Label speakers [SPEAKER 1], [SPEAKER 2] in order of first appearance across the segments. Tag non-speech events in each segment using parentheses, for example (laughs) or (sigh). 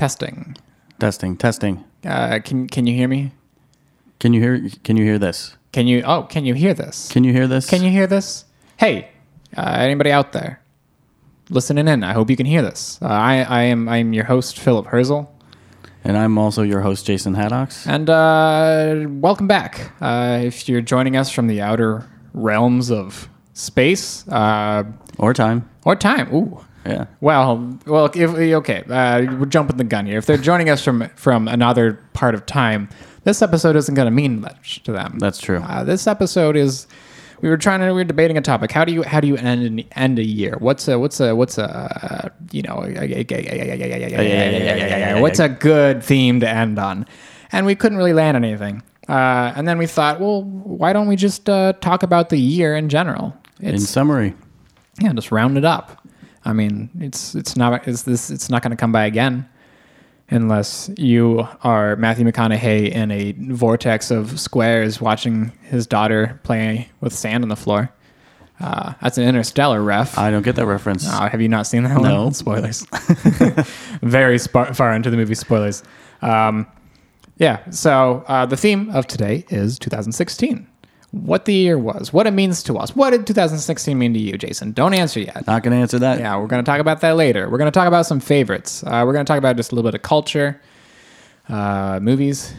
[SPEAKER 1] Testing.
[SPEAKER 2] Testing, testing.
[SPEAKER 1] Uh, can can you hear me?
[SPEAKER 2] Can you hear? Can you hear this?
[SPEAKER 1] Can you? Oh, can you hear this?
[SPEAKER 2] Can you hear this?
[SPEAKER 1] Can you hear this? Hey, uh, anybody out there listening in? I hope you can hear this. Uh, I I am I am your host Philip Herzl,
[SPEAKER 2] And I'm also your host, Jason Haddox.
[SPEAKER 1] and uh, welcome back. Uh, if you're joining us from the outer realms of space uh,
[SPEAKER 2] Or time.
[SPEAKER 1] or time, ooh.
[SPEAKER 2] Yeah.
[SPEAKER 1] Well, well, if, okay, uh, we're jumping the gun here. If they're joining us from from another part of time, this episode isn't going to mean much to them.
[SPEAKER 2] That's true.
[SPEAKER 1] Uh, this episode is we were trying to we were debating a topic. How do you how do you end an, end a year? What's a what's a what's a uh, you know what's a good theme to end on? And we couldn't really land anything. Uh, and then we thought, well, why don't we just uh, talk about the year in general?
[SPEAKER 2] In
[SPEAKER 1] It's
[SPEAKER 2] summary,
[SPEAKER 1] yeah, just round it up. I mean, it's it's not is this it's not going to come by again unless you are Matthew McConaughey in a vortex of squares watching his daughter play with sand on the floor. Uh, that's an interstellar ref.
[SPEAKER 2] I don't get that reference.
[SPEAKER 1] Oh, have you not seen that one?
[SPEAKER 2] No.
[SPEAKER 1] Spoilers. (laughs) Very spar- far into the movie spoilers. Um, yeah. So uh, the theme of today is 2016. What the year was, what it means to us. What did 2016 mean to you, Jason? Don't answer yet.
[SPEAKER 2] Not going to answer that.
[SPEAKER 1] Yeah, we're going to talk about that later. We're going to talk about some favorites. Uh, we're going to talk about just a little bit of culture, uh, movies,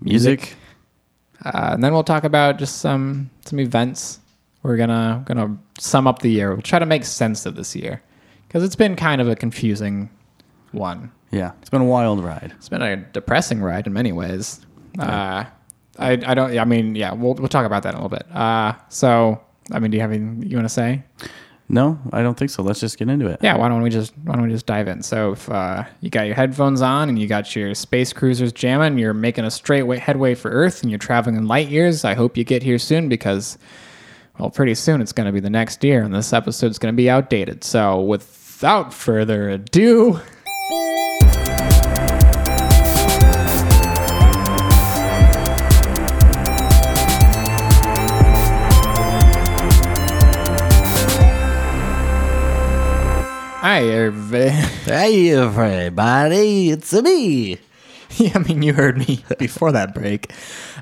[SPEAKER 2] Music.
[SPEAKER 1] uh, and then we'll talk about just some some events. We're gonna gonna sum up the year. We'll try to make sense of this year because it's been kind of a confusing one.
[SPEAKER 2] Yeah. It's been a wild ride.
[SPEAKER 1] It's been a depressing ride in many ways. Uh, I I don't. I mean, yeah, we'll we'll talk about that in a little bit. Uh, so I mean, do you have anything you want to say?
[SPEAKER 2] No, I don't think so. Let's just get into it.
[SPEAKER 1] Yeah, why don't we just why don't we just dive in? So if uh, you got your headphones on and you got your space cruisers jamming, you're making a straight way, headway for Earth, and you're traveling in light years. I hope you get here soon because, well, pretty soon it's going to be the next year, and this episode's going to be outdated. So without further ado, I (laughs)
[SPEAKER 2] Hey, everybody. It's me.
[SPEAKER 1] (laughs) yeah, I mean you heard me (laughs) before that break.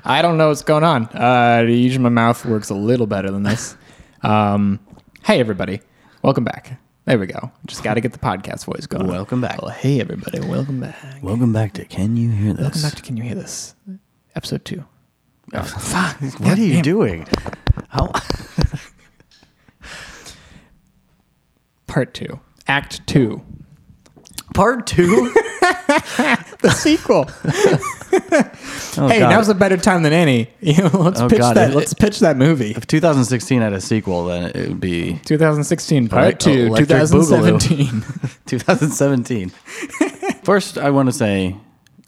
[SPEAKER 1] I don't know what's going on. Uh, usually my mouth works a little better than
[SPEAKER 2] (laughs)
[SPEAKER 1] this. Um, hey everybody, welcome back. There we go. Just got to get the podcast voice going.
[SPEAKER 2] Welcome back.
[SPEAKER 1] Well, hey everybody, welcome back.
[SPEAKER 2] Welcome back to Can You Hear
[SPEAKER 1] Welcome
[SPEAKER 2] This?
[SPEAKER 1] back to Can You Hear This? Episode two.
[SPEAKER 2] Fuck. (laughs) What are you doing? How? (laughs)
[SPEAKER 1] Part two. Act
[SPEAKER 2] (laughs)
[SPEAKER 1] two.
[SPEAKER 2] Part two?
[SPEAKER 1] The sequel.
[SPEAKER 2] (laughs)
[SPEAKER 1] (laughs)
[SPEAKER 2] Oh,
[SPEAKER 1] hey,
[SPEAKER 2] God.
[SPEAKER 1] now's a better time than any. (laughs) You know, let's
[SPEAKER 2] Oh,
[SPEAKER 1] pitch
[SPEAKER 2] God.
[SPEAKER 1] that.
[SPEAKER 2] It-
[SPEAKER 1] let's pitch that
[SPEAKER 2] (laughs)
[SPEAKER 1] movie.
[SPEAKER 2] If 2016 had a sequel, then it would be
[SPEAKER 1] 2016 part
[SPEAKER 2] Elec-
[SPEAKER 1] two.
[SPEAKER 2] (laughs) Electric Boogaloo.
[SPEAKER 1] (laughs) 2017.
[SPEAKER 2] 2017.
[SPEAKER 1] (laughs)
[SPEAKER 2] First, I want to say,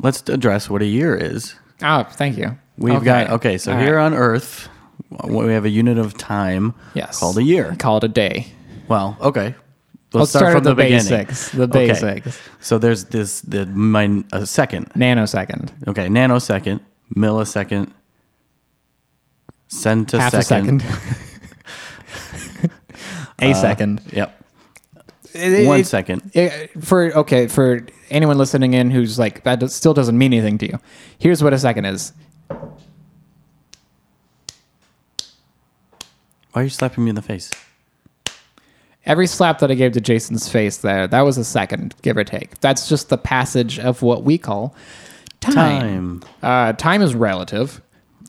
[SPEAKER 2] let's address what a year is.
[SPEAKER 1] oh, thank you.
[SPEAKER 2] We've got okay. So
[SPEAKER 1] All
[SPEAKER 2] here
[SPEAKER 1] right.
[SPEAKER 2] on Earth, we have a unit of time
[SPEAKER 1] Yes.
[SPEAKER 2] called a year.
[SPEAKER 1] Call it a day.
[SPEAKER 2] Well, okay.
[SPEAKER 1] Let's start at the
[SPEAKER 2] beginning.
[SPEAKER 1] basics, the
[SPEAKER 2] Okay.
[SPEAKER 1] basics.
[SPEAKER 2] So there's this the min, a second.
[SPEAKER 1] Nanosecond.
[SPEAKER 2] Okay, nanosecond, millisecond, centisecond.
[SPEAKER 1] Half a second.
[SPEAKER 2] (laughs)
[SPEAKER 1] a second.
[SPEAKER 2] Yep.
[SPEAKER 1] Uh, It-
[SPEAKER 2] One
[SPEAKER 1] it-
[SPEAKER 2] second.
[SPEAKER 1] it- for okay, for anyone listening in who's like that does, still doesn't mean anything to you. Here's what a second is.
[SPEAKER 2] Why are you slapping me in the face?
[SPEAKER 1] Every slap that I gave to Jason's face there, that was a second, give or take. That's just the passage of what we call time.
[SPEAKER 2] Time.
[SPEAKER 1] Uh, time is relative,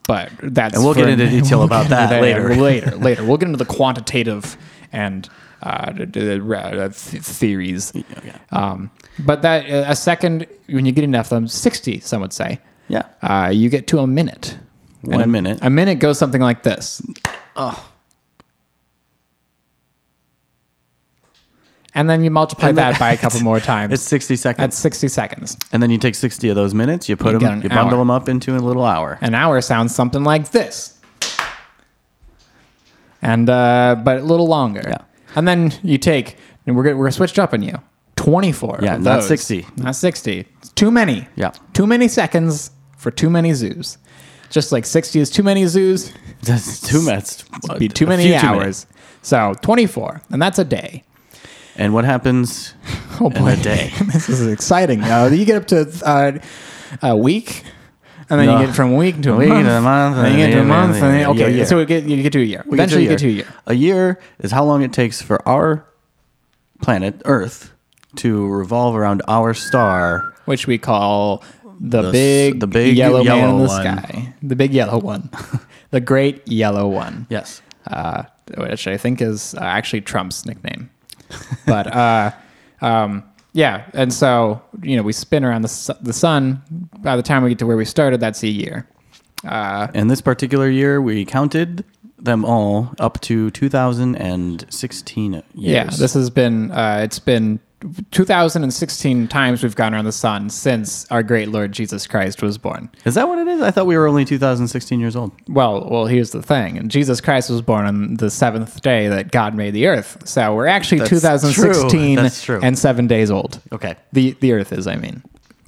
[SPEAKER 1] but that's
[SPEAKER 2] And we'll
[SPEAKER 1] for-
[SPEAKER 2] get
[SPEAKER 1] (laughs)
[SPEAKER 2] into detail
[SPEAKER 1] we'll
[SPEAKER 2] about
[SPEAKER 1] get into
[SPEAKER 2] that later. (laughs)
[SPEAKER 1] later, later. We'll get into the quantitative and uh, d- d- ra- uh, th- theories.
[SPEAKER 2] yeah.
[SPEAKER 1] Um, but that uh, a second, when you get enough of them, sixty, some would say,
[SPEAKER 2] Yeah.
[SPEAKER 1] uh, you get to a minute.
[SPEAKER 2] One
[SPEAKER 1] a,
[SPEAKER 2] minute.
[SPEAKER 1] A minute goes something like this. And then you multiply
[SPEAKER 2] And then-
[SPEAKER 1] that by
[SPEAKER 2] (laughs)
[SPEAKER 1] a couple more times.
[SPEAKER 2] It's 60 seconds.
[SPEAKER 1] That's 60 seconds.
[SPEAKER 2] And then you take 60 of those minutes, you put
[SPEAKER 1] You get
[SPEAKER 2] them,
[SPEAKER 1] an
[SPEAKER 2] you bundle
[SPEAKER 1] hour.
[SPEAKER 2] them up into a little hour.
[SPEAKER 1] An hour sounds something like this. And, uh, but a little longer.
[SPEAKER 2] Yeah.
[SPEAKER 1] And then you take, and we're going we're switched up on you 24.
[SPEAKER 2] Yeah,
[SPEAKER 1] of
[SPEAKER 2] not
[SPEAKER 1] those.
[SPEAKER 2] 60.
[SPEAKER 1] Not 60. It's too many.
[SPEAKER 2] Yeah.
[SPEAKER 1] Too many seconds for too many zoos. Just like 60 is too many zoos,
[SPEAKER 2] (laughs) That's too much.
[SPEAKER 1] be
[SPEAKER 2] a
[SPEAKER 1] too many
[SPEAKER 2] few
[SPEAKER 1] hours. So 24, and that's a day.
[SPEAKER 2] And what happens
[SPEAKER 1] Oh
[SPEAKER 2] in a day?
[SPEAKER 1] (laughs) this is exciting. Uh, you get up to uh, a week, and then
[SPEAKER 2] No.
[SPEAKER 1] you get from week to a
[SPEAKER 2] Week
[SPEAKER 1] month,
[SPEAKER 2] to a month,
[SPEAKER 1] and then you get to a month, and then
[SPEAKER 2] yeah,
[SPEAKER 1] okay,
[SPEAKER 2] yeah.
[SPEAKER 1] so we get you get to a year.
[SPEAKER 2] We
[SPEAKER 1] Eventually,
[SPEAKER 2] a
[SPEAKER 1] you get to a year.
[SPEAKER 2] A year is how long it takes for our planet Earth to revolve around our star.
[SPEAKER 1] which we call the,
[SPEAKER 2] The s-
[SPEAKER 1] big,
[SPEAKER 2] the big
[SPEAKER 1] yellow, man
[SPEAKER 2] yellow
[SPEAKER 1] in the
[SPEAKER 2] one.
[SPEAKER 1] sky, the big yellow one, (laughs) the great yellow one,
[SPEAKER 2] Yes.
[SPEAKER 1] uh, which I think is uh, actually Trump's nickname. But (laughs) uh, um, yeah, and so you know we spin around the su- the sun. By the time we get to where we started, that's a year. Uh,
[SPEAKER 2] And this particular year, we counted them all up to 2016 years.
[SPEAKER 1] Yeah, this has been uh, it's been 2016 times we've gone around the sun since our great Lord Jesus Christ was born.
[SPEAKER 2] is that what it is? I thought we were only 2016 years old.
[SPEAKER 1] Well, well, here's the thing: and Jesus Christ was born on the seventh day that God made the earth. So we're actually
[SPEAKER 2] That's
[SPEAKER 1] 2016
[SPEAKER 2] true. That's true.
[SPEAKER 1] and seven days old.
[SPEAKER 2] Okay.
[SPEAKER 1] The the Earth is, I mean,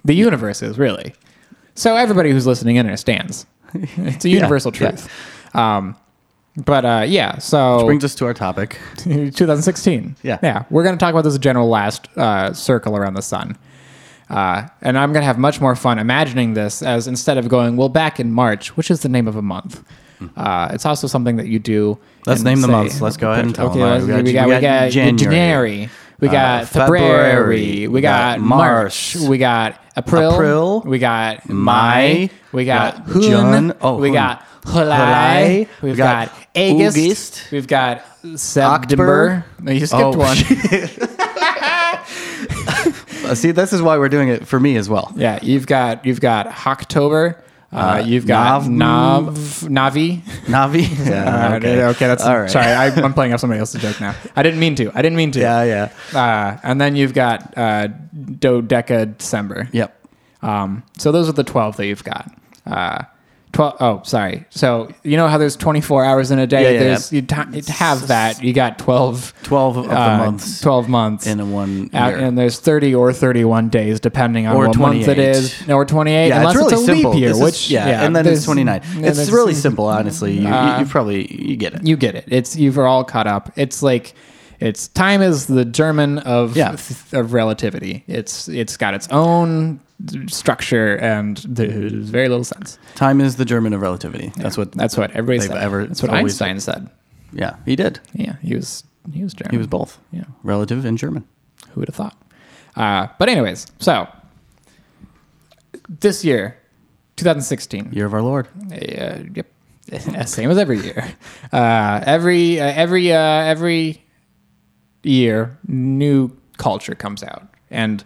[SPEAKER 1] the universe is really. So everybody who's listening understands. It's a universal
[SPEAKER 2] (laughs) yeah.
[SPEAKER 1] truth. Um, but uh, yeah, so
[SPEAKER 2] Brings us to our topic.
[SPEAKER 1] 2016.
[SPEAKER 2] Yeah.
[SPEAKER 1] Yeah. We're going to talk about this general last uh, circle around the sun. Uh, and I'm going to have much more fun imagining this as instead of going, well, back in March, which is the name of a month. Uh, it's also something that you do.
[SPEAKER 2] Hmm. Let's
[SPEAKER 1] and
[SPEAKER 2] name the months. Let's go ahead and tell
[SPEAKER 1] okay,
[SPEAKER 2] them.
[SPEAKER 1] let's- We got, we got January. We
[SPEAKER 2] Uh,
[SPEAKER 1] got February.
[SPEAKER 2] February.
[SPEAKER 1] We got March.
[SPEAKER 2] March.
[SPEAKER 1] We got April.
[SPEAKER 2] April.
[SPEAKER 1] We got May.
[SPEAKER 2] May.
[SPEAKER 1] We got
[SPEAKER 2] Got
[SPEAKER 1] June.
[SPEAKER 2] June. Oh,
[SPEAKER 1] we
[SPEAKER 2] June.
[SPEAKER 1] got July.
[SPEAKER 2] July.
[SPEAKER 1] We've
[SPEAKER 2] We got
[SPEAKER 1] got August.
[SPEAKER 2] August.
[SPEAKER 1] We've got September. No, you skipped (laughs)
[SPEAKER 2] Oh,
[SPEAKER 1] one.
[SPEAKER 2] Uh, (laughs) See, this is why we're doing it for me as well.
[SPEAKER 1] Yeah, you've got you've got October. Uh,
[SPEAKER 2] Uh,
[SPEAKER 1] you've got Nav,
[SPEAKER 2] Nav-
[SPEAKER 1] Navi. (laughs)
[SPEAKER 2] Navi. Ah,
[SPEAKER 1] Uh, okay. that's
[SPEAKER 2] all right.
[SPEAKER 1] sorry. I, I'm playing up somebody else's joke now. (laughs) I didn't mean to. I didn't mean to.
[SPEAKER 2] Yeah, yeah.
[SPEAKER 1] Uh, and then you've got uh, Dodeca December.
[SPEAKER 2] Yep.
[SPEAKER 1] Um, so those are the 12 that you've got. Uh, 12, oh, sorry. So you know how there's 24 hours in a day?
[SPEAKER 2] Yeah, yeah,
[SPEAKER 1] there's, You ti- to have that, you got 12,
[SPEAKER 2] 12 of
[SPEAKER 1] uh,
[SPEAKER 2] the months
[SPEAKER 1] 12 months.
[SPEAKER 2] in a one
[SPEAKER 1] Uh,
[SPEAKER 2] year.
[SPEAKER 1] and there's 30 or 31 days, depending on
[SPEAKER 2] Or
[SPEAKER 1] what month it
[SPEAKER 2] 28.
[SPEAKER 1] is. Or 28,
[SPEAKER 2] yeah,
[SPEAKER 1] unless
[SPEAKER 2] it's
[SPEAKER 1] it's,
[SPEAKER 2] really
[SPEAKER 1] a
[SPEAKER 2] simple.
[SPEAKER 1] leap year,
[SPEAKER 2] This is-
[SPEAKER 1] which
[SPEAKER 2] yeah, and then
[SPEAKER 1] there's-
[SPEAKER 2] it's 29.
[SPEAKER 1] yeah,
[SPEAKER 2] it's
[SPEAKER 1] there's-
[SPEAKER 2] really simple, honestly. You, you-
[SPEAKER 1] Uh,
[SPEAKER 2] you, probably you get it.
[SPEAKER 1] You get it. It's you are all caught up. It's like it's time is the German of
[SPEAKER 2] Yeah.
[SPEAKER 1] th- of relativity. It's it's got its own structure and there's very little sense.
[SPEAKER 2] Time is the German of relativity. That's what.
[SPEAKER 1] That's what everybody
[SPEAKER 2] They've
[SPEAKER 1] said.
[SPEAKER 2] ever-
[SPEAKER 1] That's what
[SPEAKER 2] always-
[SPEAKER 1] Einstein said.
[SPEAKER 2] Yeah, he did.
[SPEAKER 1] Yeah, he was he was German.
[SPEAKER 2] He was both
[SPEAKER 1] yeah.
[SPEAKER 2] relative and German.
[SPEAKER 1] Who would have thought? Uh, but anyways, so this year, 2016.
[SPEAKER 2] Year of our Lord.
[SPEAKER 1] uh, yep. (laughs) Same as every year. Uh, every uh, every uh, every year, new culture comes out, and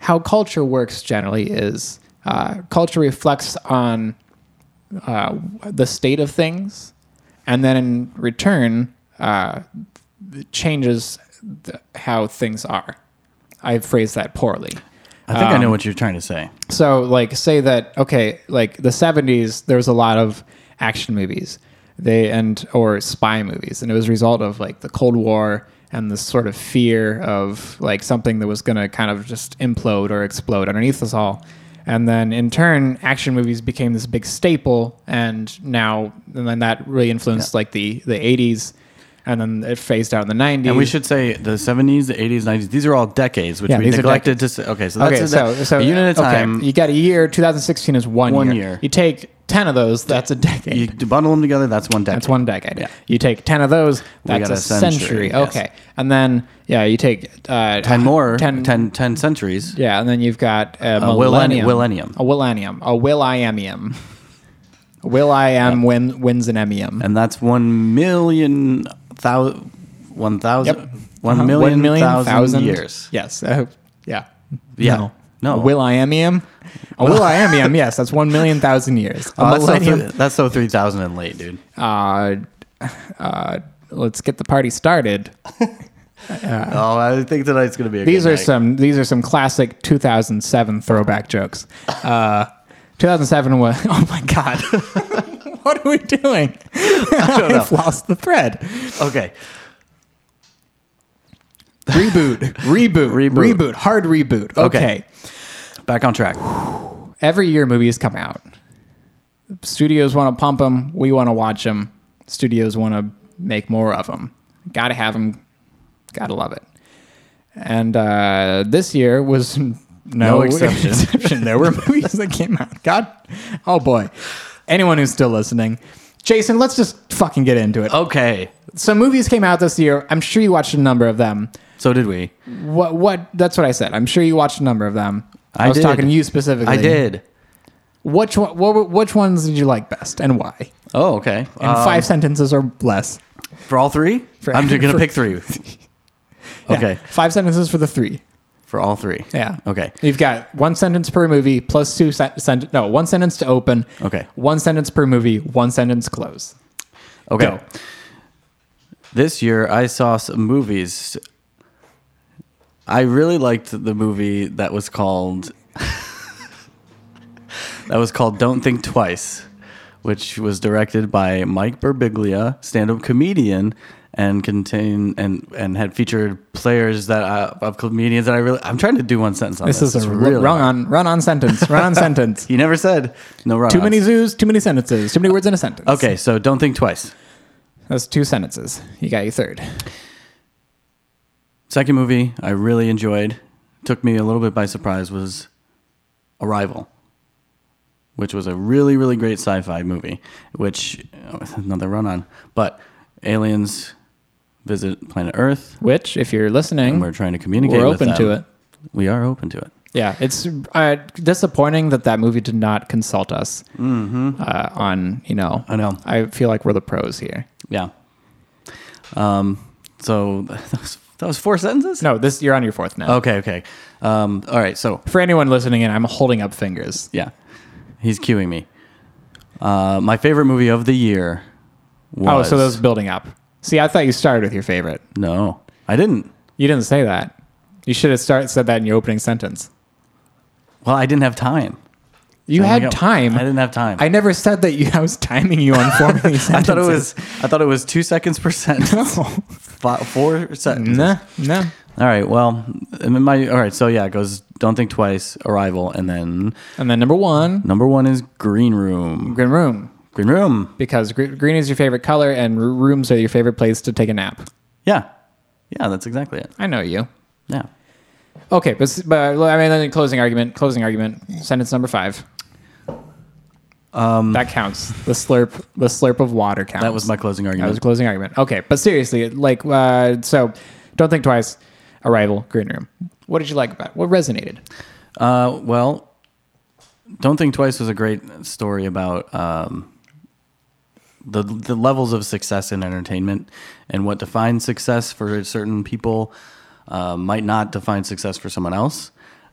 [SPEAKER 1] how culture works generally is uh, culture reflects on uh, the state of things, and then in return, uh, th- changes the, how things are. I phrased that poorly.
[SPEAKER 2] I think I
[SPEAKER 1] Um,
[SPEAKER 2] know what you're trying to say.
[SPEAKER 1] So, like, say that okay, like the '70s, there was a lot of action movies, they and or spy movies, and it was a result of like the Cold War and this sort of fear of like something that was gonna kind of just implode or explode underneath us all. And then in turn, action movies became this big staple, and now and then that really influenced like the the '80s, and then it phased out in the '90s.
[SPEAKER 2] And we should say the 70s, the 80s, 90s. These are all decades, which
[SPEAKER 1] Yeah,
[SPEAKER 2] we
[SPEAKER 1] these are
[SPEAKER 2] neglected to say. Okay, so that's
[SPEAKER 1] okay,
[SPEAKER 2] a,
[SPEAKER 1] so, so
[SPEAKER 2] a unit at a
[SPEAKER 1] okay,
[SPEAKER 2] time.
[SPEAKER 1] You got a year. 2016 is one,
[SPEAKER 2] One
[SPEAKER 1] year.
[SPEAKER 2] year.
[SPEAKER 1] You take 10 of those, that's a decade.
[SPEAKER 2] You, d- bundle them together. That's one decade.
[SPEAKER 1] that's one decade.
[SPEAKER 2] Yeah.
[SPEAKER 1] You take 10 of those, that's
[SPEAKER 2] got
[SPEAKER 1] a,
[SPEAKER 2] a
[SPEAKER 1] century.
[SPEAKER 2] century, yes.
[SPEAKER 1] Okay. And then, yeah, you take uh,
[SPEAKER 2] 10 more.
[SPEAKER 1] 10,
[SPEAKER 2] 10, 10 centuries.
[SPEAKER 1] Yeah, and then you've got a,
[SPEAKER 2] A
[SPEAKER 1] millennium.
[SPEAKER 2] willen- millennium.
[SPEAKER 1] A millennium. A will I am. Will I am win, wins an E emium.
[SPEAKER 2] And that's one million thou, one thousand,
[SPEAKER 1] Yep. Uh-huh.
[SPEAKER 2] one million thousand years.
[SPEAKER 1] Yes. Uh, yeah.
[SPEAKER 2] Yeah.
[SPEAKER 1] No.
[SPEAKER 2] No.
[SPEAKER 1] A will I am
[SPEAKER 2] (laughs)
[SPEAKER 1] A will I am yes. That's one million thousand years. A
[SPEAKER 2] Oh, that's, so
[SPEAKER 1] millennium.
[SPEAKER 2] three, that's so 3,000 and late, dude.
[SPEAKER 1] uh, uh, let's get the party started.
[SPEAKER 2] oh, I think tonight's going to be a
[SPEAKER 1] Uh, These
[SPEAKER 2] good
[SPEAKER 1] are
[SPEAKER 2] night.
[SPEAKER 1] some these are some classic 2007 throwback jokes. Uh, 2007 was (laughs) oh my god, what are we doing? I (laughs)
[SPEAKER 2] don't know.
[SPEAKER 1] have lost the thread.
[SPEAKER 2] Okay.
[SPEAKER 1] Reboot, reboot, reboot,
[SPEAKER 2] Reboot.
[SPEAKER 1] reboot, hard reboot. Okay.
[SPEAKER 2] Okay. Back on track.
[SPEAKER 1] every year movies come out. Studios want to pump them. We want to watch them. Studios want to make more of them. Got to have them. Got to love it. And uh, this year was (laughs) no,
[SPEAKER 2] No exception.
[SPEAKER 1] exception. There were movies that came out. God, oh boy. Anyone who's still listening, Jason, let's just fucking get into it.
[SPEAKER 2] Okay.
[SPEAKER 1] So movies came out this year. I'm sure you watched a number of them.
[SPEAKER 2] So did we.
[SPEAKER 1] What? What? That's what I said. I'm sure you watched a number of them. I,
[SPEAKER 2] I
[SPEAKER 1] was
[SPEAKER 2] did.
[SPEAKER 1] talking to you specifically.
[SPEAKER 2] I did.
[SPEAKER 1] Which one? What, were- which ones did you like best, and why?
[SPEAKER 2] Oh, okay.
[SPEAKER 1] In
[SPEAKER 2] Uh,
[SPEAKER 1] five sentences or less.
[SPEAKER 2] for all three?
[SPEAKER 1] For-
[SPEAKER 2] I'm just
[SPEAKER 1] (laughs)
[SPEAKER 2] going
[SPEAKER 1] for-
[SPEAKER 2] to pick three.
[SPEAKER 1] Yeah,
[SPEAKER 2] okay.
[SPEAKER 1] five sentences for the three.
[SPEAKER 2] For all three.
[SPEAKER 1] Yeah.
[SPEAKER 2] Okay.
[SPEAKER 1] You've got one sentence per movie plus two sen- sen- no one sentence to open.
[SPEAKER 2] Okay.
[SPEAKER 1] One sentence per movie. One sentence close.
[SPEAKER 2] Okay.
[SPEAKER 1] Go.
[SPEAKER 2] This year, I saw some movies. I really liked the movie that was called (laughs) that was called "Don't Think Twice," which was directed by Mike Birbiglia, stand-up comedian, and contain and and had featured players that I, of comedians that I really. I'm trying to do one sentence on this.
[SPEAKER 1] This is
[SPEAKER 2] It's
[SPEAKER 1] a really run on run on sentence. Run
[SPEAKER 2] (laughs)
[SPEAKER 1] on sentence.
[SPEAKER 2] He never said no. Run
[SPEAKER 1] Too many zoos. Too many sentences. Too many words in a sentence.
[SPEAKER 2] Okay, so don't think twice.
[SPEAKER 1] That's two sentences. You got your third.
[SPEAKER 2] Second movie I really enjoyed, took me a little bit by surprise, was Arrival, which was a really, really great sci fi movie, which uh, another run on. But aliens visit planet Earth,
[SPEAKER 1] Which, if you're listening,
[SPEAKER 2] and we're trying to communicate
[SPEAKER 1] We're
[SPEAKER 2] with
[SPEAKER 1] open to
[SPEAKER 2] them.
[SPEAKER 1] it.
[SPEAKER 2] We are open to it.
[SPEAKER 1] Yeah, it's uh, disappointing that that movie did not consult us uh, on, you know,
[SPEAKER 2] Mm-hmm. I know.
[SPEAKER 1] I feel like we're the pros here.
[SPEAKER 2] Yeah. Um, so (laughs) that was, that was four sentences?
[SPEAKER 1] No, this you're on your fourth now.
[SPEAKER 2] Okay, okay. Um, all right, so
[SPEAKER 1] For anyone listening in, I'm holding up fingers.
[SPEAKER 2] Yeah. He's cueing me. Uh, my favorite movie of the year was.
[SPEAKER 1] Oh, so those building up. See, I thought you started with your favorite.
[SPEAKER 2] No, I didn't.
[SPEAKER 1] You didn't say that. You should have start, said that in your opening sentence.
[SPEAKER 2] Well, I didn't have time.
[SPEAKER 1] You
[SPEAKER 2] Oh my
[SPEAKER 1] had
[SPEAKER 2] God.
[SPEAKER 1] time.
[SPEAKER 2] (laughs) I didn't have time.
[SPEAKER 1] I never said that you, I was timing you on
[SPEAKER 2] (laughs)
[SPEAKER 1] forming these
[SPEAKER 2] I
[SPEAKER 1] sentences.
[SPEAKER 2] thought it was. I thought it was two seconds per (laughs) sentence. Fi- Four
[SPEAKER 1] (laughs)
[SPEAKER 2] sentences.
[SPEAKER 1] nah, nah.
[SPEAKER 2] All right. Well, and then my all right. So yeah, it goes. Don't think twice. Arrival, and then
[SPEAKER 1] And then number one,
[SPEAKER 2] number one is Green Room.
[SPEAKER 1] green room.
[SPEAKER 2] Green Room.
[SPEAKER 1] Because gr- green is your favorite color and r- rooms are your favorite place to take a nap.
[SPEAKER 2] Yeah, yeah. That's exactly it.
[SPEAKER 1] I know you.
[SPEAKER 2] Yeah.
[SPEAKER 1] Okay, but, s- but I mean, then closing argument, closing argument, sentence number five. Um, that counts. The slurp, the slurp of water counts.
[SPEAKER 2] That was my closing
[SPEAKER 1] that was a
[SPEAKER 2] argument.
[SPEAKER 1] closing argument. Okay, but seriously, like, uh, so don't think twice. Arrival, green room. What did you like about? It? What resonated?
[SPEAKER 2] Uh, well, Don't Think Twice was a great story about um, the the levels of success in entertainment and what defines success for certain people uh, might not define success for someone else.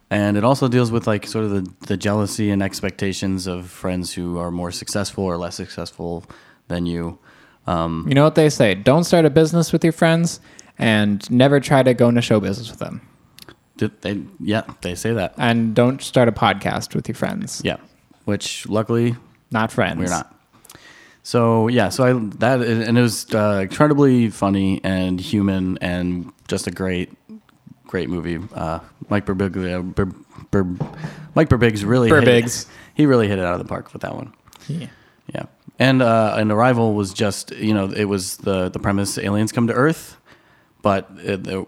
[SPEAKER 2] And it also deals with like sort of the, the jealousy and expectations of friends who are more successful or less successful than you. Um,
[SPEAKER 1] You know what they say: don't start a business with your friends, and never try to go into show business with them,
[SPEAKER 2] did they, yeah, they say that.
[SPEAKER 1] and don't start a podcast with your friends.
[SPEAKER 2] Yeah, which luckily
[SPEAKER 1] Not friends.
[SPEAKER 2] We're not. So yeah, so I that is- and it was uh, incredibly funny and human and just a great, great movie. Uh, Mike Birbiglia, Bur, Bur, Mike Birbigs really hit it.
[SPEAKER 1] Birbigs.
[SPEAKER 2] He really hit it out of the park with that one.
[SPEAKER 1] Yeah.
[SPEAKER 2] Yeah, and uh, and Arrival was just you know it was the the premise aliens come to Earth, but it, it,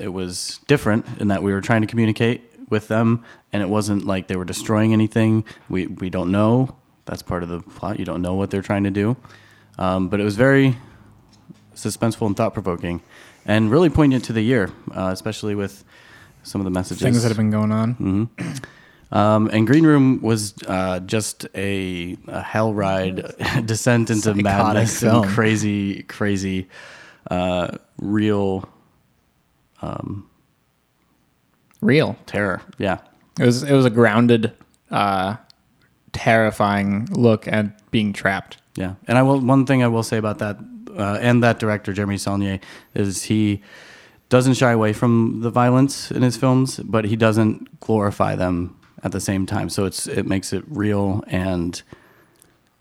[SPEAKER 2] it was different in that we were trying to communicate with them, and it wasn't like they were destroying anything. We we don't know. That's part of the plot. You don't know what they're trying to do, um, but it was very suspenseful and thought provoking, and really poignant to the year, uh, especially with some of the messages
[SPEAKER 1] Things that have been going on.
[SPEAKER 2] Mm-hmm. um, and Green Room was uh, just a, a hell ride, (laughs) a descent into
[SPEAKER 1] Psychotic
[SPEAKER 2] madness
[SPEAKER 1] film.
[SPEAKER 2] and crazy, crazy, uh, real
[SPEAKER 1] Real.
[SPEAKER 2] terror. Yeah,
[SPEAKER 1] It was it was a grounded, uh, terrifying look at being trapped.
[SPEAKER 2] yeah. And I will. One thing I will say about that, uh, and that director Jeremy Saulnier is he doesn't shy away from the violence in his films, but he doesn't glorify them at the same time. So it's it makes it real and.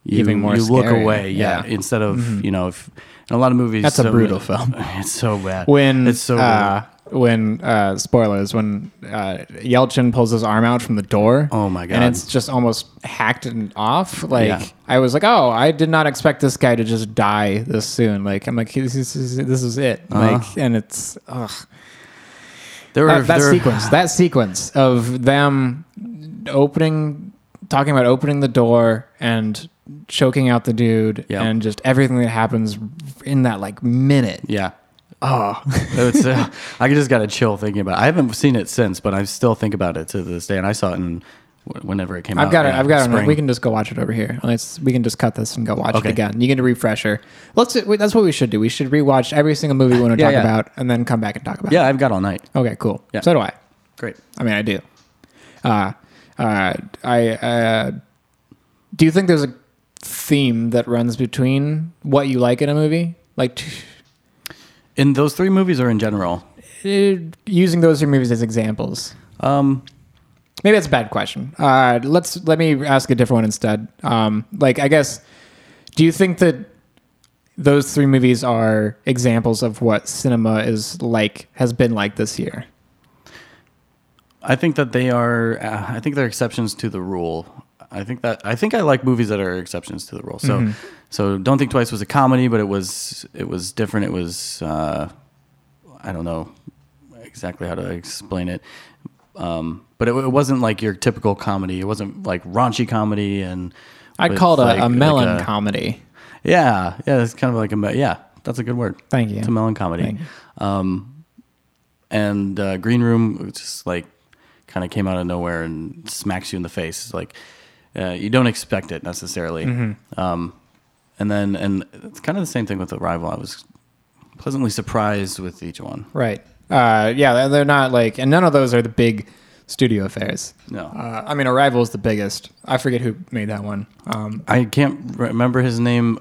[SPEAKER 2] You,
[SPEAKER 1] Even more
[SPEAKER 2] you look
[SPEAKER 1] scary.
[SPEAKER 2] away, yeah.
[SPEAKER 1] Yeah. Mm-hmm.
[SPEAKER 2] Instead of you know, if in a lot of movies,
[SPEAKER 1] That's a
[SPEAKER 2] some-
[SPEAKER 1] brutal film.
[SPEAKER 2] (laughs) It's so bad.
[SPEAKER 1] When
[SPEAKER 2] it's so bad.
[SPEAKER 1] uh, when uh, spoilers when uh, Yelchin pulls his arm out from the door.
[SPEAKER 2] Oh my God.
[SPEAKER 1] And it's just almost hacked and off. Like
[SPEAKER 2] Yeah.
[SPEAKER 1] I was like, oh, I did not expect this guy to just die
[SPEAKER 2] Uh-huh.
[SPEAKER 1] this soon. Like I'm like this is this is it. Like and it's ugh.
[SPEAKER 2] There
[SPEAKER 1] that,
[SPEAKER 2] were-
[SPEAKER 1] that
[SPEAKER 2] there-
[SPEAKER 1] sequence, that sequence of them opening, talking about opening the door and choking out the dude,
[SPEAKER 2] Yeah.
[SPEAKER 1] and just everything that happens in that like minute.
[SPEAKER 2] Yeah. Oh, (laughs) it's, uh, I just got a chill thinking about. it. I haven't seen it since, but I still think about it to this day. And I saw it in wh- whenever it came out.
[SPEAKER 1] I've got it.
[SPEAKER 2] yeah,
[SPEAKER 1] I've got it. on-
[SPEAKER 2] spring.
[SPEAKER 1] We can just go watch it over here. Let's. We can just cut this and go watch
[SPEAKER 2] Okay.
[SPEAKER 1] it again. You get a refresher. Let's. do- That's what we should do. We should rewatch every single movie we want to
[SPEAKER 2] (laughs) Yeah,
[SPEAKER 1] talk
[SPEAKER 2] yeah.
[SPEAKER 1] about, and then come back and talk about.
[SPEAKER 2] Yeah, I've got all night.
[SPEAKER 1] it. Okay. Cool.
[SPEAKER 2] Yeah.
[SPEAKER 1] So do I.
[SPEAKER 2] Great.
[SPEAKER 1] I mean, I do. Uh, uh, I uh, do you think there's a theme that runs between what you like in a movie, like t-
[SPEAKER 2] In those three movies, or in general,
[SPEAKER 1] uh, using those three movies as examples?
[SPEAKER 2] um,
[SPEAKER 1] Maybe that's a bad question. Uh, let's let me ask a different one instead. Um, like, I guess, do you think that those three movies are examples of what cinema is like has been like this year?
[SPEAKER 2] I think that they are. Uh, I think they're exceptions to the rule. I think that I think I like movies that are exceptions to the rule. So,
[SPEAKER 1] Mm-hmm.
[SPEAKER 2] so don't think twice was a comedy, but it was it was different. It was uh, I don't know exactly how to explain it, um, but it, it wasn't like your typical comedy. It wasn't like raunchy comedy, and
[SPEAKER 1] I'd
[SPEAKER 2] with
[SPEAKER 1] call it a,
[SPEAKER 2] like-
[SPEAKER 1] a
[SPEAKER 2] like
[SPEAKER 1] melon
[SPEAKER 2] a-
[SPEAKER 1] comedy.
[SPEAKER 2] yeah, yeah, it's kind of like a me- yeah. That's a good word.
[SPEAKER 1] Thank you.
[SPEAKER 2] It's a melon comedy. Um, and uh, Green Room was just like kind of came out of nowhere and smacks you in the face. It's Like uh, you don't expect it necessarily.
[SPEAKER 1] Mm-hmm.
[SPEAKER 2] Um, and then and it's kind of the same thing with Arrival. I was pleasantly surprised with each one.
[SPEAKER 1] Right. Uh, yeah, they're- they're not like, and none of those are the big studio affairs.
[SPEAKER 2] No.
[SPEAKER 1] Uh, I mean, Arrival is the biggest. I forget who made that one. Um,
[SPEAKER 2] I can't remember his name.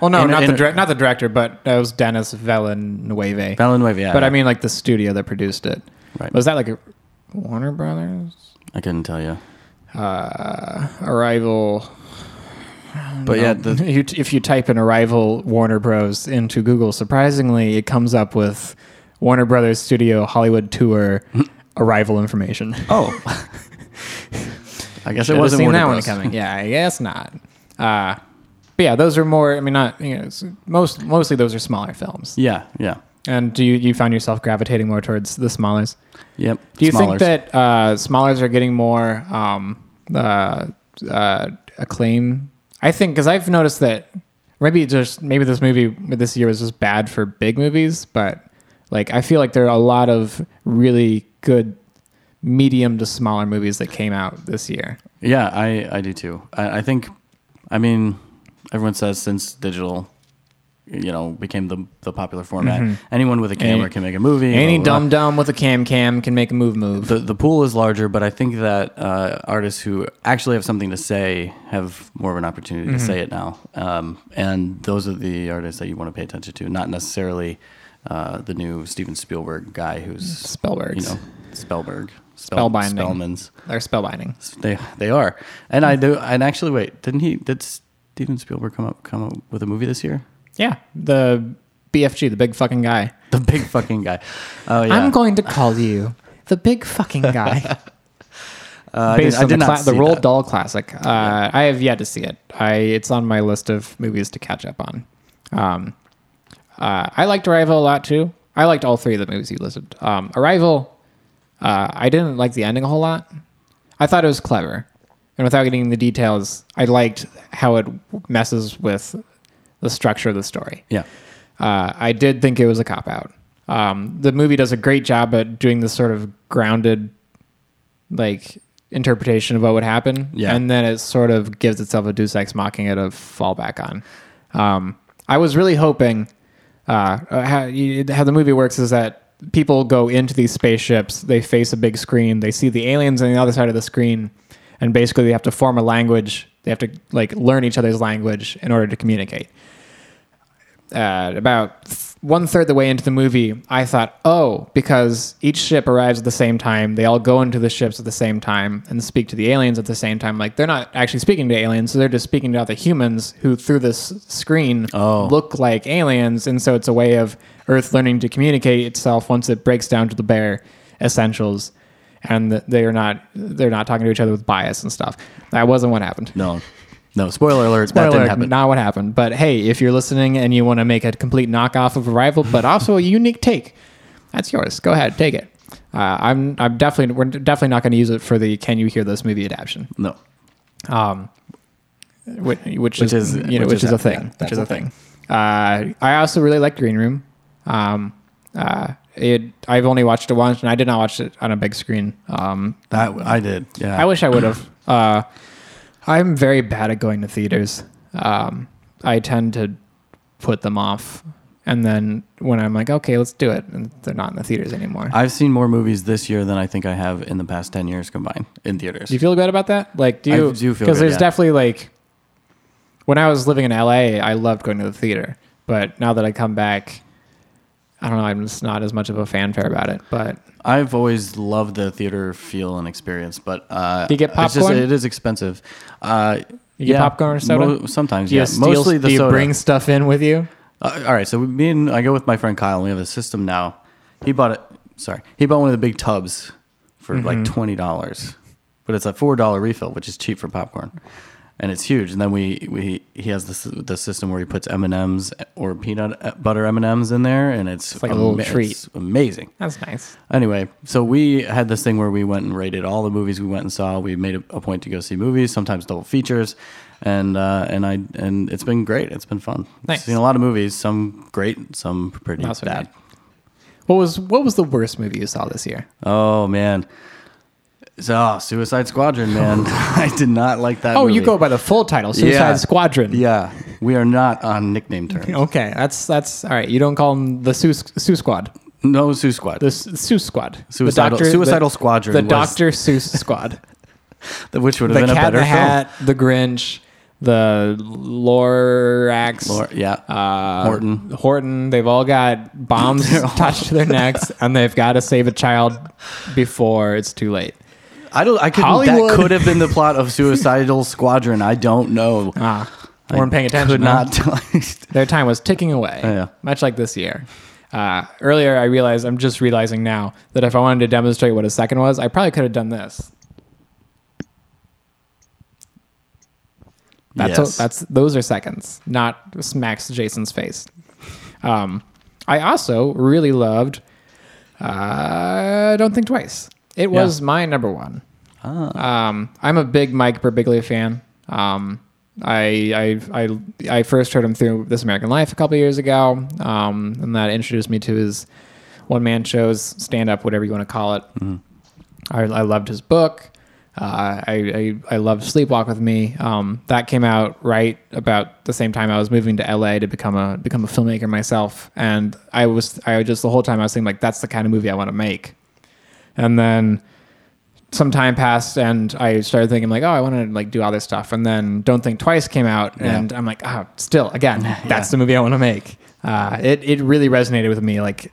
[SPEAKER 1] well, no, not the
[SPEAKER 2] director.
[SPEAKER 1] direct, not the director, but that was Dennis Villanueva.
[SPEAKER 2] Villanueva, yeah.
[SPEAKER 1] but I mean, like the studio that produced it.
[SPEAKER 2] Right.
[SPEAKER 1] Was that like a Warner Brothers
[SPEAKER 2] I couldn't tell you.
[SPEAKER 1] uh, Arrival? Um,
[SPEAKER 2] But yeah, the,
[SPEAKER 1] (laughs) you, if you type in Arrival Warner Bros into Google, surprisingly, it comes up with Warner Brothers Studio Hollywood
[SPEAKER 2] (laughs)
[SPEAKER 1] Tour Arrival information. (laughs)
[SPEAKER 2] Oh. I guess it
[SPEAKER 1] Should have
[SPEAKER 2] wasn't
[SPEAKER 1] seen
[SPEAKER 2] Warner
[SPEAKER 1] that
[SPEAKER 2] Bros.
[SPEAKER 1] one coming. Yeah,
[SPEAKER 2] (laughs)
[SPEAKER 1] I guess not. Uh, but yeah, those are more. I mean, not you know, it's most mostly those are smaller films.
[SPEAKER 2] Yeah, yeah.
[SPEAKER 1] And do you you found yourself gravitating more towards the smallers?
[SPEAKER 2] Yep.
[SPEAKER 1] Do you
[SPEAKER 2] Smallers.
[SPEAKER 1] think that uh, smallers are getting more um, uh, uh, acclaim? I think because I've noticed that maybe just maybe this movie this year was just bad for big movies, but like I feel like there are a lot of really good medium to smaller movies that came out this year.
[SPEAKER 2] Yeah, I, I do too. I, I think, I mean, everyone says since digital, you know, became the the popular format, anyone with a camera can make a movie.
[SPEAKER 1] Mm-hmm. Any
[SPEAKER 2] blah, blah,
[SPEAKER 1] dumb dumb with a cam cam can make a move move.
[SPEAKER 2] blah. The, the pool is larger, but I think that uh, artists who actually have something to say have more of an opportunity to say it now. Um, and those are the artists that you want to pay attention to, not necessarily uh, the new Steven Spielberg guy who's
[SPEAKER 1] Spellbergs.
[SPEAKER 2] you know, Spellberg, Spell,
[SPEAKER 1] Spellbinding.
[SPEAKER 2] Spellman's.
[SPEAKER 1] They're spellbinding.
[SPEAKER 2] They they are, and I do. And actually, wait, didn't he? Did Steven Spielberg come up come up with a movie this year?
[SPEAKER 1] Yeah, the BFG, the big fucking guy.
[SPEAKER 2] The big fucking guy. Oh yeah,
[SPEAKER 1] I'm going to call you the big fucking guy.
[SPEAKER 2] (laughs) Uh, I did-
[SPEAKER 1] Based
[SPEAKER 2] I
[SPEAKER 1] on
[SPEAKER 2] did
[SPEAKER 1] the,
[SPEAKER 2] not
[SPEAKER 1] cla- the
[SPEAKER 2] see
[SPEAKER 1] Roald
[SPEAKER 2] that.
[SPEAKER 1] Dahl classic. Uh, I have yet to see it. I it's on my list of movies to catch up on. Um, uh, I liked Arrival a lot too. I liked all three of the movies you listed. Um, Arrival, uh, I didn't like the ending a whole lot. I thought it was clever, and without getting into the details, I liked how it messes with the structure of the story.
[SPEAKER 2] Yeah,
[SPEAKER 1] Uh, I did think it was a cop out. Um, the movie does a great job at doing this sort of grounded, like interpretation of what would happen,
[SPEAKER 2] Yeah.
[SPEAKER 1] and then it sort of gives itself a Deus Ex Machina to fall back on. Um, I was really hoping uh, how, you- how the movie works is that people go into these spaceships, they face a big screen, they see the aliens on the other side of the screen, and basically they have to form a language. They have to like learn each other's language in order to communicate uh, about one third the way into the movie, I thought, oh, because each ship arrives at the same time, they all go into the ships at the same time and speak to the aliens at the same time. Like they're not actually speaking to aliens, so they're just speaking to other humans who, through this screen,
[SPEAKER 2] Oh.
[SPEAKER 1] look like aliens. And so it's a way of Earth learning to communicate itself once it breaks down to the bare essentials, and that they are not they're not talking to each other with bias and stuff. That wasn't what happened.
[SPEAKER 2] no, no. Spoiler alert. that
[SPEAKER 1] Spoiler
[SPEAKER 2] didn't
[SPEAKER 1] alert,
[SPEAKER 2] happen.
[SPEAKER 1] Not what happened. But hey, if you're listening and you want to make a complete knockoff of Arrival, but also a unique take, that's yours. Go ahead, take it. Uh, I'm I'm definitely we're definitely not going to use it for the "Can you hear this movie" adaptation,
[SPEAKER 2] No.
[SPEAKER 1] um, which, which,
[SPEAKER 2] Which
[SPEAKER 1] is,
[SPEAKER 2] is-
[SPEAKER 1] you know
[SPEAKER 2] which
[SPEAKER 1] which,
[SPEAKER 2] is
[SPEAKER 1] is, a
[SPEAKER 2] that-
[SPEAKER 1] thing,
[SPEAKER 3] that's
[SPEAKER 1] which is
[SPEAKER 3] a
[SPEAKER 1] a thing. Uh, I also really like Green Room. Um, uh, it I've only watched it once, and I did not watch it on a big screen. Um,
[SPEAKER 2] That I did. Yeah.
[SPEAKER 1] I wish I would have. Uh, I'm very bad at going to theaters. Um, I tend to put them off, and then when I'm like, okay, let's do it, and they're not in the theaters anymore.
[SPEAKER 2] I've seen more movies this year than I think I have in the past 10 years combined in theaters.
[SPEAKER 1] do you feel good about that? Like, do
[SPEAKER 2] I
[SPEAKER 1] you?
[SPEAKER 2] do feel
[SPEAKER 1] because
[SPEAKER 2] good,
[SPEAKER 1] there's
[SPEAKER 2] yeah.
[SPEAKER 1] definitely like when I was living in LA, I loved going to the theater, but now that I come back, I don't know. I'm just not as much of a fanfare about it, but
[SPEAKER 2] I've always loved the theater feel and experience, but uh,
[SPEAKER 1] Do you get
[SPEAKER 2] it's just-
[SPEAKER 1] popcorn?
[SPEAKER 2] it is expensive. Uh,
[SPEAKER 1] You get popcorn or soda?
[SPEAKER 2] sometimes,
[SPEAKER 1] do you
[SPEAKER 2] yeah.
[SPEAKER 1] steal-
[SPEAKER 2] Mostly the
[SPEAKER 1] do you
[SPEAKER 2] soda.
[SPEAKER 1] bring stuff in with you?
[SPEAKER 2] Uh, all right, so me and I go with my friend Kyle. and We have a system now. He bought it. Sorry, he bought one of the big tubs for like
[SPEAKER 1] Mm-hmm.
[SPEAKER 2] twenty dollars, but it's a four dollar refill, which is cheap for popcorn, and it's huge. And then we we he has this the system where he puts M and M's or peanut uh, butter M and M's in there, and it's,
[SPEAKER 1] like a little treat.
[SPEAKER 2] It's amazing.
[SPEAKER 1] That's nice.
[SPEAKER 2] Anyway, so we had this thing where we went and rated all the movies we went and saw. We made a, a point to go see movies, sometimes double features, and uh, and I and it's been great. It's been fun.
[SPEAKER 1] Nice.
[SPEAKER 2] Seen a lot of movies, some great, some pretty
[SPEAKER 1] Not so
[SPEAKER 2] bad.
[SPEAKER 1] great. What was what was the worst movie you saw this year?
[SPEAKER 2] Oh man, so oh, Suicide
[SPEAKER 1] (laughs)
[SPEAKER 2] Squadron, man, (laughs) I did not like that.
[SPEAKER 1] Oh, you
[SPEAKER 2] movie.
[SPEAKER 1] go by the full title, Suicide
[SPEAKER 2] Yeah.
[SPEAKER 1] Squadron.
[SPEAKER 2] Yeah, we are not on
[SPEAKER 1] (laughs)
[SPEAKER 2] nickname terms.
[SPEAKER 1] Okay, that's that's all right. You don't call them the Sue Sue Squad,
[SPEAKER 2] No Sue Squad.
[SPEAKER 1] the S- Sue Squad,
[SPEAKER 2] Suicidal-
[SPEAKER 1] the
[SPEAKER 2] Suicidal
[SPEAKER 1] the-
[SPEAKER 2] Squadron
[SPEAKER 1] the
[SPEAKER 2] was-
[SPEAKER 1] Doctor Seuss Squad,
[SPEAKER 2] which (laughs) would
[SPEAKER 1] the
[SPEAKER 2] have
[SPEAKER 1] Cat
[SPEAKER 2] been a
[SPEAKER 1] in
[SPEAKER 2] better
[SPEAKER 1] the
[SPEAKER 2] film.
[SPEAKER 1] Hat, the Grinch, the Lorax,
[SPEAKER 2] Or- yeah,
[SPEAKER 1] uh,
[SPEAKER 2] Horton.
[SPEAKER 1] Horton. They've all got
[SPEAKER 2] (laughs)
[SPEAKER 1] bombs attached to their necks, and they've got to save a child before it's too late.
[SPEAKER 2] I don't. I could. That
[SPEAKER 1] Hollywood.
[SPEAKER 2] could have been the plot of
[SPEAKER 1] (laughs)
[SPEAKER 2] Suicidal Squadron. I don't know.
[SPEAKER 1] Ah, weren't paying attention.
[SPEAKER 2] Could
[SPEAKER 1] huh?
[SPEAKER 2] not. (laughs) tell-
[SPEAKER 1] Their time was ticking away,
[SPEAKER 2] Yeah.
[SPEAKER 1] much like this year. Uh, earlier, I realized, I'm just realizing now, that if I wanted to demonstrate what a second was, I probably could have done this. That's,
[SPEAKER 2] Yes.
[SPEAKER 1] that's Those are seconds, not smacks Jason's face. Um, I also really loved uh, Don't Think Twice. It
[SPEAKER 2] Yeah. Ah.
[SPEAKER 1] was my number one. Um, I'm a big Mike Birbiglia fan. Um, I, I I I first heard him through This American Life a couple years ago, um, and that introduced me to his one man shows, stand up, whatever you want to call it. I, I loved his book. Uh, I, I I loved Sleepwalk with Me. Um, that came out right about the same time I was moving to LA to become a become a filmmaker myself, and I was I was just the whole time I was thinking like that's the kind of movie I want to make, and then some time passed and I started thinking like, oh, I want to like do all this stuff. And then Don't Think Twice came out,
[SPEAKER 2] Yeah.
[SPEAKER 1] and I'm like, oh, still again, that's the movie I want to make. Uh, it it really resonated with me. Like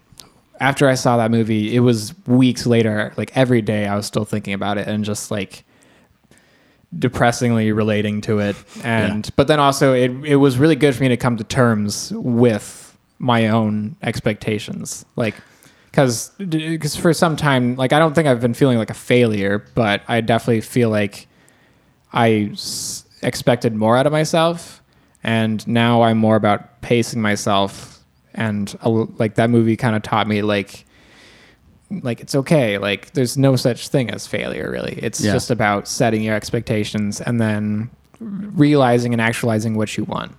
[SPEAKER 1] after I saw that movie, it was weeks later. Like every day, I was still thinking about it and just like depressingly relating to it. And but then also, it it was really good for me to come to terms with my own expectations. Like because because for some time, like I don't think I've been feeling like a failure, but I definitely feel like I s- expected more out of myself, and now I'm more about pacing myself. And a l- like that movie kind of taught me like, like it's okay. Like there's no such thing as failure, really. It's
[SPEAKER 2] Yeah.
[SPEAKER 1] just about setting your expectations and then realizing and actualizing what you want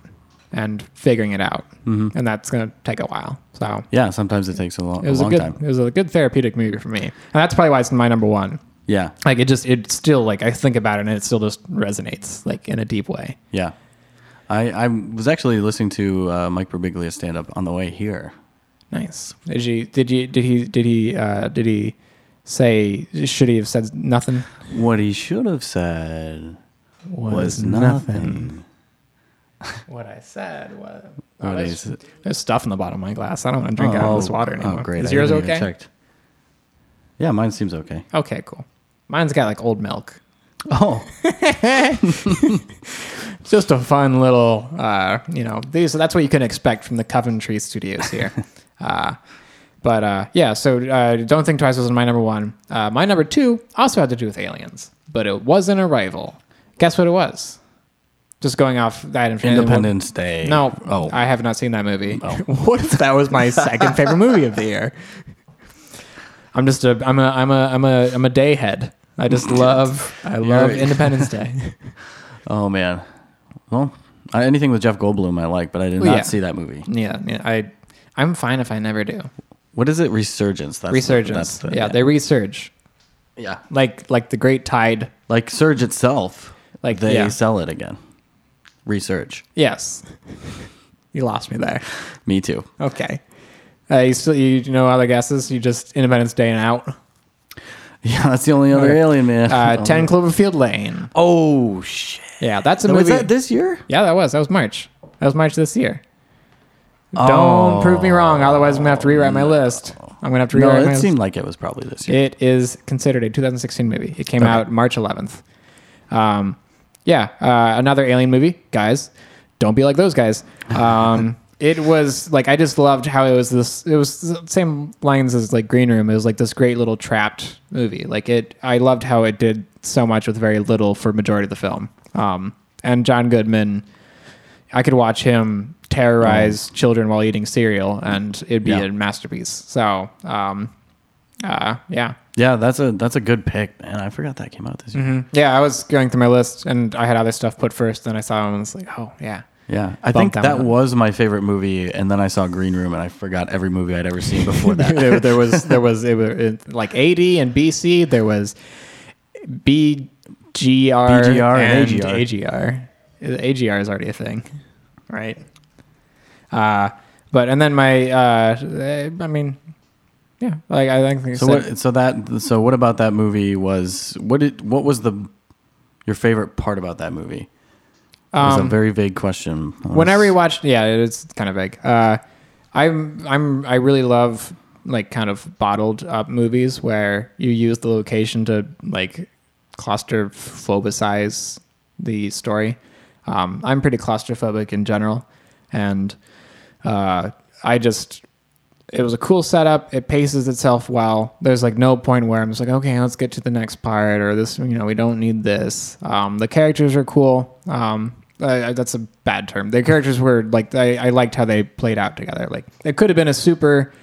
[SPEAKER 1] and figuring it out. Mm-hmm. And that's gonna take a while. So
[SPEAKER 2] yeah, sometimes it takes a, lo-
[SPEAKER 1] it was a,
[SPEAKER 2] a long
[SPEAKER 1] good,
[SPEAKER 2] time.
[SPEAKER 1] it was a good therapeutic movie for me, and that's probably why it's my number one.
[SPEAKER 2] Yeah,
[SPEAKER 1] Like it just, it still like I think about it and it still just resonates like in a deep way.
[SPEAKER 2] yeah. I, I was actually listening to uh, Mike Birbiglia stand up on the way here.
[SPEAKER 1] Nice. Did you? Did you? Did he? Did he? Uh, did he say? Should he have said nothing?
[SPEAKER 2] What he should have said was, nothing.
[SPEAKER 1] What I said was.
[SPEAKER 2] What
[SPEAKER 1] there's,
[SPEAKER 2] is it?
[SPEAKER 1] there's stuff in the bottom of my glass. I don't want to drink out of this water anymore.
[SPEAKER 2] Oh, Oh, great.
[SPEAKER 1] Is
[SPEAKER 2] I
[SPEAKER 1] yours
[SPEAKER 2] haven't even
[SPEAKER 1] okay?
[SPEAKER 2] checked. Yeah, mine
[SPEAKER 1] (laughs)
[SPEAKER 2] seems okay.
[SPEAKER 1] Okay, cool. Mine's got like old milk.
[SPEAKER 2] Oh,
[SPEAKER 1] just a fun little uh, you know these that's what you can expect from the coventry studios (laughs) here uh, but uh, yeah so uh, don't think twice was my number one uh, my number two also had to do with aliens but it wasn't arrival guess what it was just going off that information
[SPEAKER 2] Independence Day.
[SPEAKER 1] no
[SPEAKER 2] Oh,
[SPEAKER 1] i Oh. (laughs) have not seen that movie what if that was my second favorite movie of the year I'm just a I'm a I'm a I'm a I'm a day head. I (laughs) just love I love
[SPEAKER 2] You're-
[SPEAKER 1] Independence (laughs) Day.
[SPEAKER 2] Oh man. Well, I, anything with Jeff Goldblum I like, but I did
[SPEAKER 1] Oh,
[SPEAKER 2] not
[SPEAKER 1] yeah.
[SPEAKER 2] see that movie.
[SPEAKER 1] yeah, yeah, I I'm fine if I never do.
[SPEAKER 2] What is it? Resurgence. That's the-
[SPEAKER 1] Resurgence.
[SPEAKER 2] that's the-
[SPEAKER 1] yeah, they resurge.
[SPEAKER 2] yeah.
[SPEAKER 1] Like like the Great Tide.
[SPEAKER 2] Like Surge itself.
[SPEAKER 1] Like,
[SPEAKER 2] they
[SPEAKER 1] yeah.
[SPEAKER 2] sell it again. Resurge.
[SPEAKER 1] Yes. (laughs) you lost me there.
[SPEAKER 2] Me too. (laughs)
[SPEAKER 1] Okay. Uh, you still you, you know other guesses? You just Independence Day and out.
[SPEAKER 2] Yeah, that's the only other
[SPEAKER 1] Okay.
[SPEAKER 2] alien man.
[SPEAKER 1] Uh,
[SPEAKER 2] (laughs) Oh,
[SPEAKER 1] 10 Cloverfield Lane.
[SPEAKER 2] Oh shit!
[SPEAKER 1] Yeah, that's a
[SPEAKER 2] Was
[SPEAKER 1] movie.
[SPEAKER 2] that this year?
[SPEAKER 1] yeah, that was that was March. That was March this year.
[SPEAKER 2] Oh.
[SPEAKER 1] Don't prove me wrong, otherwise I'm gonna have to rewrite my list. I'm gonna have to
[SPEAKER 2] No,
[SPEAKER 1] rewrite my
[SPEAKER 2] it
[SPEAKER 1] list.
[SPEAKER 2] seemed like it was probably this year.
[SPEAKER 1] It is considered a 2016 movie. It came
[SPEAKER 2] Okay.
[SPEAKER 1] out March 11th. Um, yeah, uh, another alien movie, guys. Don't be like those guys. Um, it was like I just loved how it was this. It was the same lines as like Green Room. It was like this great little trapped movie. Like it, I loved how it did so much with very little for majority of the film. Um, and John Goodman, I could watch him terrorize children while eating cereal, and it'd be
[SPEAKER 2] Yeah.
[SPEAKER 1] a masterpiece. So, um, uh, yeah.
[SPEAKER 2] yeah, that's a that's a good pick, man. I forgot that came out this year.
[SPEAKER 1] Yeah, I was going through my list and I had other stuff put first. Then I saw him and was like, oh, yeah.
[SPEAKER 2] Yeah, I
[SPEAKER 1] Bumped
[SPEAKER 2] think
[SPEAKER 1] that
[SPEAKER 2] that
[SPEAKER 1] one up.
[SPEAKER 2] was my favorite movie, and then I saw Green Room, and I forgot every movie I'd ever seen
[SPEAKER 1] (laughs)
[SPEAKER 2] before that.
[SPEAKER 1] there, there was, there was it, was- it, like AD and BC. There was BGR,
[SPEAKER 2] BGR
[SPEAKER 1] and
[SPEAKER 2] and
[SPEAKER 1] AGR. AGR. is already a thing, right? Uh, but, and then my, uh, I mean, yeah, like I think I
[SPEAKER 2] so
[SPEAKER 1] said-
[SPEAKER 2] what, so that so what about that movie was what did what was the your favorite part about that movie? It was a
[SPEAKER 1] Um,
[SPEAKER 2] very vague question. I was-
[SPEAKER 1] Whenever you watch, yeah, it's kind of vague. Uh, I'm I'm I really love like kind of bottled up movies where you use the location to like claustrophobicize the story. Um, I'm pretty claustrophobic in general, and uh, I just it was a cool setup. It paces itself well. There's like no point where I'm just like, okay, let's get to the next part or this, you know, we don't need this. Um, the characters are cool. Um, I, I- that's a bad term. The characters were like, I, I liked how they played out together. Like it could have been a super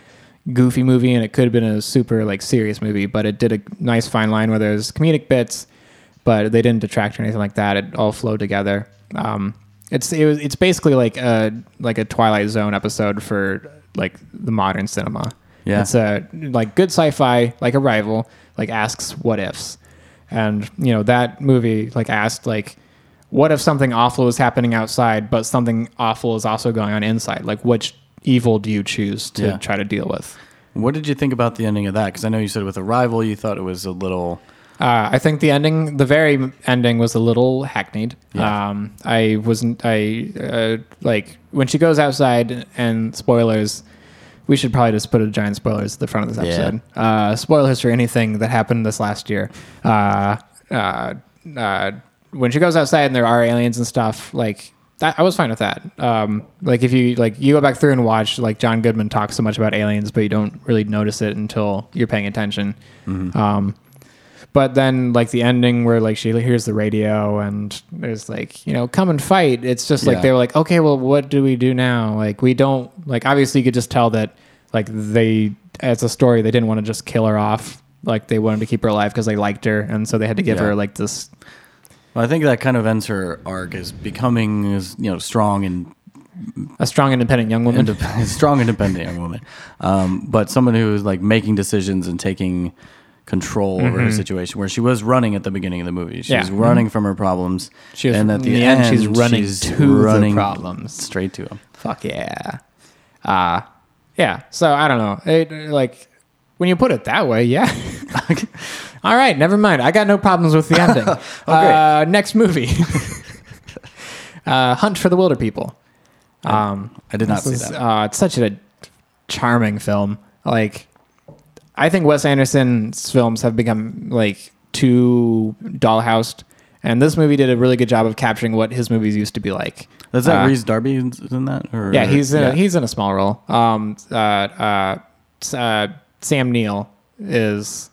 [SPEAKER 1] goofy movie and it could have been a super like serious movie, but it did a nice fine line where there's comedic bits, but they didn't detract or anything like that. It all flowed together. Um, it's it was, it's basically like a like a Twilight Zone episode for like the modern cinema.
[SPEAKER 2] Yeah.
[SPEAKER 1] it's a like good sci-fi like Arrival like asks what ifs, and you know that movie like asked like. What if something awful is happening outside, but something awful is also going on inside? Like, which evil do you choose to
[SPEAKER 2] Yeah.
[SPEAKER 1] try to deal with?
[SPEAKER 2] what did you think about the ending of that? Because I know you said with Arrival, you thought it was a little.
[SPEAKER 1] Uh, I think the ending, the very ending, was a little hackneyed.
[SPEAKER 2] Yeah.
[SPEAKER 1] Um, I wasn't. I uh, like when she goes outside and spoilers. We should probably just put a giant spoilers at the front of this
[SPEAKER 2] Yeah.
[SPEAKER 1] episode. Uh, spoilers for anything that happened this last year. Uh, uh, uh, when she goes outside and there are aliens and stuff, like that, I was fine with that. Um, like if you like you go back through and watch, like John Goodman talks so much about aliens, but you don't really notice it until you're paying attention. Um, but then like the ending where like she hears the radio and there's like you know come and fight it's just like
[SPEAKER 2] Yeah.
[SPEAKER 1] they were like okay well what do we do now like we don't like obviously you could just tell that like they as a story they didn't want to just kill her off like they wanted to keep her alive because they liked her and so they had to give
[SPEAKER 2] Yeah.
[SPEAKER 1] her like this
[SPEAKER 2] Well, I think that kind of ends her arc as becoming as you know strong and
[SPEAKER 1] a strong independent young woman
[SPEAKER 2] indep- (laughs) strong, independent young woman, um, but someone who is like making decisions and taking control over her situation. Where she was running at the beginning of the movie,
[SPEAKER 1] Mm-hmm.
[SPEAKER 2] she
[SPEAKER 1] Yeah. Mm-hmm.
[SPEAKER 2] was running from her problems,
[SPEAKER 1] (laughs) She was-
[SPEAKER 2] and at the,
[SPEAKER 1] in the
[SPEAKER 2] end,
[SPEAKER 1] end, she's running to the problems.
[SPEAKER 2] straight to (laughs) him.
[SPEAKER 1] Fuck yeah. Uh yeah. So I don't know. It like when you put it that way, yeah. (laughs) All right, never mind. I got no problems with the
[SPEAKER 2] (laughs)
[SPEAKER 1] ending.
[SPEAKER 2] Oh,
[SPEAKER 1] uh, next movie. (laughs) uh, Hunt for the Wilder People. Um,
[SPEAKER 2] I did
[SPEAKER 1] this
[SPEAKER 2] not see
[SPEAKER 1] is,
[SPEAKER 2] that.
[SPEAKER 1] uh, it's such a charming film. Like, I think Wes Anderson's films have become like too dollhoused, and this movie did a really good job of capturing what his movies used to be like.
[SPEAKER 2] Is that
[SPEAKER 1] uh,
[SPEAKER 2] Reese Darby is in that? Or,
[SPEAKER 1] Yeah, he's in
[SPEAKER 2] yeah.
[SPEAKER 1] A, he's in a small role. Um, uh, uh, s- uh, Sam Neill is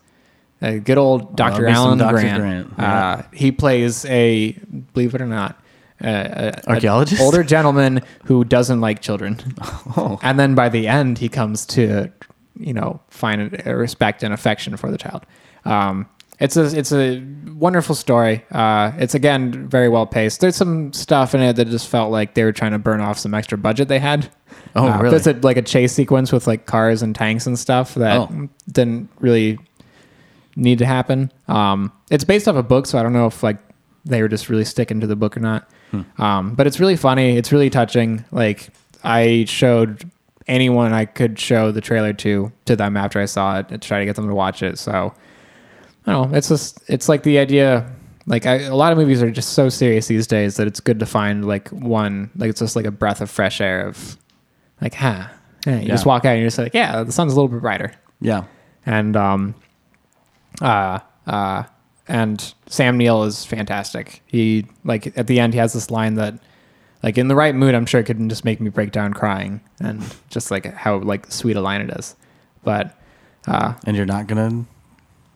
[SPEAKER 1] a good old Dr.
[SPEAKER 2] me some
[SPEAKER 1] Alan
[SPEAKER 2] Dr.
[SPEAKER 1] Grant.
[SPEAKER 2] Grant,
[SPEAKER 1] Uh, he plays a believe it or not, uh, a- a
[SPEAKER 2] Archaeologist?
[SPEAKER 1] older gentleman who doesn't like children.
[SPEAKER 2] (laughs) Oh.
[SPEAKER 1] And then by the end, he comes to you know, find a- a respect and affection for the child. Um, it's a it's a wonderful story. Uh, it's again very well paced. There's some stuff in it that just felt like they were trying to burn off some extra budget they had.
[SPEAKER 2] Oh,
[SPEAKER 1] Uh,
[SPEAKER 2] really?
[SPEAKER 1] There's a, like a chase sequence with like cars and tanks and stuff that
[SPEAKER 2] Oh.
[SPEAKER 1] didn't really need to happen. Um, it's based off a book, so I don't know if like they were just really sticking to the book or not. Um, but it's really funny. It's really touching. Like I showed anyone I could show the trailer to to them after I saw it to try to get them to watch it. So I don't know. It's just it's like the idea. Like I, a lot of movies are just so serious these days that it's good to find like one like it's just like a breath of fresh air of like huh. Yeah, you just
[SPEAKER 2] Yeah.
[SPEAKER 1] walk out and you're just like yeah the sun's a little bit brighter
[SPEAKER 2] Yeah.
[SPEAKER 1] and um, uh, uh, and Sam Neill is fantastic. He like at the end he has this line that like in the right mood I'm sure it could just make me break down crying and just like how like sweet a line it is. But uh,
[SPEAKER 2] And you're not gonna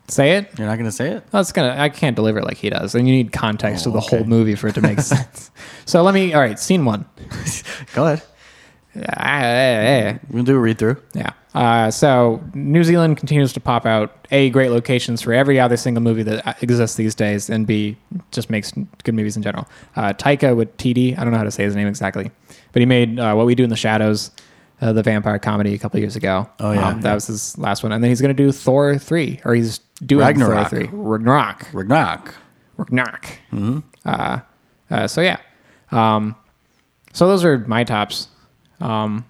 [SPEAKER 1] say it.
[SPEAKER 2] you're not gonna say it?
[SPEAKER 1] That's gonna. I can't deliver it like he does, and you need context
[SPEAKER 2] Oh,
[SPEAKER 1] of the
[SPEAKER 2] okay.
[SPEAKER 1] whole movie for it to
[SPEAKER 2] (laughs)
[SPEAKER 1] make sense. So let me. All right, scene one. Ah,
[SPEAKER 2] Go ahead.
[SPEAKER 1] Yeah.
[SPEAKER 2] We'll do a read through.
[SPEAKER 1] Yeah. Uh, so New Zealand continues to pop out a great locations for every other single movie that uh, exists these days, and b just makes good movies in general. Uh, Taika with TD, I don't know how to say his name exactly, but he made uh, What We Do in the Shadows, uh, the vampire comedy a couple years ago. Um,
[SPEAKER 2] Oh, yeah.
[SPEAKER 1] that was his last one, and then he's gonna do Thor three, or he's doing
[SPEAKER 2] Ragnarok.
[SPEAKER 1] Thor three, Ragnarok,
[SPEAKER 2] Ragnarok.
[SPEAKER 1] Ragnarok. Uh, uh, so yeah, um, so those are my tops. Um,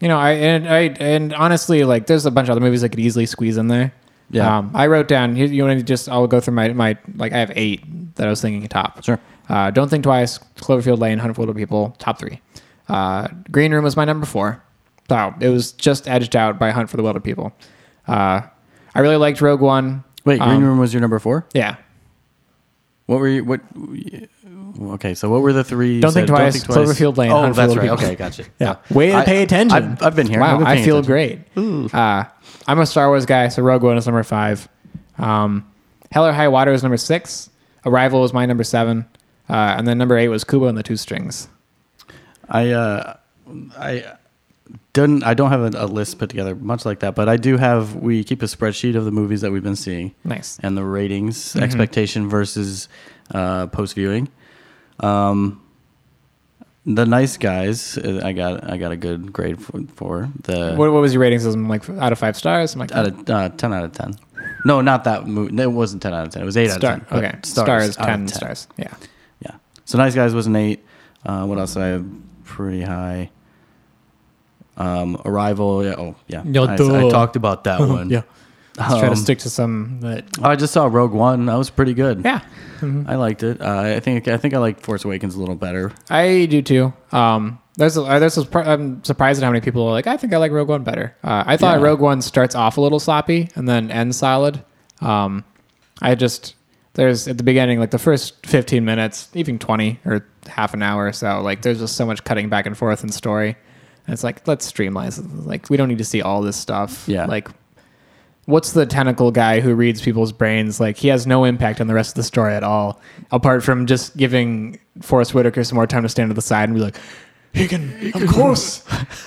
[SPEAKER 1] you know, I and I and honestly, like, there's a bunch of other movies I could easily squeeze in there.
[SPEAKER 2] Yeah.
[SPEAKER 1] Um, I wrote down. You, you want to just? I'll go through my my like. I have eight that I was thinking top.
[SPEAKER 2] Sure.
[SPEAKER 1] Uh, Don't think twice. Cloverfield Lane, Hunt for Little People, top three. Uh, Green Room was my number four. Wow, it was just edged out by Hunt for the Wilder People. Uh, I really liked Rogue One.
[SPEAKER 2] Wait, Green
[SPEAKER 1] Um,
[SPEAKER 2] Room was your number four?
[SPEAKER 1] Yeah,
[SPEAKER 2] What were you what okay, so what were the three you
[SPEAKER 1] Don't Think
[SPEAKER 2] said?
[SPEAKER 1] Twice, Cloverfield Lane,
[SPEAKER 2] Oh,
[SPEAKER 1] Hunt for
[SPEAKER 2] that's
[SPEAKER 1] Little
[SPEAKER 2] right.
[SPEAKER 1] People.
[SPEAKER 2] Okay, gotcha.
[SPEAKER 1] Yeah. Way to
[SPEAKER 2] I-
[SPEAKER 1] pay attention.
[SPEAKER 2] I've, I've been here. I've
[SPEAKER 1] Wow,
[SPEAKER 2] been
[SPEAKER 1] I
[SPEAKER 2] paying
[SPEAKER 1] feel
[SPEAKER 2] attention.
[SPEAKER 1] great. Uh, I'm a Star Wars guy, so Rogue One is number five. Um, Hell or High Water is number six. Arrival was my number seven. Uh, and then number eight was Kubo and the Two Strings.
[SPEAKER 2] I uh, I didn't. I don't have a, a list put together much like that, but I do have. We keep a spreadsheet of the movies that we've been seeing
[SPEAKER 1] Nice.
[SPEAKER 2] and the ratings,
[SPEAKER 1] Mm-hmm.
[SPEAKER 2] expectation versus uh, post viewing. Um, the nice guys, uh, I got I got a good grade for, for the
[SPEAKER 1] What, what was your rating system? Like out of five stars? Something like
[SPEAKER 2] out
[SPEAKER 1] that.
[SPEAKER 2] of, uh, ten out of ten. No, not that movie. It wasn't ten out of ten. It was eight
[SPEAKER 1] Star.
[SPEAKER 2] out of ten. but
[SPEAKER 1] okay. Stars,
[SPEAKER 2] out of
[SPEAKER 1] 10 stars. Yeah.
[SPEAKER 2] Yeah. So Nice Guys was an eight. Uh, what else? did I have pretty high. Um, Arrival. Yeah. Oh, yeah.
[SPEAKER 1] Yeah,
[SPEAKER 2] I,
[SPEAKER 1] duh.
[SPEAKER 2] I talked
[SPEAKER 1] (laughs)
[SPEAKER 2] about that one.
[SPEAKER 1] Let's try to
[SPEAKER 2] Um,
[SPEAKER 1] stick to some that.
[SPEAKER 2] I just saw Rogue One. That was pretty good.
[SPEAKER 1] Yeah.
[SPEAKER 2] I liked it. Uh, I think I think I liked Force Awakens a little better.
[SPEAKER 1] I do too. Um, there's a, there's a, I'm surprised at how many people are like, I think I like Rogue One better. Uh, I thought
[SPEAKER 2] Yeah.
[SPEAKER 1] Rogue One starts off a little sloppy and then ends solid. Um, I just there's at the beginning like the first 15 minutes, even 20 or half an hour or so. Like there's just so much cutting back and forth in story, and it's like let's streamline. this. Like we don't need to see all this stuff.
[SPEAKER 2] Yeah.
[SPEAKER 1] Like what's the tentacle guy who reads people's brains like he has no impact on the rest of the story at all apart from just giving Forrest Whitaker some more time to stand to the side and be like he can, of course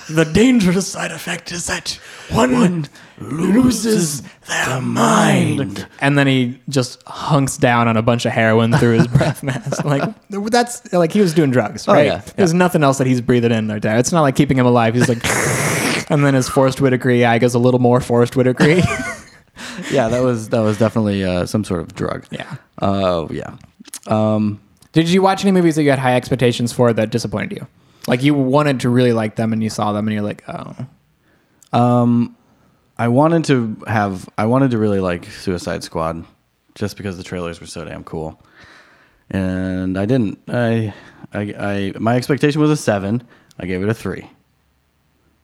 [SPEAKER 1] the dangerous side effect is that one, loses their mind and then he just hunks down on a bunch of heroin through (laughs) his breath mask like Oh, that's like he was doing drugs right
[SPEAKER 2] yeah,
[SPEAKER 1] there's nothing else that he's breathing in there it's not like keeping him alive he's like (laughs) and then his Forrest Whitaker eye goes a little more Forrest (laughs) Whitaker
[SPEAKER 2] Yeah, that was that was definitely uh, some sort of drug.
[SPEAKER 1] Yeah.
[SPEAKER 2] Oh yeah. Um,
[SPEAKER 1] Did you watch any movies that you had high expectations for that disappointed you? Like you wanted to really like them and you saw them and you're like, oh,
[SPEAKER 2] I wanted to have I wanted to really like Suicide Squad just because the trailers were so damn cool. And I didn't. I I, I my expectation was a 7. I gave it a 3.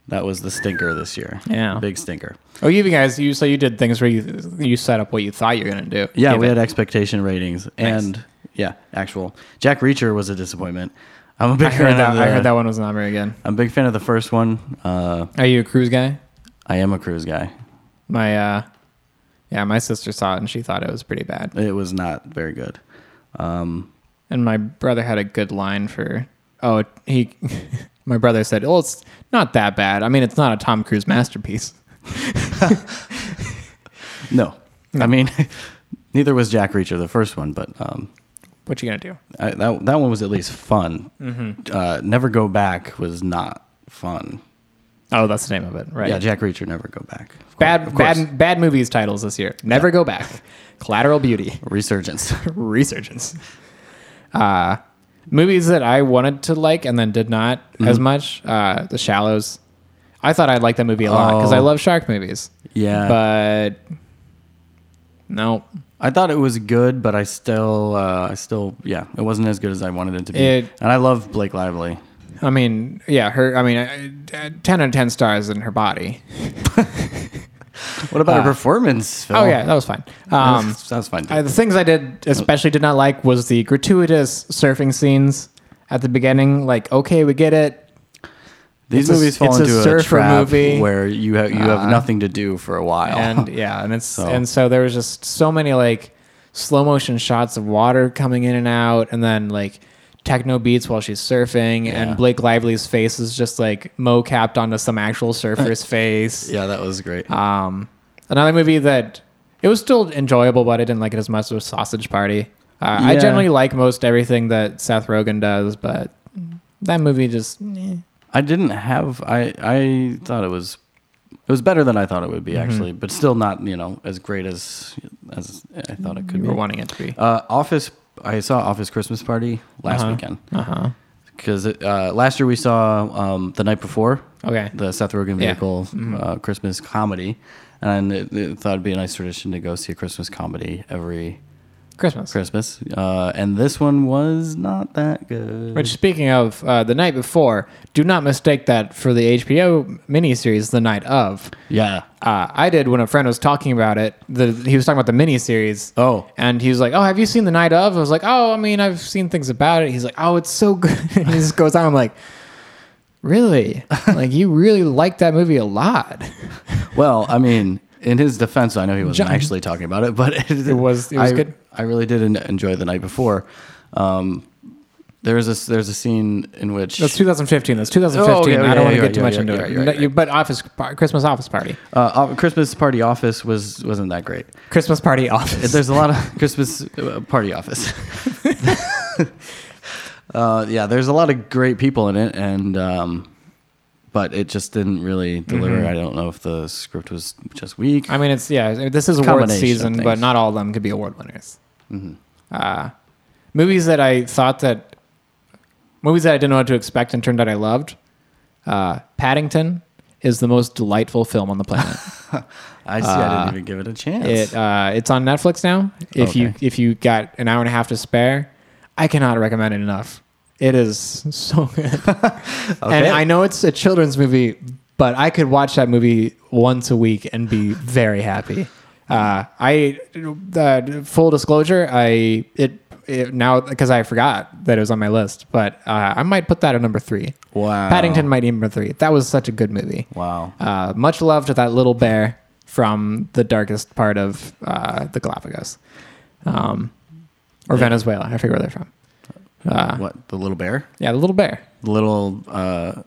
[SPEAKER 2] That was the stinker this year.
[SPEAKER 1] Yeah.
[SPEAKER 2] Big stinker.
[SPEAKER 1] oh, you guys, you so you did things where you you set up what you thought you were gonna do.
[SPEAKER 2] Yeah,
[SPEAKER 1] Gave
[SPEAKER 2] we
[SPEAKER 1] it-
[SPEAKER 2] had expectation ratings and yeah, actual. Jack Reacher was a disappointment. I'm a big
[SPEAKER 1] I
[SPEAKER 2] fan
[SPEAKER 1] heard that.
[SPEAKER 2] of the, uh,
[SPEAKER 1] I heard that one was not very good.
[SPEAKER 2] I'm a big fan of the first one. Uh,
[SPEAKER 1] Are you a cruise guy?
[SPEAKER 2] I am a cruise guy.
[SPEAKER 1] My uh, yeah, my sister saw it and she thought it was pretty bad.
[SPEAKER 2] It was not very good. Um,
[SPEAKER 1] And my brother had a good line for (laughs) oh he, my brother said, well, it's not that bad. I mean, it's not a Tom Cruise masterpiece.
[SPEAKER 2] No. I mean, (laughs) neither was Jack Reacher, the first one, but um,
[SPEAKER 1] What you gonna do?
[SPEAKER 2] I, that, that one was at least fun.
[SPEAKER 1] Mm-hmm.
[SPEAKER 2] Uh, Never Go Back was not fun.
[SPEAKER 1] Oh, that's the name of it, right?
[SPEAKER 2] Yeah, Jack Reacher, Never Go Back. Of cour-
[SPEAKER 1] bad,
[SPEAKER 2] of course.
[SPEAKER 1] bad, bad movies titles this year. Never go back. Collateral Beauty. (laughs)
[SPEAKER 2] Resurgence.
[SPEAKER 1] resurgence. Uh, movies that I wanted to like and then did not as much. Uh, the Shallows. I thought I'd like that movie a lot because I
[SPEAKER 2] Oh.
[SPEAKER 1] love shark movies.
[SPEAKER 2] (laughs) yeah.
[SPEAKER 1] But no,
[SPEAKER 2] I thought it was good, but I still, uh, I still, yeah, it wasn't as good as I wanted it to be.
[SPEAKER 1] It-
[SPEAKER 2] and I love Blake Lively.
[SPEAKER 1] I mean, yeah, her. I mean, uh, uh, ten out of ten stars in her body.
[SPEAKER 2] What about her performance? Phil?
[SPEAKER 1] Uh, Oh yeah, that was fine. (laughs)
[SPEAKER 2] That
[SPEAKER 1] Um,
[SPEAKER 2] was- that was fun.
[SPEAKER 1] I, the things I did especially did not like was the gratuitous surfing scenes at the beginning. Like, okay, we get (laughs) it. it's
[SPEAKER 2] These
[SPEAKER 1] a-
[SPEAKER 2] movies fall
[SPEAKER 1] it's a
[SPEAKER 2] into a,
[SPEAKER 1] surfer
[SPEAKER 2] trap
[SPEAKER 1] movie. Uh,
[SPEAKER 2] where you have you have nothing to do for a while.
[SPEAKER 1] and yeah, and it's and Oh, so there was just so many like slow motion shots of water coming in and out, and then like techno beats while she's surfing,
[SPEAKER 2] Yeah.
[SPEAKER 1] and Blake Lively's face is just like mo-capped onto some (laughs) actual surfer's face.
[SPEAKER 2] (laughs) yeah, that was great.
[SPEAKER 1] Um, another movie that it was still enjoyable, but I didn't like it as much was Sausage Party. Uh, I
[SPEAKER 2] Yeah.
[SPEAKER 1] generally like most everything that Seth Rogen does, but that movie just eh.
[SPEAKER 2] I didn't have. I I thought it was it was better than I thought it would be
[SPEAKER 1] Mm-hmm.
[SPEAKER 2] actually, but still not you know as great as as I thought it could
[SPEAKER 1] you were
[SPEAKER 2] be.
[SPEAKER 1] wanting it to be.
[SPEAKER 2] Uh, Office. I saw Office Christmas Party last
[SPEAKER 1] Uh-huh.
[SPEAKER 2] weekend
[SPEAKER 1] Uh huh.
[SPEAKER 2] because uh, last year we saw um, the night before
[SPEAKER 1] Okay.
[SPEAKER 2] the Seth Rogen
[SPEAKER 1] Yeah. Mm-hmm.
[SPEAKER 2] vehicle uh, Christmas comedy, and it, it thought it'd be a nice tradition to go see a Christmas comedy every
[SPEAKER 1] Christmas.
[SPEAKER 2] Christmas. Uh, and this one was not that good.
[SPEAKER 1] Which, speaking of uh, the night before, do not mistake that for the HBO miniseries, The Night of.
[SPEAKER 2] yeah.
[SPEAKER 1] Uh, I did when a friend was talking about it. The, he was talking about the miniseries.
[SPEAKER 2] Oh.
[SPEAKER 1] And he was like, Oh, have you seen The Night of? I was like, Oh, I mean, I've seen things about it. He's like, Oh, it's so good. (laughs) and he just goes on. I'm like, (laughs) Really? like, you really like that movie a lot.
[SPEAKER 2] Well, I mean, in his defense, I know he wasn't
[SPEAKER 1] John-
[SPEAKER 2] actually talking about it, but (laughs) it,
[SPEAKER 1] was- it was
[SPEAKER 2] I,
[SPEAKER 1] good.
[SPEAKER 2] I really did en- enjoy the night before. Um, there's a there's a scene in which
[SPEAKER 1] That's 2015. That's 2015.
[SPEAKER 2] Oh, okay,
[SPEAKER 1] I don't
[SPEAKER 2] yeah,
[SPEAKER 1] want to
[SPEAKER 2] yeah,
[SPEAKER 1] get too
[SPEAKER 2] yeah,
[SPEAKER 1] much
[SPEAKER 2] yeah,
[SPEAKER 1] into
[SPEAKER 2] yeah,
[SPEAKER 1] it.
[SPEAKER 2] yeah, yeah,
[SPEAKER 1] No, you- But office, par- Christmas office party,
[SPEAKER 2] uh, o- Christmas party office was wasn't that great.
[SPEAKER 1] Christmas party office.
[SPEAKER 2] There's a lot of (laughs) Christmas uh, party office.
[SPEAKER 1] (laughs)
[SPEAKER 2] uh, yeah, there's a lot of great people in it, and um, but it just didn't really deliver. I don't know if the script was just weak.
[SPEAKER 1] Mm-hmm. I mean, it's yeah. This is award
[SPEAKER 2] Combination of
[SPEAKER 1] season, but
[SPEAKER 2] things. Mm-hmm.
[SPEAKER 1] not all of them could be award winners. Uh, movies that I thought that movies that I didn't know what to expect and turned out I loved. Uh, Paddington is the most delightful film on the planet.
[SPEAKER 2] I see. I didn't even give it a chance.
[SPEAKER 1] it uh, it's on Netflix now. If you
[SPEAKER 2] Okay.
[SPEAKER 1] if you got an hour and a half to spare, I cannot recommend it enough. It is (laughs) so
[SPEAKER 2] (laughs)
[SPEAKER 1] good. And
[SPEAKER 2] Okay.
[SPEAKER 1] I know it's a children's movie, but I could watch that movie once a week and be very happy. Uh, I uh, full disclosure, I it, it now because I forgot that it was on my list, but uh, I might put that at number three.
[SPEAKER 2] wow.
[SPEAKER 1] Paddington might be number three. That was such a good movie.
[SPEAKER 2] Wow.
[SPEAKER 1] Uh, much love to that little bear from the darkest part of uh, the Galapagos, um, or Venezuela. I forget where they're from. Uh,
[SPEAKER 2] what the little bear?
[SPEAKER 1] yeah, the little bear.
[SPEAKER 2] The little. Uh,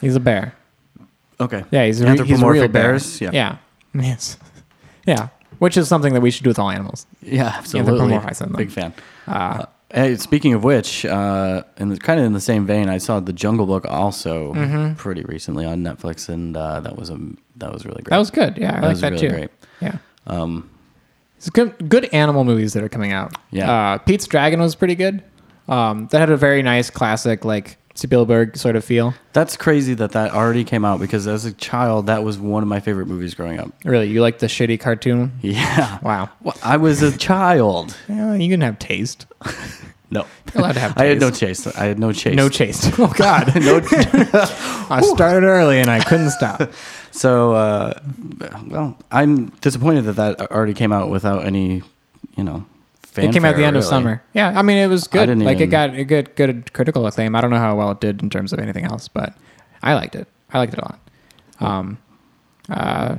[SPEAKER 1] He's a bear.
[SPEAKER 2] okay.
[SPEAKER 1] Yeah, he's, a re- he's a
[SPEAKER 2] Anthropomorphic
[SPEAKER 1] real bear.
[SPEAKER 2] bears? Yeah.
[SPEAKER 1] Yeah. (laughs) Yes. Yeah. Which is something that we should do with all animals. (laughs)
[SPEAKER 2] Yeah. Absolutely.
[SPEAKER 1] Anthropomorphize them.
[SPEAKER 2] Big fan. Uh, hey, speaking of which, uh, and kind of in the same vein, I saw The Jungle Book also
[SPEAKER 1] Mm-hmm.
[SPEAKER 2] pretty recently on Netflix, and uh, that was a that was really great.
[SPEAKER 1] That was good. Yeah, I
[SPEAKER 2] That
[SPEAKER 1] like
[SPEAKER 2] was
[SPEAKER 1] that
[SPEAKER 2] really
[SPEAKER 1] too.
[SPEAKER 2] great.
[SPEAKER 1] Yeah.
[SPEAKER 2] Um,
[SPEAKER 1] It's good, good animal movies that are coming out.
[SPEAKER 2] Yeah.
[SPEAKER 1] Uh, Pete's Dragon was pretty good. Um, that had a very nice classic, like Spielberg sort of feel.
[SPEAKER 2] that's crazy that that already came out because as a child, that was one of my favorite movies growing up. (laughs)
[SPEAKER 1] Really, you like the shitty cartoon?
[SPEAKER 2] Yeah.
[SPEAKER 1] Wow.
[SPEAKER 2] Well, I was a child.
[SPEAKER 1] Yeah, you can have taste.
[SPEAKER 2] No.
[SPEAKER 1] You're allowed to have
[SPEAKER 2] (laughs) I had no chase. I had (laughs) no chase.
[SPEAKER 1] No
[SPEAKER 2] (laughs)
[SPEAKER 1] taste. (laughs) Oh, God. no. I started early and I couldn't
[SPEAKER 2] (laughs)
[SPEAKER 1] stop.
[SPEAKER 2] So, uh, well, I'm disappointed that that already came out without any, you know,
[SPEAKER 1] it came out at the
[SPEAKER 2] fanfare,
[SPEAKER 1] end of
[SPEAKER 2] really.
[SPEAKER 1] summer. Yeah, I mean it was good.
[SPEAKER 2] didn't
[SPEAKER 1] Like it
[SPEAKER 2] even-
[SPEAKER 1] got a good good critical acclaim. I don't know how well it did in terms of anything else, but I liked it. I liked it a lot. Um, uh,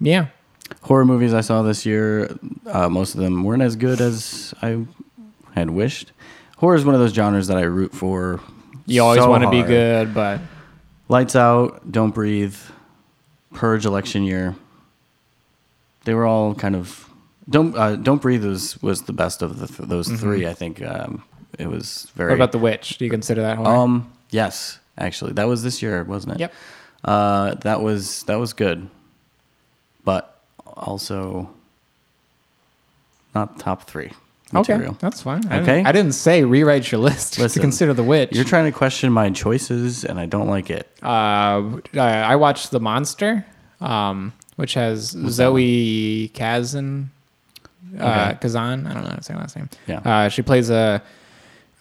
[SPEAKER 1] yeah,
[SPEAKER 2] Horror movies I saw this year, uh, most of them weren't as good as I had wished. Horror is one of those genres that I root for.
[SPEAKER 1] you always
[SPEAKER 2] so
[SPEAKER 1] want to be
[SPEAKER 2] hard.
[SPEAKER 1] good, but
[SPEAKER 2] Lights Out, Don't Breathe, Purge, Election Year. They were all kind of don't uh, don't breathe was was the best of the th- those three. I think um, it was very.
[SPEAKER 1] Mm-hmm. What about The Witch? Do you consider that horror?
[SPEAKER 2] um? Yes, actually, that was this year, wasn't it?
[SPEAKER 1] Yep.
[SPEAKER 2] Uh, that was that was good, but also not top three material.
[SPEAKER 1] Okay, that's fine. I
[SPEAKER 2] Okay.
[SPEAKER 1] Didn't, I didn't say rewrite your list (laughs) to
[SPEAKER 2] Listen,
[SPEAKER 1] consider The Witch.
[SPEAKER 2] You're trying to question my choices, and I don't like it.
[SPEAKER 1] Uh, I I watched The Monster, um, which has Zoe Kazan, uh,
[SPEAKER 2] Okay.
[SPEAKER 1] Kazan. I don't know how to say her last name.
[SPEAKER 2] Yeah.
[SPEAKER 1] Uh, she plays a,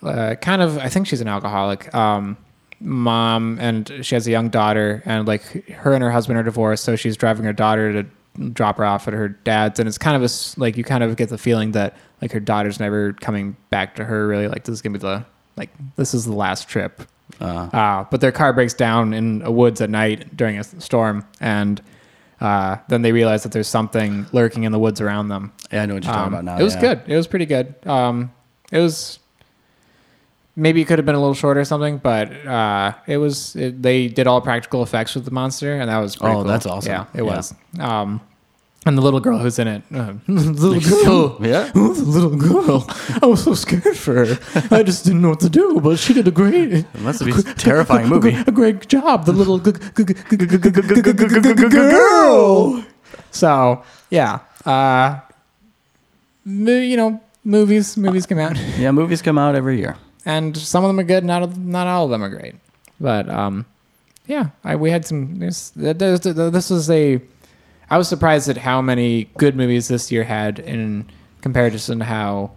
[SPEAKER 1] uh kind of. I think she's an alcoholic. Um, mom and she has a young daughter and like her and her husband are divorced so she's driving her daughter to drop her off at her dad's and it's kind of a s- like you kind of get the feeling that like her daughter's never coming back to her really like this is gonna be the like this is the last trip
[SPEAKER 2] Uh,
[SPEAKER 1] uh, but their car breaks down in a woods at night during a s- storm, and uh, then they realize that there's something lurking in the woods around them.
[SPEAKER 2] yeah, I know what you're
[SPEAKER 1] Um,
[SPEAKER 2] talking about now.
[SPEAKER 1] it was
[SPEAKER 2] yeah. (laughs)
[SPEAKER 1] good. It was pretty good. Um, it was maybe it could have been a little shorter or something, but uh, it was. It, they did all practical effects with the monster, and that was pretty
[SPEAKER 2] Oh,
[SPEAKER 1] cool.
[SPEAKER 2] that's awesome.
[SPEAKER 1] Yeah, it
[SPEAKER 2] Yeah.
[SPEAKER 1] was. Um, and the little girl who's in it, uh, (laughs) little girl, (laughs)
[SPEAKER 2] (laughs) Yeah.
[SPEAKER 1] Oh, the little girl. I was so scared for her. I just didn't know what to do, but she did a great.
[SPEAKER 2] It must be a
[SPEAKER 1] (laughs)
[SPEAKER 2] terrifying movie.
[SPEAKER 1] A great job, the little g- g- g- g- g- g- g- g- g- g- g- girl. So yeah, uh, mo- you know, movies movies come out,
[SPEAKER 2] Yeah, movies come out every year.
[SPEAKER 1] and some of them are good. Not all- not all of them are great, but um, yeah, I, we had some. There's, there's, this was a. I was surprised at how many good movies this year had in comparison to how,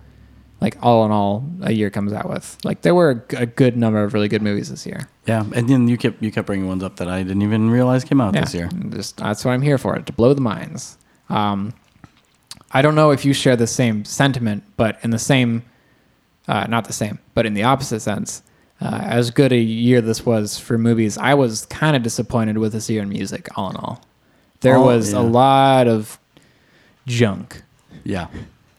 [SPEAKER 1] like all in all, a year comes out with. Like there were a g- a good number of really good movies this year.
[SPEAKER 2] Yeah, and then you kept you kept bringing ones up that I didn't even realize came out this year.
[SPEAKER 1] and Just, that's what I'm here for, to blow the minds. Um, I don't know if you share the same sentiment, but in the same, uh, not the same, but in the opposite sense, uh, as good a year this was for movies, I was kind of disappointed with this year in music, all in all. There
[SPEAKER 2] All-
[SPEAKER 1] was
[SPEAKER 2] yeah.
[SPEAKER 1] a lot of junk.
[SPEAKER 2] Yeah,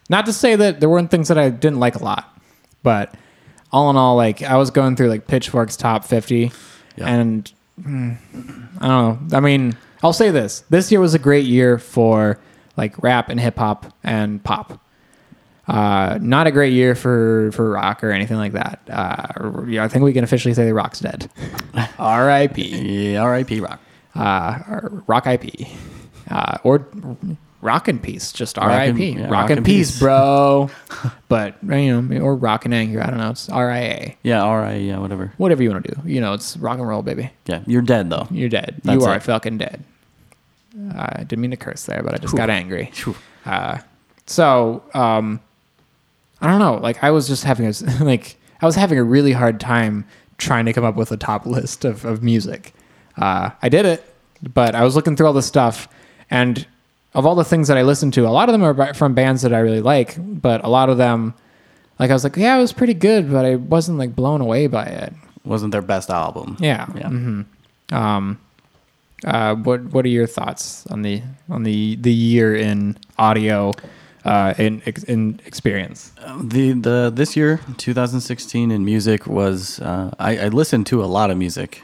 [SPEAKER 1] Not to say that there weren't things that I didn't like a lot, but all in all, like I was going through like Pitchfork's top 50,
[SPEAKER 2] Yeah.
[SPEAKER 1] and mm, I don't know. I mean, I'll say this: this year was a great year for like rap and hip hop and pop. Uh, not a great year for for rock or anything like that. Uh, yeah, I think we can officially say the rock's dead. (laughs) R.I.P.
[SPEAKER 2] yeah. R.I.P. Rock.
[SPEAKER 1] Uh, or rock IP. Uh, or rock in peace, just
[SPEAKER 2] in-
[SPEAKER 1] R.I.P.
[SPEAKER 2] yeah,
[SPEAKER 1] Rock,
[SPEAKER 2] rock
[SPEAKER 1] in
[SPEAKER 2] in
[SPEAKER 1] peace,
[SPEAKER 2] peace.
[SPEAKER 1] bro. but you know, or rock in anger. I don't know. It's R.I.A.
[SPEAKER 2] Yeah, R.I. Yeah, whatever.
[SPEAKER 1] Whatever you want to do. You know, it's rock and roll, baby.
[SPEAKER 2] Yeah, you're dead though.
[SPEAKER 1] You're dead.
[SPEAKER 2] That's
[SPEAKER 1] you are
[SPEAKER 2] it.
[SPEAKER 1] fucking dead. Uh, I didn't mean to curse there, but I just got angry.
[SPEAKER 2] Phew.
[SPEAKER 1] Uh, so um, I don't know. Like I was just having a s- (laughs) like I was having a really hard time trying to come up with a top (laughs) list of of music. Uh, I did it, but I was looking through all the stuff, and of all the things that I listened to, a lot of them are by- from bands that I really like, but a lot of them. Like I was like, yeah, it was pretty good, but I wasn't like blown away by it.
[SPEAKER 2] Wasn't their best album.
[SPEAKER 1] Yeah.
[SPEAKER 2] Yeah.
[SPEAKER 1] Um, uh, what what are your thoughts on the on the the year in audio, uh, in ex- in experience?
[SPEAKER 2] Um, the the this year 2016 in music was uh, I, I listened to a lot of music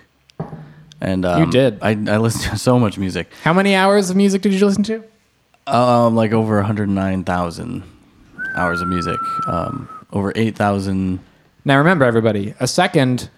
[SPEAKER 2] and um,
[SPEAKER 1] did.
[SPEAKER 2] I, I listened to (laughs) so much music
[SPEAKER 1] How many hours of music did you listen to?
[SPEAKER 2] um, like over 109,000 hours of music um, over 8,000
[SPEAKER 1] Now remember, everybody, a second.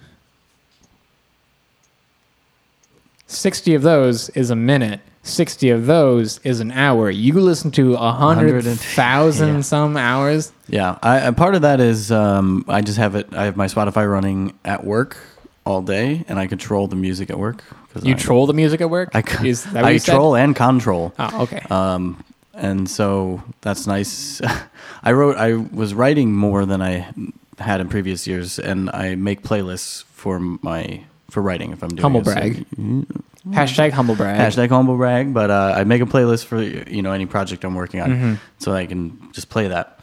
[SPEAKER 1] Sixty of those is a minute. Sixty of those is an hour. You listen to a hundred
[SPEAKER 2] Hundred and-
[SPEAKER 1] thousand
[SPEAKER 2] (laughs) yeah.
[SPEAKER 1] some hours.
[SPEAKER 2] yeah I, and part of that is um, I just have it I have my Spotify running at work all day and I control the music at work 'cause
[SPEAKER 1] You
[SPEAKER 2] I,
[SPEAKER 1] troll the music at work.
[SPEAKER 2] I, c-
[SPEAKER 1] Is that what
[SPEAKER 2] I
[SPEAKER 1] you said?
[SPEAKER 2] troll and control
[SPEAKER 1] Oh, okay.
[SPEAKER 2] um, and so that's nice. (laughs) I wrote, I was writing more than I had in previous years, and I make playlists for my for writing if I'm doing
[SPEAKER 1] Humble
[SPEAKER 2] it. So-
[SPEAKER 1] brag. Hashtag humble brag.
[SPEAKER 2] Mm-hmm. Hashtag humble brag, but uh, I make a playlist for you know any project I'm working on,
[SPEAKER 1] Mm-hmm.
[SPEAKER 2] so I can just play that,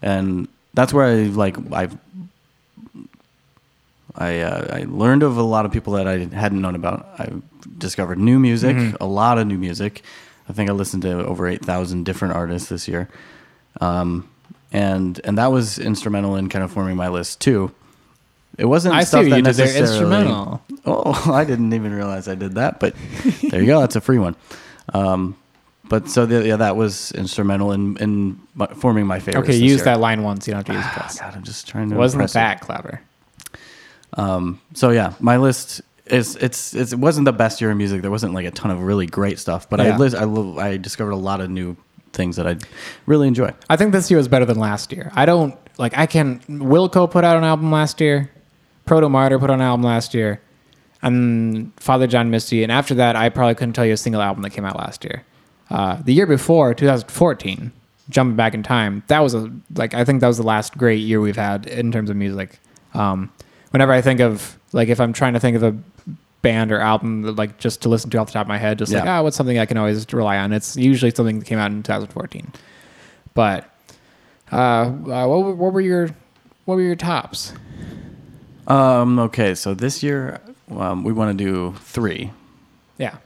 [SPEAKER 2] and that's where I like I I uh, I learned of a lot of people that I hadn't known about. I discovered new music,
[SPEAKER 1] Mm-hmm.
[SPEAKER 2] a lot of new music. I think I listened to over eight thousand different artists this year, um, and and that was instrumental in kind of forming my list too It wasn't
[SPEAKER 1] I see
[SPEAKER 2] stuff
[SPEAKER 1] what
[SPEAKER 2] that
[SPEAKER 1] you did there.
[SPEAKER 2] necessarily.
[SPEAKER 1] Instrumental.
[SPEAKER 2] Oh, (laughs) I didn't even realize I did that, but there you go. That's a free one. Um, but so the, yeah, that was instrumental in in my, forming my favorites.
[SPEAKER 1] Okay,
[SPEAKER 2] this
[SPEAKER 1] use
[SPEAKER 2] year.
[SPEAKER 1] that line once. You don't have to use it
[SPEAKER 2] Ah,
[SPEAKER 1] twice.
[SPEAKER 2] God, I'm just trying to.
[SPEAKER 1] It wasn't
[SPEAKER 2] impress you.
[SPEAKER 1] that clever.
[SPEAKER 2] Um, so yeah, my list is it's, it's it wasn't the best year in music. There wasn't like a ton of really great stuff, but
[SPEAKER 1] Yeah.
[SPEAKER 2] I lis- I lo- I discovered a lot of new things that I really enjoy.
[SPEAKER 1] I think this year was better than last year. I don't like. I can. Wilco put out an album last year. Proto Martyr put out an album last year, and Father John Misty. And after that, I probably couldn't tell you a single album that came out last year. Uh, the year before, 2014, jumping back in time, that was a like. I think that was the last great year we've had in terms of music. Um, whenever I think of like, if I'm trying to think of a band or album that, like just to listen to off the top of my head, just like
[SPEAKER 2] Yeah.
[SPEAKER 1] ah, what's something I can always rely on? It's usually something that came out in 2014. But uh, uh, what, were- what were your what were your tops?
[SPEAKER 2] Um, okay, so this year um, we want to do three.
[SPEAKER 1] Yeah,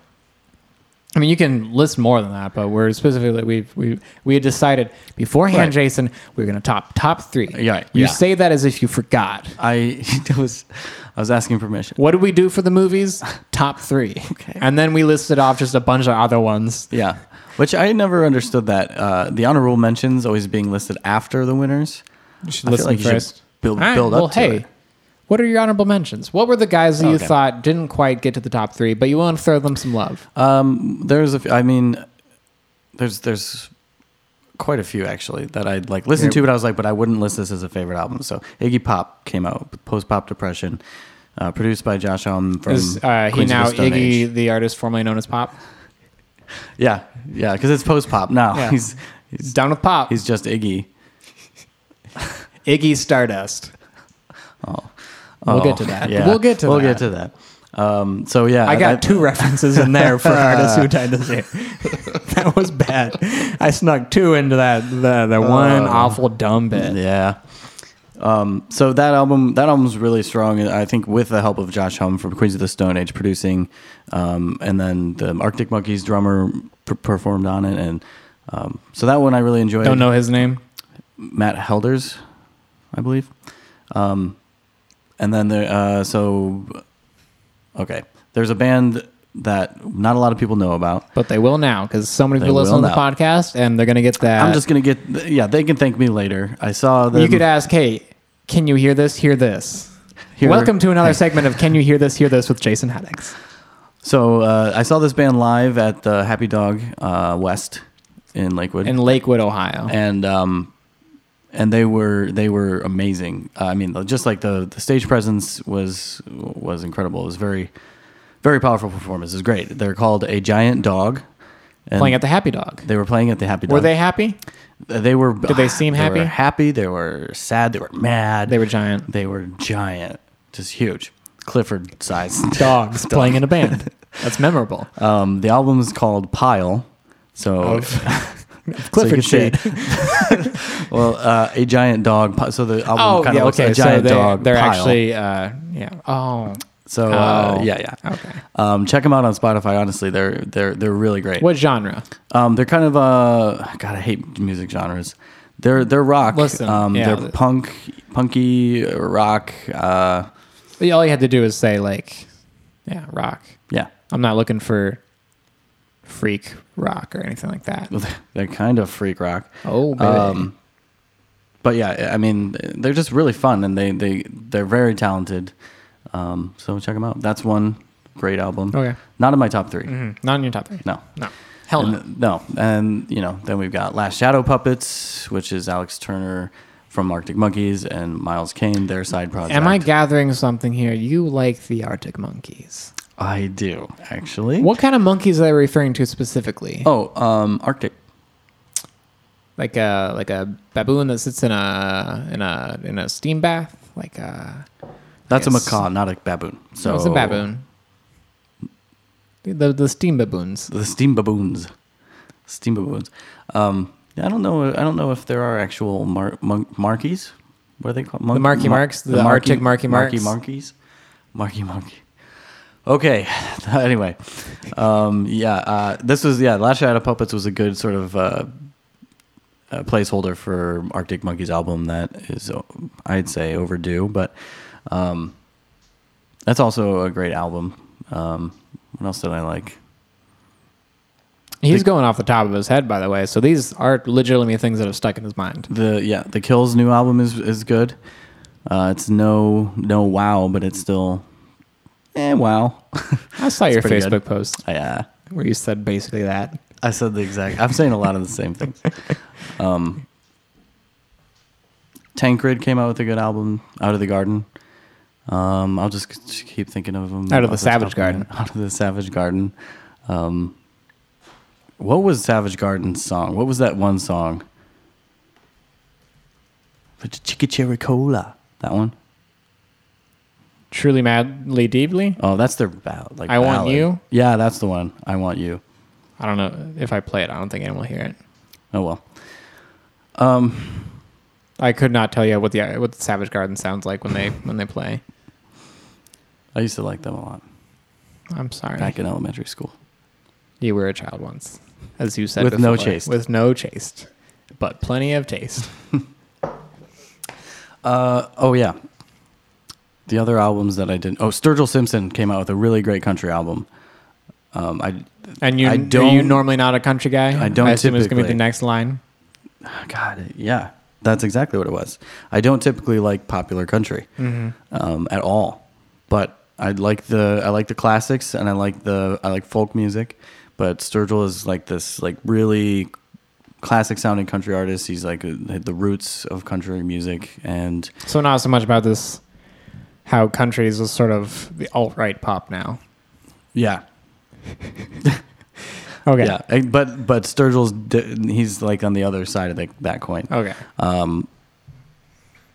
[SPEAKER 1] I mean you can list more than that, but we're specifically we we we had decided beforehand,
[SPEAKER 2] Right.
[SPEAKER 1] Jason, we were gonna top top three.
[SPEAKER 2] Yeah,
[SPEAKER 1] you
[SPEAKER 2] yeah.
[SPEAKER 1] say that as if you forgot.
[SPEAKER 2] I (laughs) was I was asking permission.
[SPEAKER 1] What did we do for the movies?
[SPEAKER 2] (laughs)
[SPEAKER 1] Top three.
[SPEAKER 2] Okay.
[SPEAKER 1] And then we listed off just a bunch of other ones.
[SPEAKER 2] Yeah, which I never understood that uh, the honorable mentions always being listed after the winners.
[SPEAKER 1] You should
[SPEAKER 2] I feel
[SPEAKER 1] listen
[SPEAKER 2] like you should
[SPEAKER 1] first.
[SPEAKER 2] build-
[SPEAKER 1] All right,
[SPEAKER 2] build up
[SPEAKER 1] Well,
[SPEAKER 2] to
[SPEAKER 1] hey,
[SPEAKER 2] it.
[SPEAKER 1] what are your honorable mentions? What were the guys that you
[SPEAKER 2] Okay.
[SPEAKER 1] thought didn't quite get to the top three, but you want to throw them some love?
[SPEAKER 2] Um, there's a f- I mean, there's there's quite a few actually that I'd like listen to, but I was like, but I wouldn't list this as a favorite album. So Iggy Pop came out, Post Pop Depression, uh, produced by Josh Alm from
[SPEAKER 1] Is uh, he
[SPEAKER 2] Queens of
[SPEAKER 1] now
[SPEAKER 2] the Stone
[SPEAKER 1] Iggy,
[SPEAKER 2] Age.
[SPEAKER 1] the artist formerly known as Pop?
[SPEAKER 2] Yeah, yeah, because it's post pop now.
[SPEAKER 1] Yeah.
[SPEAKER 2] (laughs) He's he's
[SPEAKER 1] Down with Pop.
[SPEAKER 2] he's just Iggy.
[SPEAKER 1] Iggy Stardust.
[SPEAKER 2] Oh,
[SPEAKER 1] We'll
[SPEAKER 2] Oh,
[SPEAKER 1] get to that.
[SPEAKER 2] yeah.
[SPEAKER 1] We'll get to
[SPEAKER 2] we'll
[SPEAKER 1] that.
[SPEAKER 2] get to that. Um, so yeah,
[SPEAKER 1] I got
[SPEAKER 2] that-
[SPEAKER 1] two references in there
[SPEAKER 2] (laughs)
[SPEAKER 1] for artists who died this year. (laughs) that was bad. I snuck two into that the, the one
[SPEAKER 2] Oh.
[SPEAKER 1] awful dumb bit.
[SPEAKER 2] Yeah. Um, so that album, that album's really strong. and I think with the help of Josh Hum from Queens of the Stone Age producing, um, and then the Arctic Monkeys drummer per- performed on it, and um, so that one I really enjoyed.
[SPEAKER 1] Don't know his name.
[SPEAKER 2] Matt Helders, I believe. Um, and then there, uh, so okay, there's a band that not a lot of people know about.
[SPEAKER 1] But they will now because so many
[SPEAKER 2] They
[SPEAKER 1] people listen
[SPEAKER 2] will
[SPEAKER 1] to the
[SPEAKER 2] now.
[SPEAKER 1] podcast and they're going to get that.
[SPEAKER 2] I'm just gonna get, yeah, they can thank me later. I saw them.
[SPEAKER 1] you could ask, hey, can you hear this? Hear this.
[SPEAKER 2] Hear-
[SPEAKER 1] Welcome to
[SPEAKER 2] (laughs)
[SPEAKER 1] another segment of Can You Hear This? Hear This with Jason Haddix.
[SPEAKER 2] So uh, I saw this band live at the Happy Dog uh, West in Lakewood,
[SPEAKER 1] In Lakewood, Ohio.
[SPEAKER 2] and um, and they were they were amazing. Uh, I mean, just like the the stage presence was was incredible. It was very very powerful performance. It was great. They're called a giant dog. And
[SPEAKER 1] playing at the Happy Dog.
[SPEAKER 2] they were playing at the Happy Dog. Uh,
[SPEAKER 1] Were they happy?
[SPEAKER 2] They were.
[SPEAKER 1] Did they seem happy?
[SPEAKER 2] were happy. They were sad. They were mad.
[SPEAKER 1] They were giant
[SPEAKER 2] They were giant, just huge, Clifford size. (laughs)
[SPEAKER 1] dogs playing in a band. Uh, That's memorable.
[SPEAKER 2] Um, the album is called Pile. (laughs) So,
[SPEAKER 1] (laughs) Clifford
[SPEAKER 2] so you
[SPEAKER 1] shade.
[SPEAKER 2] could say- (laughs) well, uh, a giant dog. pi- So the album
[SPEAKER 1] Oh,
[SPEAKER 2] kind of
[SPEAKER 1] yeah,
[SPEAKER 2] looks like
[SPEAKER 1] okay.
[SPEAKER 2] a giant
[SPEAKER 1] So they,
[SPEAKER 2] dog.
[SPEAKER 1] they're
[SPEAKER 2] pile.
[SPEAKER 1] actually, uh, yeah. Oh,
[SPEAKER 2] so uh,
[SPEAKER 1] Oh.
[SPEAKER 2] yeah, yeah.
[SPEAKER 1] okay.
[SPEAKER 2] Um, check them out on Spotify. Honestly, they're they're they're really great.
[SPEAKER 1] What genre?
[SPEAKER 2] Um, they're kind of uh, God, I hate music genres. They're they're rock.
[SPEAKER 1] Listen,
[SPEAKER 2] um,
[SPEAKER 1] yeah.
[SPEAKER 2] they're punk, punky uh, rock. Uh,
[SPEAKER 1] All you had to do is say like, yeah, rock.
[SPEAKER 2] yeah, (laughs)
[SPEAKER 1] I'm not looking for freak rock or anything like that.
[SPEAKER 2] they're kind of freak rock.
[SPEAKER 1] Oh, baby.
[SPEAKER 2] Um, but yeah, I mean, they're just really fun, and they they they're very talented. Um, so check them out. That's one great album.
[SPEAKER 1] Okay.
[SPEAKER 2] Not in my top 3
[SPEAKER 1] Mhm. Not in your top three.
[SPEAKER 2] Hmm. No.
[SPEAKER 1] No. Hell no.
[SPEAKER 2] And, no. And you know, then we've got Last Shadow Puppets, which is Alex Turner from Arctic Monkeys and Miles Kane, their side project.
[SPEAKER 1] Am I gathering something here? You like the Arctic monkeys.
[SPEAKER 2] I do actually.
[SPEAKER 1] What kind of monkeys are they referring to specifically?
[SPEAKER 2] Oh, um, Arctic.
[SPEAKER 1] Like a like a baboon that sits in a in a in a steam bath. Like a
[SPEAKER 2] That's
[SPEAKER 1] Yes.
[SPEAKER 2] a macaw, not a baboon. So
[SPEAKER 1] no, it's a baboon. The the steam baboons.
[SPEAKER 2] The steam baboons, steam baboons. Um, I don't know. I don't know if there are actual mar- mon- markies. What are they called? Mon-
[SPEAKER 1] The Marky
[SPEAKER 2] mar-
[SPEAKER 1] Marks, the Arctic Marky Marks.
[SPEAKER 2] Marky monkeys. Marky monkey. Okay. (laughs) anyway, um, yeah. Uh, this was yeah. Last Shadow Puppets was a good sort of. Uh, uh placeholder for Arctic Monkeys album that is, uh, I'd say, overdue. But Um, that's also a great album. Um, what else did I like?
[SPEAKER 1] He's
[SPEAKER 2] Big-
[SPEAKER 1] going off the top of his head, by the way. So these are legitimately things that have stuck in his mind.
[SPEAKER 2] The yeah, the Kills new album is is good. Uh, it's no no wow, but it's still eh wow. (laughs)
[SPEAKER 1] I saw your
[SPEAKER 2] pretty
[SPEAKER 1] Facebook
[SPEAKER 2] good.
[SPEAKER 1] post
[SPEAKER 2] I, uh,
[SPEAKER 1] where you said basically that.
[SPEAKER 2] I said the exact. I'm saying a lot of the same things. Um, Tancred came out with a good album, Out of the Garden. Um, I'll just c- keep thinking of them.
[SPEAKER 1] Out of the
[SPEAKER 2] off
[SPEAKER 1] Savage
[SPEAKER 2] top of my
[SPEAKER 1] Garden.
[SPEAKER 2] head. Out of the Savage Garden. Um, what was Savage Garden's song? What was that one song? Put the Chica Cherry Cola. That one?
[SPEAKER 1] Truly, madly, deeply.
[SPEAKER 2] Oh, that's their ballad. Like
[SPEAKER 1] I Want
[SPEAKER 2] ballad.
[SPEAKER 1] You?
[SPEAKER 2] Yeah, that's the one. I want you.
[SPEAKER 1] I don't know if I play it. I don't think anyone will hear it.
[SPEAKER 2] Oh well.
[SPEAKER 1] I could not tell you what the what the Savage Garden sounds like when they when they play.
[SPEAKER 2] I used to like them a lot
[SPEAKER 1] I'm sorry.
[SPEAKER 2] back in elementary school.
[SPEAKER 1] You were a child once, as you said.
[SPEAKER 2] With no
[SPEAKER 1] before.
[SPEAKER 2] chaste.
[SPEAKER 1] With no chaste, but plenty of (laughs) taste.
[SPEAKER 2] Uh, oh yeah. The other albums that I didn't. Oh, Sturgill Simpson came out with a really great country album. Um, I
[SPEAKER 1] And you
[SPEAKER 2] I
[SPEAKER 1] are you
[SPEAKER 2] don't-
[SPEAKER 1] normally not a country guy?
[SPEAKER 2] I don't
[SPEAKER 1] I assume it's gonna be the
[SPEAKER 2] typically.
[SPEAKER 1] next line.
[SPEAKER 2] God, yeah, that's exactly what it was. I don't typically like popular country um, at all, but I like the I like the classics and I like the I like folk music. But Sturgill is like this like really classic sounding country artist. He's like uh, the roots of country music and
[SPEAKER 1] So not so much about this. How countries is sort of the alt right pop now.
[SPEAKER 2] yeah,
[SPEAKER 1] Okay.
[SPEAKER 2] Yeah, and- but but Sturgill's di- he's like on the other side of the, that coin.
[SPEAKER 1] Okay.
[SPEAKER 2] Um,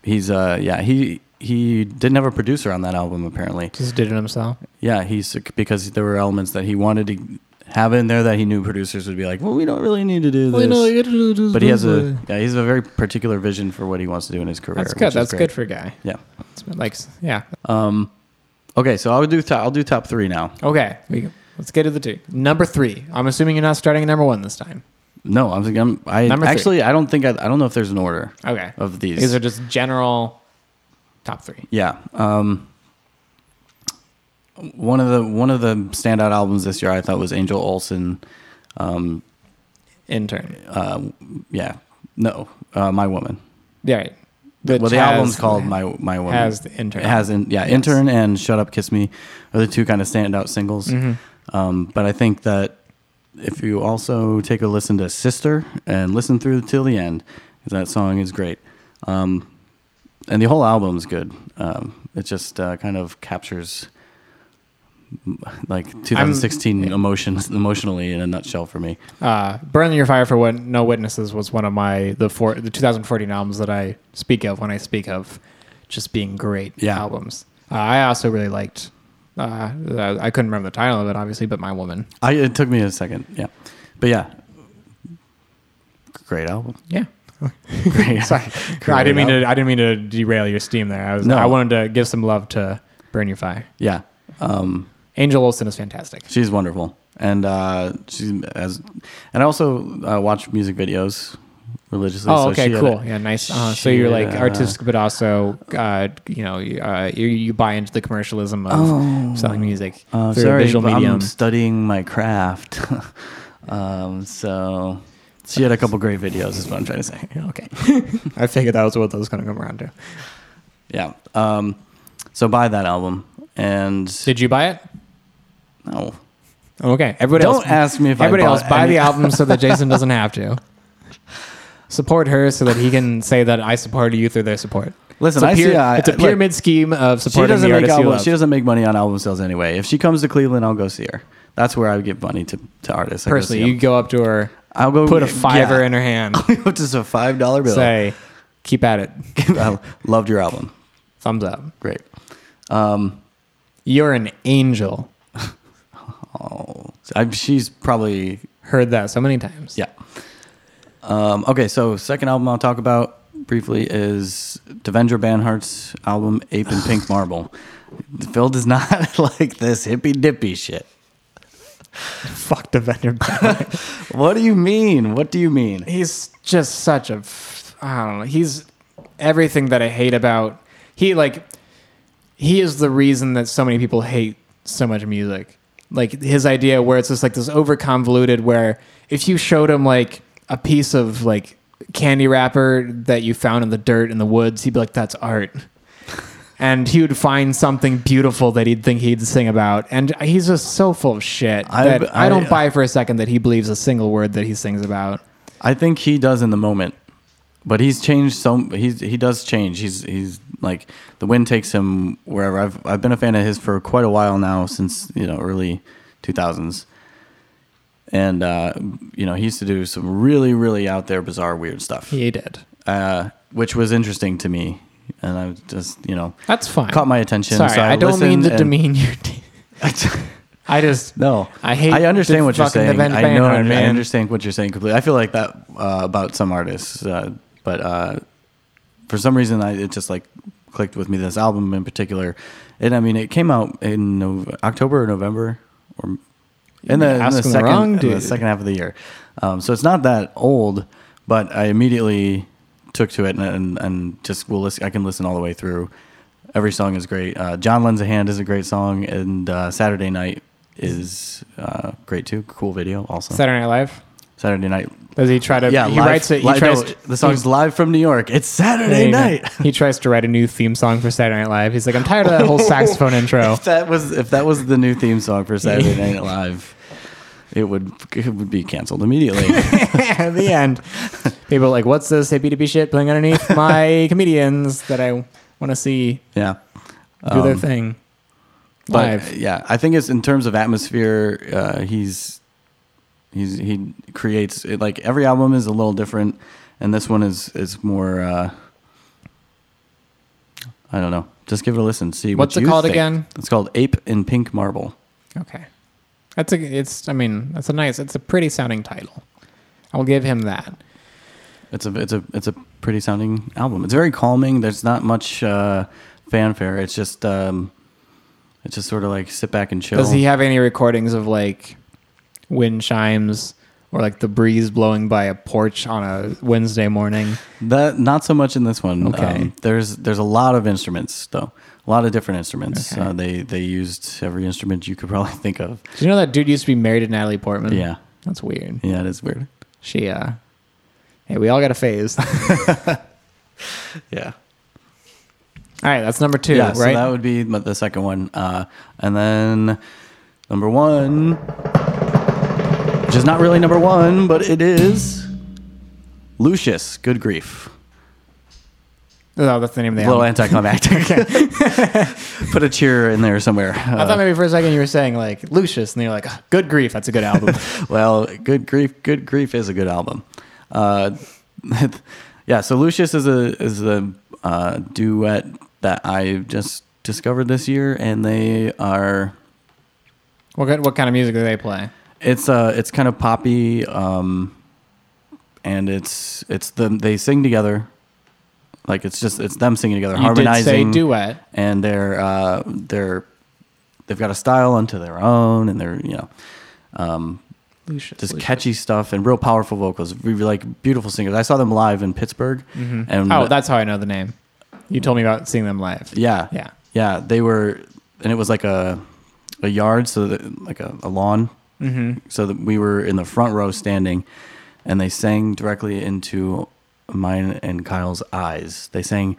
[SPEAKER 2] he's uh yeah he he didn't have a producer on that album apparently.
[SPEAKER 1] Just did it himself.
[SPEAKER 2] Yeah, he's because there were elements that he wanted to have in there that he knew producers would be like, well, we don't really need to do this. but he has a yeah he has a very particular vision for what he wants to do in his career.
[SPEAKER 1] That's
[SPEAKER 2] which
[SPEAKER 1] good.
[SPEAKER 2] is
[SPEAKER 1] That's
[SPEAKER 2] great.
[SPEAKER 1] good for a guy.
[SPEAKER 2] yeah.
[SPEAKER 1] It's been like yeah.
[SPEAKER 2] Um, okay, so I'll do top, I'll do top three now.
[SPEAKER 1] Okay. We, let's get to the two. Number three. I'm assuming you're not starting at number one this time.
[SPEAKER 2] No, I'm, I'm I
[SPEAKER 1] Number three.
[SPEAKER 2] actually I don't think I, I don't know if there's an order
[SPEAKER 1] Okay.
[SPEAKER 2] of these.
[SPEAKER 1] These are just general top three.
[SPEAKER 2] Yeah. Um, one of the one of the standout albums this year I thought was Angel Olsen. Um,
[SPEAKER 1] Intern.
[SPEAKER 2] uh, yeah. No, uh, My Woman.
[SPEAKER 1] Yeah. Right.
[SPEAKER 2] well, the album's called My My Woman.
[SPEAKER 1] Has the intern.
[SPEAKER 2] It has in, yeah,
[SPEAKER 1] Yes.
[SPEAKER 2] Intern and Shut Up Kiss Me are the two kind of standout singles. Um, but I think that if you also take a listen to Sister and listen through till the end, that song is great. Um, and the whole album's good. Um, it just uh, kind of captures mm, like 2016 emotions emotionally in a nutshell for me.
[SPEAKER 1] Uh, Burn Your Fire for what No Witnesses was one of my the four the 2014 albums that I speak of when I speak of just being great
[SPEAKER 2] Yeah.
[SPEAKER 1] albums. Uh, I also really liked. Uh, uh, I couldn't remember the title of it, obviously, but My Woman.
[SPEAKER 2] I, it took me a second. Yeah. But yeah. Great album.
[SPEAKER 1] Yeah.
[SPEAKER 2] Great.
[SPEAKER 1] (laughs) Sorry,
[SPEAKER 2] (laughs) Great
[SPEAKER 1] I didn't mean
[SPEAKER 2] album.
[SPEAKER 1] to. I didn't mean to derail your steam there. I was.
[SPEAKER 2] No.
[SPEAKER 1] I wanted to give some love to Burn Your Fire.
[SPEAKER 2] Yeah. Um,
[SPEAKER 1] Angel Olsen is fantastic.
[SPEAKER 2] She's wonderful, and uh, she's as, and I also uh, watch music videos religiously.
[SPEAKER 1] Oh,
[SPEAKER 2] so
[SPEAKER 1] okay,
[SPEAKER 2] she had
[SPEAKER 1] cool.
[SPEAKER 2] a-
[SPEAKER 1] yeah, nice. Uh, so
[SPEAKER 2] she
[SPEAKER 1] you're like
[SPEAKER 2] had, uh,
[SPEAKER 1] artistic, but also, uh, you know, uh, you, you buy into the commercialism of
[SPEAKER 2] (gasps)
[SPEAKER 1] selling music
[SPEAKER 2] Oh. Uh,
[SPEAKER 1] through
[SPEAKER 2] sorry,
[SPEAKER 1] a visual
[SPEAKER 2] but
[SPEAKER 1] medium.
[SPEAKER 2] I'm studying my craft. (laughs) um, so she had a couple great videos. Is what I'm trying to say.
[SPEAKER 1] okay, (laughs) I figured that was what that was going to come around to.
[SPEAKER 2] Yeah. Um, so buy that album, and
[SPEAKER 1] Did you buy it?
[SPEAKER 2] no,
[SPEAKER 1] Okay, everybody
[SPEAKER 2] don't
[SPEAKER 1] else.
[SPEAKER 2] ask me if
[SPEAKER 1] everybody
[SPEAKER 2] I
[SPEAKER 1] else
[SPEAKER 2] bought
[SPEAKER 1] buy
[SPEAKER 2] any-
[SPEAKER 1] the album so that Jason doesn't have
[SPEAKER 2] (laughs)
[SPEAKER 1] to. Support her so that he can say that I supported you through their support.
[SPEAKER 2] Listen,
[SPEAKER 1] it's a,
[SPEAKER 2] I
[SPEAKER 1] pyra-
[SPEAKER 2] see. I-
[SPEAKER 1] it's a
[SPEAKER 2] look,
[SPEAKER 1] pyramid scheme of
[SPEAKER 2] She
[SPEAKER 1] supporting
[SPEAKER 2] doesn't
[SPEAKER 1] the
[SPEAKER 2] make
[SPEAKER 1] artist you
[SPEAKER 2] album,
[SPEAKER 1] love.
[SPEAKER 2] She doesn't make money on album sales anyway. If she comes to Cleveland, I'll go see her. That's where I would give money to, to artists. I go
[SPEAKER 1] Personally,
[SPEAKER 2] see 'em.
[SPEAKER 1] you go up to her,
[SPEAKER 2] I'll go
[SPEAKER 1] put a
[SPEAKER 2] yeah.
[SPEAKER 1] fiver in her
[SPEAKER 2] (laughs)
[SPEAKER 1] hand,
[SPEAKER 2] It's just a five dollar bill.
[SPEAKER 1] say, "Keep at it."
[SPEAKER 2] I loved your album.
[SPEAKER 1] Thumbs up.
[SPEAKER 2] Great. Um,
[SPEAKER 1] You're an angel.
[SPEAKER 2] oh, I, she's probably
[SPEAKER 1] Heard that so many times.
[SPEAKER 2] yeah. Um, okay, so second album I'll talk about briefly is Devendra Banhart's album Ape and Pink Marble. Phil does not (laughs) like this hippy dippy shit.
[SPEAKER 1] Fuck Defender. Banhart.
[SPEAKER 2] What do you mean? What do you mean?
[SPEAKER 1] he's just such a. f- I don't know. He's everything that I hate about. He like. he is the reason that so many people hate so much music. Like his idea where it's just like this over convoluted where if you showed him like a piece of like candy wrapper that you found in the dirt in the woods, he'd be like, That's art. (laughs) And he would find something beautiful that he'd think he'd sing about. And he's just so full of shit
[SPEAKER 2] I-
[SPEAKER 1] that I, don't
[SPEAKER 2] I-
[SPEAKER 1] buy for a second that he believes a single word that he sings about.
[SPEAKER 2] I think he does in the moment, but he's changed so he's he does change. He's he's like the wind takes him wherever. I've I've been a fan of his for quite a while now since you know early two thousands, and uh, you know he used to do some really really out there bizarre weird stuff,
[SPEAKER 1] He did.
[SPEAKER 2] uh, which was interesting to me, and I was just you know (laughs)
[SPEAKER 1] That's fine.
[SPEAKER 2] caught my attention.
[SPEAKER 1] Sorry,
[SPEAKER 2] so
[SPEAKER 1] I, don't mean
[SPEAKER 2] listened
[SPEAKER 1] to
[SPEAKER 2] and-
[SPEAKER 1] demean your team. (laughs) I just
[SPEAKER 2] No,
[SPEAKER 1] I hate
[SPEAKER 2] I understand
[SPEAKER 1] the
[SPEAKER 2] what you're
[SPEAKER 1] fucking
[SPEAKER 2] saying.
[SPEAKER 1] Van
[SPEAKER 2] I know.
[SPEAKER 1] Banner,
[SPEAKER 2] I
[SPEAKER 1] man.
[SPEAKER 2] understand what you're saying completely. I feel like that uh, about some artists, uh, but uh, for some reason, I it just like clicked with me. This album in particular, and I mean, it came out in Nov October or November, or in the, in the
[SPEAKER 1] asking the
[SPEAKER 2] second
[SPEAKER 1] wrong
[SPEAKER 2] in the
[SPEAKER 1] dude.
[SPEAKER 2] second half of the year. Um, so it's not that old, but I immediately took to it and and, and just will listen. I can listen all the way through. Every song is great. Uh, John lends a hand is a great song, and uh, Saturday night is uh, great too. Cool video also.
[SPEAKER 1] Saturday Night Live.
[SPEAKER 2] Saturday night.
[SPEAKER 1] Does he try to?
[SPEAKER 2] Yeah,
[SPEAKER 1] Uh, he
[SPEAKER 2] live-
[SPEAKER 1] writes it. He
[SPEAKER 2] live-
[SPEAKER 1] tries.
[SPEAKER 2] no,
[SPEAKER 1] to-
[SPEAKER 2] the song's live from New York. It's Saturday
[SPEAKER 1] he-
[SPEAKER 2] night.
[SPEAKER 1] (laughs) he tries to write a new theme song for Saturday Night Live. He's like, I'm tired of
[SPEAKER 2] (laughs)
[SPEAKER 1] that whole saxophone intro.
[SPEAKER 2] (laughs) If that was if that was the new theme song for
[SPEAKER 1] (laughs)
[SPEAKER 2] Saturday Night Live, it would it would be
[SPEAKER 1] (laughs)
[SPEAKER 2] canceled immediately.
[SPEAKER 1] At the end, people are like, "What's this hippy dippy shit playing underneath
[SPEAKER 2] (laughs)
[SPEAKER 1] my comedians that I want to see
[SPEAKER 2] yeah.
[SPEAKER 1] do their
[SPEAKER 2] Um,
[SPEAKER 1] thing
[SPEAKER 2] But,
[SPEAKER 1] live?"
[SPEAKER 2] yeah, I think it's in terms of atmosphere. Uh, he's he's he creates it, like every album is a little different, and this one is is more. Uh, I don't know. Just give it a listen. See what
[SPEAKER 1] What's it
[SPEAKER 2] you
[SPEAKER 1] called
[SPEAKER 2] think.
[SPEAKER 1] again?
[SPEAKER 2] It's called Ape in Pink Marble.
[SPEAKER 1] Okay, that's a. It's. I mean, that's a nice. It's a pretty sounding title. I'll give him that.
[SPEAKER 2] It's a it's a it's a pretty sounding album. It's very calming. There's not much uh, fanfare. It's just um, it's just sort of like sit back and chill.
[SPEAKER 1] Does he have any recordings of like wind chimes or like the breeze blowing by a porch on a Wednesday morning?
[SPEAKER 2] That not so much in this one.
[SPEAKER 1] Okay.
[SPEAKER 2] Um, there's there's a lot of instruments though, a lot of different instruments.
[SPEAKER 1] Okay.
[SPEAKER 2] Uh, they they used every instrument you could probably think of.
[SPEAKER 1] Do you know that dude used to be married to Natalie Portman?
[SPEAKER 2] Yeah,
[SPEAKER 1] That's weird.
[SPEAKER 2] yeah, it is weird.
[SPEAKER 1] She, uh, hey, we all got a phase. (laughs) all
[SPEAKER 2] Yeah,
[SPEAKER 1] right, that's number two,
[SPEAKER 2] yeah.
[SPEAKER 1] right?
[SPEAKER 2] So that would be m- the second one, uh, and then number one, which is not really number one, but it is Lucius. Good grief.
[SPEAKER 1] no, Oh, that's the name of the
[SPEAKER 2] A little
[SPEAKER 1] album. (laughs)
[SPEAKER 2] anticlimactic. (laughs) Put a cheer in there somewhere.
[SPEAKER 1] I thought maybe for a second you were saying like Lucius, and you're like, "Ugh, "Good grief, that's a good
[SPEAKER 2] (laughs)
[SPEAKER 1] album." (laughs)
[SPEAKER 2] well, Good Grief, Good Grief is a good album. Uh, (laughs) yeah, so Lucius is a is a uh, duet that I just discovered this year, and they are
[SPEAKER 1] what kind- what kind of music do they play?
[SPEAKER 2] it's uh it's kind of poppy, um, and it's it's them they sing together, like it's just it's them singing together,
[SPEAKER 1] You did say
[SPEAKER 2] harmonizing.
[SPEAKER 1] duet.
[SPEAKER 2] and they're uh, they're they've got a style unto their own, and they're you know um,
[SPEAKER 1] Lucius,
[SPEAKER 2] just
[SPEAKER 1] Lucius.
[SPEAKER 2] catchy stuff and real powerful vocals. We were like beautiful singers. I saw them live in Pittsburgh, and
[SPEAKER 1] Oh, that's how I know the name. You told me about seeing them live.
[SPEAKER 2] yeah, yeah,
[SPEAKER 1] Yeah.
[SPEAKER 2] They were, and it was like a a yard, so that, like a, a lawn. Mm-hmm. So that we were in the front row standing, and they sang directly into mine and Kyle's eyes. They sang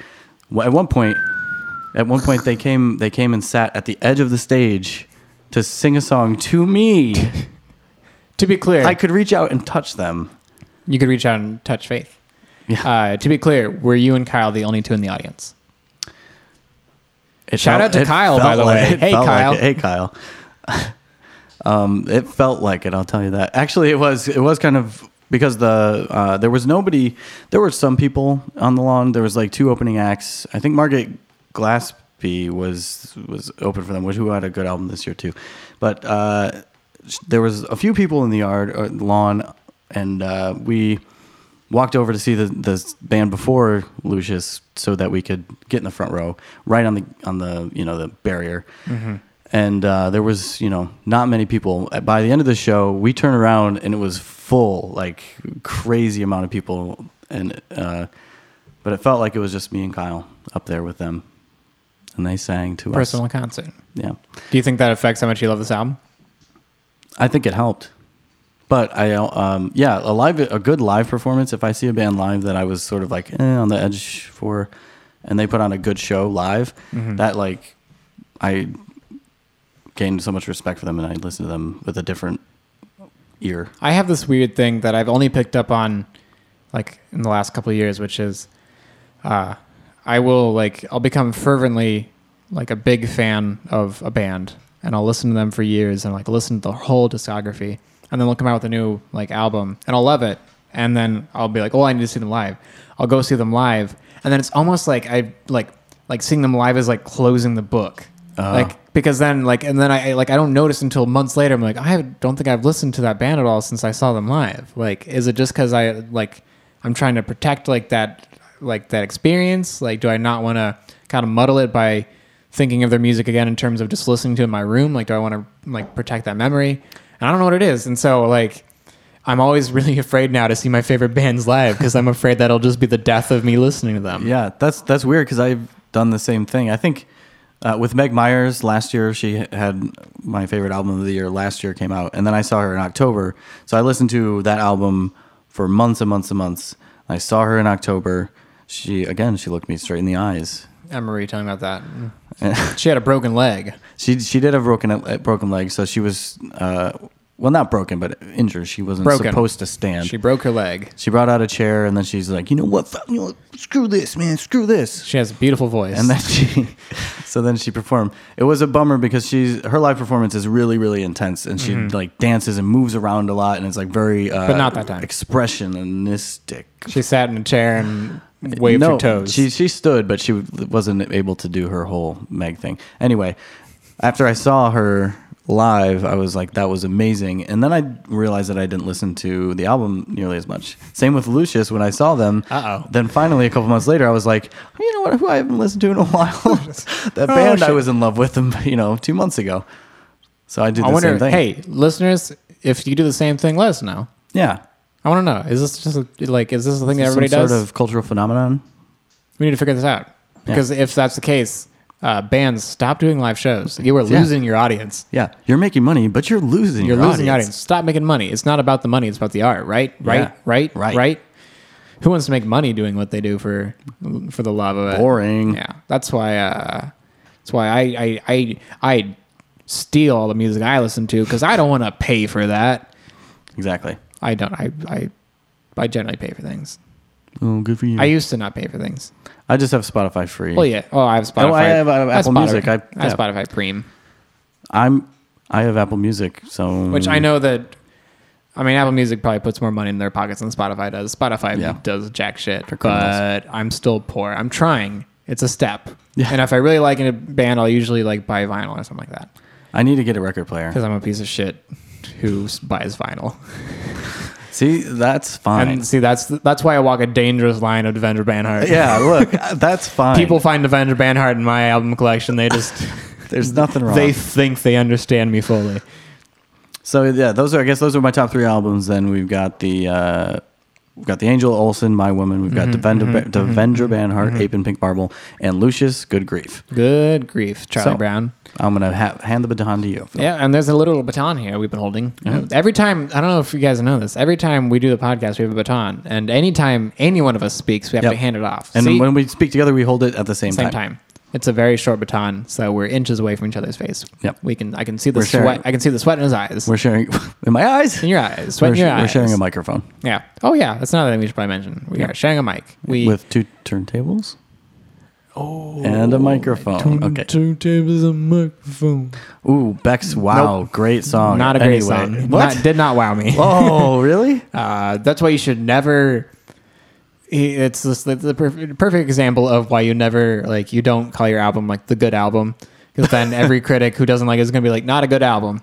[SPEAKER 2] well, at one point. At one point, they came. They came and sat at the edge of the stage to sing a song to me. (laughs)
[SPEAKER 1] To be clear,
[SPEAKER 2] I could reach out and touch them.
[SPEAKER 1] You could reach out and touch faith.
[SPEAKER 2] Yeah.
[SPEAKER 1] Uh, to be clear, were you and Kyle the only two in the audience?
[SPEAKER 2] It
[SPEAKER 1] Shout out to
[SPEAKER 2] it
[SPEAKER 1] Kyle, by
[SPEAKER 2] felt
[SPEAKER 1] the way.
[SPEAKER 2] it
[SPEAKER 1] Hey,
[SPEAKER 2] felt like
[SPEAKER 1] Kyle.
[SPEAKER 2] it. hey, Kyle. (laughs) um, it felt like it. I'll tell you that. Actually, it was. It was kind of because the uh, there was nobody. There were some people on the lawn. There was like two opening acts. I think Margaret Glaspie was was open for them, which who had a good album this year too. But uh, sh- there was a few people in the yard or the lawn, and uh, we walked over to see the, the band before Lucius so that we could get in the front row, right on the on the you know the barrier. And uh, there was you know not many people. By the end of the show, we turned around and it was full, like crazy amount of people. And uh, but it felt like it was just me and Kyle up there with them. and they sang to
[SPEAKER 1] Personal
[SPEAKER 2] us.
[SPEAKER 1] concert.
[SPEAKER 2] Yeah,
[SPEAKER 1] Do you think that affects how much you love this album?
[SPEAKER 2] I think it helped. But I, um, yeah, a live, a good live performance. If I see a band live that I was sort of like eh, on the edge for, and they put on a good show live, that like, I gained so much respect for them, and I listen to them with a different ear.
[SPEAKER 1] I have this weird thing that I've only picked up on like in the last couple of years, which is uh, I will like I'll become fervently like a big fan of a band and I'll listen to them for years and like listen to the whole discography and then they'll come out with a new like album and I'll love it and then I'll be like, Oh, I need to see them live. I'll go see them live and then it's almost like I like like seeing them live is like closing the book.
[SPEAKER 2] Oh.
[SPEAKER 1] Like because then like and then I I- like I don't notice until months later I'm like I don't think I've listened to that band at all since I saw them live. Like is it just cuz I like I'm trying to protect like that like that experience? Like do I not want to kind of muddle it by thinking of their music again in terms of just listening to it in my room? Like do I want to like protect that memory? And I don't know what it is. And so like I'm always (laughs) really afraid now to see my favorite bands live because I'm afraid that'll just be the death of me listening to them.
[SPEAKER 2] Yeah, that's that's weird because I've done the same thing. I think uh, with Meg Myers last year, she had my favorite album of the year last year came out, and then I saw her in October. So I listened to that album for months and months and months. I saw her in October. She again, she looked me straight in the eyes.
[SPEAKER 1] Emery talking about that. she had a broken leg.
[SPEAKER 2] She she did have broken a broken leg, so she was uh, well not broken but injured. She wasn't
[SPEAKER 1] Broken.
[SPEAKER 2] supposed to stand.
[SPEAKER 1] She
[SPEAKER 2] She,
[SPEAKER 1] broke her leg.
[SPEAKER 2] brought out a chair, and then she's like, you know what, Fuck, you know, screw this, man, screw this.
[SPEAKER 1] She has a beautiful voice.
[SPEAKER 2] and then she (laughs) so then she performed it was a bummer because she's her live performance is really really intense and she like dances and moves around a lot and it's like very uh,
[SPEAKER 1] Mm-hmm. But not that time.
[SPEAKER 2] expressionistic
[SPEAKER 1] she sat in a chair
[SPEAKER 2] (laughs)
[SPEAKER 1] and waved her toes.
[SPEAKER 2] she she stood but she wasn't able to do her whole meg thing anyway after i saw her live i was like that was amazing and then i realized that i didn't listen to the album nearly as much same with lucius when i saw them
[SPEAKER 1] Uh-oh.
[SPEAKER 2] then finally a couple months later i was like you know what who i haven't listened to in
[SPEAKER 1] (laughs)
[SPEAKER 2] a while (laughs) that
[SPEAKER 1] Oh,
[SPEAKER 2] band i
[SPEAKER 1] shit.
[SPEAKER 2] was in love with (laughs) them you know two months ago so i did
[SPEAKER 1] I
[SPEAKER 2] the same
[SPEAKER 1] wonder,
[SPEAKER 2] thing
[SPEAKER 1] hey, listeners, if you do the same thing, let us know.
[SPEAKER 2] yeah
[SPEAKER 1] I want to know. Is this just a, like, is this a thing that everybody
[SPEAKER 2] some
[SPEAKER 1] does?
[SPEAKER 2] sort of cultural phenomenon
[SPEAKER 1] we need to figure this out. Because if that's the case, uh, bands stop doing live shows. You are
[SPEAKER 2] Yeah.
[SPEAKER 1] losing your audience.
[SPEAKER 2] yeah you're making money but you're losing
[SPEAKER 1] You're
[SPEAKER 2] your
[SPEAKER 1] losing your audience. Stop making money. It's not about the money. It's about the art, right? Right?
[SPEAKER 2] Yeah.
[SPEAKER 1] Right?
[SPEAKER 2] Right.
[SPEAKER 1] Right? Who wants to make money doing what they do for for the love of it?
[SPEAKER 2] boring
[SPEAKER 1] Yeah, that's why. Uh, that's why I I I, I steal all the music I listen to because I don't want to pay for that.
[SPEAKER 2] Exactly.
[SPEAKER 1] I don't. I I I generally pay for things.
[SPEAKER 2] Oh, good for you.
[SPEAKER 1] I
[SPEAKER 2] I,
[SPEAKER 1] used to not pay for things.
[SPEAKER 2] just have Spotify free.
[SPEAKER 1] Well, yeah. Oh, I have Spotify.
[SPEAKER 2] Oh, I have, I have Apple
[SPEAKER 1] Spotify.
[SPEAKER 2] Music. I-
[SPEAKER 1] I, have
[SPEAKER 2] yeah.
[SPEAKER 1] Spotify Premium,
[SPEAKER 2] I'm I have Apple Music, so
[SPEAKER 1] which I know that. I mean, Apple Music probably puts more money in their pockets than Spotify does. Spotify
[SPEAKER 2] Yeah.
[SPEAKER 1] does jack shit,
[SPEAKER 2] criminals.
[SPEAKER 1] but I'm still poor. I'm trying. It's a step.
[SPEAKER 2] Yeah.
[SPEAKER 1] And if I really like a band, I'll usually like buy vinyl or something like that.
[SPEAKER 2] I need to get a record player.
[SPEAKER 1] because I'm a piece of shit who s- buys vinyl.
[SPEAKER 2] See, that's fine.
[SPEAKER 1] And see, that's that's why I walk a dangerous line of Devendra Banhart. (laughs)
[SPEAKER 2] yeah, look, that's fine.
[SPEAKER 1] people find Devendra Banhart in my album collection. They just
[SPEAKER 2] (laughs)
[SPEAKER 1] (laughs)
[SPEAKER 2] there's nothing wrong.
[SPEAKER 1] they think they understand me fully.
[SPEAKER 2] so yeah, those are I guess those are my top three albums. Then we've got the uh, we've got the Angel Olsen, My Woman. We've got
[SPEAKER 1] Mm-hmm,
[SPEAKER 2] Devendra, Devendra Banhart, Ape and Pink Marble, and Lucius. Good grief.
[SPEAKER 1] Good grief, Charlie
[SPEAKER 2] So-
[SPEAKER 1] Brown.
[SPEAKER 2] I'm gonna ha- hand the baton to you.
[SPEAKER 1] Yeah, and there's a little baton here we've been holding. Every time, I don't know if you guys know this. Every time we do the podcast, we have a baton, and anytime any one of us speaks, we have
[SPEAKER 2] Yep.
[SPEAKER 1] to hand it off.
[SPEAKER 2] And
[SPEAKER 1] See?
[SPEAKER 2] when we speak together, we hold it at the same,
[SPEAKER 1] same
[SPEAKER 2] time.
[SPEAKER 1] time. It's a very short baton, so we're inches away from each other's face.
[SPEAKER 2] Yep.
[SPEAKER 1] we can. I can see the
[SPEAKER 2] We're sharing-
[SPEAKER 1] sweat. I can see the sweat in his eyes.
[SPEAKER 2] We're sharing (laughs) in my eyes.
[SPEAKER 1] in your eyes. Sweat
[SPEAKER 2] We're,
[SPEAKER 1] in
[SPEAKER 2] sh-
[SPEAKER 1] your eyes.
[SPEAKER 2] we're sharing a microphone.
[SPEAKER 1] Yeah. Oh yeah, that's another thing we should probably mention. We are sharing a mic. We
[SPEAKER 2] with two turntables. Oh, and a microphone. Okay.
[SPEAKER 1] turntables and microphone.
[SPEAKER 2] Ooh, Beck's wow, great song.
[SPEAKER 1] Not a great
[SPEAKER 2] Anyway.
[SPEAKER 1] song.
[SPEAKER 2] What?
[SPEAKER 1] Not, did not wow me. (laughs)
[SPEAKER 2] (laughs) oh, really?
[SPEAKER 1] Uh, that's why you should never. It's just the, the perfect, perfect example of why you never like you don't call your album like the good album because
[SPEAKER 2] (laughs)
[SPEAKER 1] then every critic who doesn't like it is gonna be like not a good album.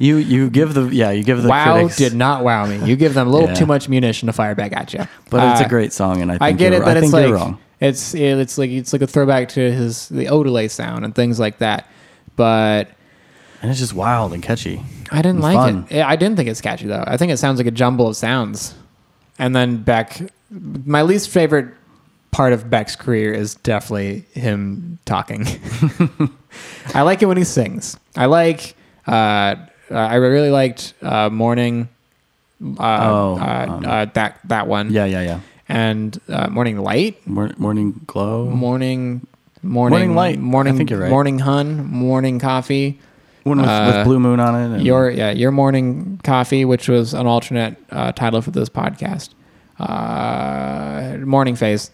[SPEAKER 2] You you give the yeah you give the
[SPEAKER 1] wow
[SPEAKER 2] critics,
[SPEAKER 1] did not wow me. You give them a little
[SPEAKER 2] Yeah.
[SPEAKER 1] too much munition to fire back at you.
[SPEAKER 2] but it's
[SPEAKER 1] Uh,
[SPEAKER 2] a great song, and I think
[SPEAKER 1] I get
[SPEAKER 2] you're,
[SPEAKER 1] it, but it's
[SPEAKER 2] I think
[SPEAKER 1] like
[SPEAKER 2] you're wrong.
[SPEAKER 1] it's it's like it's like a throwback to his the Odelay sound and things like that. But
[SPEAKER 2] And it's just wild and catchy.
[SPEAKER 1] I didn't
[SPEAKER 2] It's
[SPEAKER 1] like
[SPEAKER 2] fun.
[SPEAKER 1] it. Yeah, I didn't think it's catchy though. I think it sounds like a jumble of sounds. And then Beck, my least favorite part of Beck's career is definitely him (laughs) talking. I like it when he sings. I like. Uh, I really liked uh, morning. Uh,
[SPEAKER 2] Oh,
[SPEAKER 1] uh,
[SPEAKER 2] um,
[SPEAKER 1] uh, that that one.
[SPEAKER 2] Yeah, yeah, yeah.
[SPEAKER 1] And uh, morning light,
[SPEAKER 2] Mor- morning glow.
[SPEAKER 1] morning, morning,
[SPEAKER 2] Light. I
[SPEAKER 1] morning.
[SPEAKER 2] think you're right.
[SPEAKER 1] Morning hun, morning coffee.
[SPEAKER 2] One with,
[SPEAKER 1] uh,
[SPEAKER 2] with blue moon on it. and-
[SPEAKER 1] Your yeah, your morning coffee, which was an alternate uh, title for this podcast. Uh, morning phase.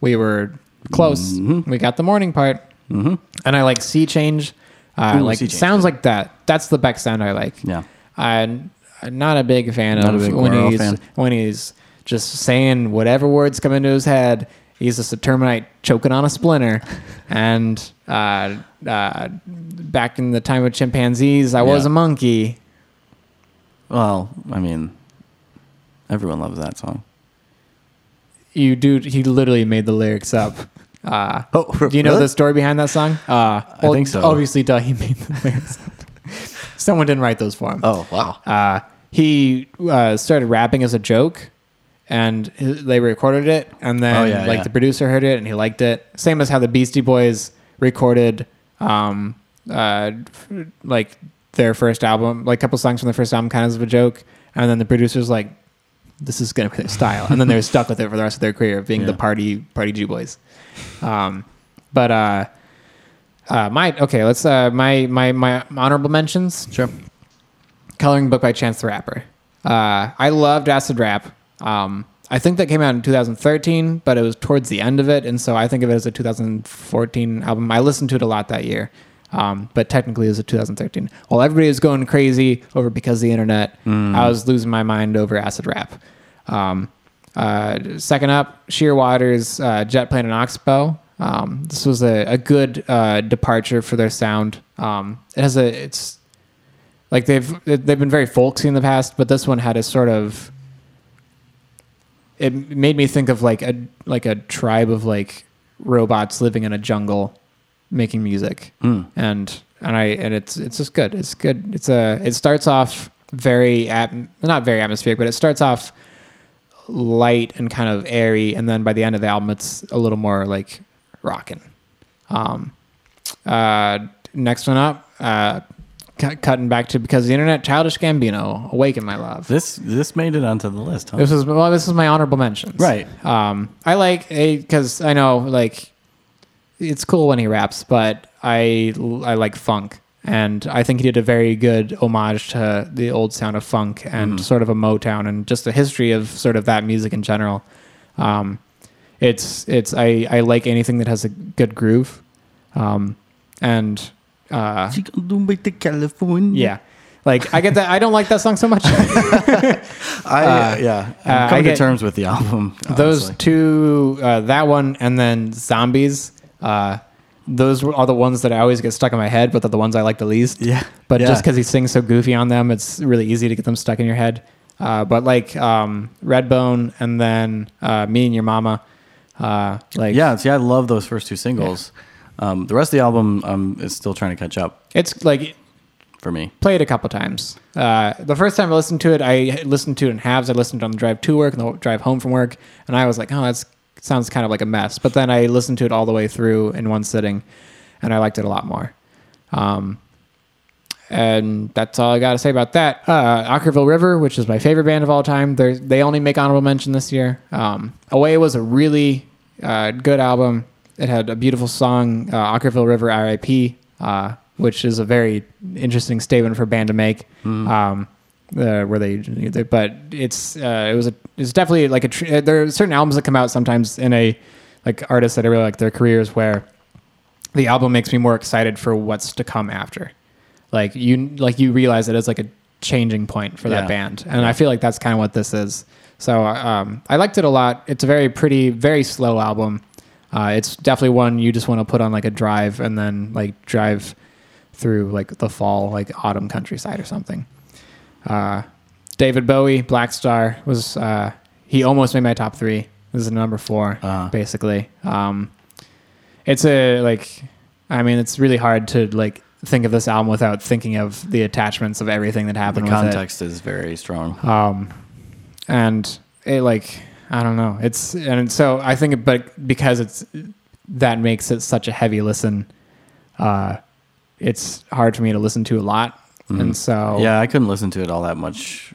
[SPEAKER 1] We were close.
[SPEAKER 2] Mhm.
[SPEAKER 1] We got the morning part,
[SPEAKER 2] Mhm.
[SPEAKER 1] and I like sea change. Uh,
[SPEAKER 2] Ooh,
[SPEAKER 1] like
[SPEAKER 2] Sea Change,
[SPEAKER 1] sounds like that. That's the Beck sound I like.
[SPEAKER 2] Yeah.
[SPEAKER 1] I'm I'm not a big fan
[SPEAKER 2] Not a
[SPEAKER 1] of
[SPEAKER 2] big
[SPEAKER 1] when
[SPEAKER 2] Guerrero
[SPEAKER 1] he's
[SPEAKER 2] fan.
[SPEAKER 1] when he's just saying whatever words come into his head. He's just a termite choking on a
[SPEAKER 2] (laughs)
[SPEAKER 1] splinter, and uh, uh, back in the time of chimpanzees, I was
[SPEAKER 2] Yeah.
[SPEAKER 1] a monkey.
[SPEAKER 2] Well, I mean, everyone loves that song.
[SPEAKER 1] You dude, he literally made the lyrics up. Uh,
[SPEAKER 2] Oh,
[SPEAKER 1] do you
[SPEAKER 2] (laughs)
[SPEAKER 1] know the story behind that song? Uh, well,
[SPEAKER 2] think so.
[SPEAKER 1] Obviously, duh, he made the lyrics
[SPEAKER 2] (laughs)
[SPEAKER 1] up. Someone didn't write those for him.
[SPEAKER 2] Oh, wow.
[SPEAKER 1] uh, he uh, started rapping as a joke and hi- they recorded it and then
[SPEAKER 2] Oh, yeah,
[SPEAKER 1] like
[SPEAKER 2] yeah.
[SPEAKER 1] the producer heard it and he liked it same as how the beastie boys recorded um, uh, f- like their first album like a couple songs from the first album kind of as a joke and then the producers like this is gonna be their style and then they're stuck with it for the rest of their career being the
[SPEAKER 2] Yeah.
[SPEAKER 1] party party jew boys um, but uh, uh, my okay let's uh, my my my honorable mentions
[SPEAKER 2] Sure.
[SPEAKER 1] coloring book by Chance the Rapper. Uh, I loved Acid Rap. Um, I think that came out in 2013, but it was towards the end of it, and so I think of it as a 2014 album. I listened to it a lot that year, um, but technically it was a 2013. While everybody was going crazy over because of the internet, I was losing my mind over Acid Rap. Um, uh, second up, Sheer Waters, uh, Jet Plane and Oxbow. Um, this was a, a good uh, departure for their sound. Um, it has a it's like they've they've been very folksy in the past, but this one had a sort of it made me think of like a like a tribe of like robots living in a jungle making music
[SPEAKER 2] Mm.
[SPEAKER 1] and and I and it's it's just good. It's good. It's a it starts off very at not very atmospheric, but it starts off light and kind of airy, and then by the end of the album, it's a little more like rocking. Um, uh, next one up, uh, cu- cutting back to because of the internet, childish Gambino, awaken my love.
[SPEAKER 2] This this made it onto the list, huh?
[SPEAKER 1] This is well, this is my honorable mentions.
[SPEAKER 2] Right.
[SPEAKER 1] Um, I like because I know like it's cool when he raps, but I I like funk, and I think he did a very good homage to the old sound of funk and sort of a Motown and just the history of sort of that music in general. Um, it's it's I I like anything that has a good groove, um, and
[SPEAKER 2] (laughs)
[SPEAKER 1] uh,
[SPEAKER 2] She gonna do me to California.
[SPEAKER 1] yeah. Like I get that I don't like that song so much. (laughs)
[SPEAKER 2] I
[SPEAKER 1] Uh,
[SPEAKER 2] yeah.
[SPEAKER 1] uh,
[SPEAKER 2] I've come
[SPEAKER 1] I
[SPEAKER 2] to
[SPEAKER 1] get-
[SPEAKER 2] terms with the album.
[SPEAKER 1] those
[SPEAKER 2] honestly.
[SPEAKER 1] two uh, that one and then zombies uh, those were- are the ones that i always get stuck in my head but they're the ones i like the least
[SPEAKER 2] Yeah.
[SPEAKER 1] but
[SPEAKER 2] yeah.
[SPEAKER 1] just because he sings so goofy on them it's really easy to get them stuck in your head uh, but like um, redbone and then uh, me and your mama uh, like
[SPEAKER 2] Yeah, see I love those first two singles. Um, the rest of the album um, is still trying to catch up
[SPEAKER 1] it's like
[SPEAKER 2] for me.
[SPEAKER 1] play it a couple times. Uh, the first time I listened to it, I listened to it in halves. I listened to it on the drive to work and the drive home from work, and I was like, "Oh, that's sounds kind of like a mess." But then I listened to it all the way through in one sitting, and I liked it a lot more. Um, and that's all I got to say about that. Uh, Ockerville River, which is my favorite band of all time, they they only make honorable mention this year. Um, Away was a really uh, good album. It had a beautiful song, uh, Ockerville River R.I.P., uh, which is a very interesting statement for a band to make. Um, uh, where they, they- but it's uh, it was a it's definitely like a tr- uh, there are certain albums that come out sometimes in a like artists that I really like their careers where the album makes me more excited for what's to come after. Like you like you realize it is like a changing point for that
[SPEAKER 2] Yeah.
[SPEAKER 1] band. And I feel like that's kind of what this is. So um, I liked it a lot. It's a very pretty, very slow album. Uh, it's definitely one you just want to put on like a drive and then like drive through like the fall, like autumn countryside or something. Uh, David Bowie, Black Star was uh, he almost made my top three. This is number 4
[SPEAKER 2] Uh-huh.
[SPEAKER 1] basically. Um, it's a like, I mean, it's really hard to like think of this album without thinking of the attachments of everything that Oh.
[SPEAKER 2] The
[SPEAKER 1] happened. with it
[SPEAKER 2] context is very strong.
[SPEAKER 1] um and it like I don't know. It's and so I think, it- but because it's that makes it such a heavy listen. Uh, it's hard for me to listen to a lot,
[SPEAKER 2] Mm-hmm.
[SPEAKER 1] and so
[SPEAKER 2] Yeah, I couldn't listen to it all that much.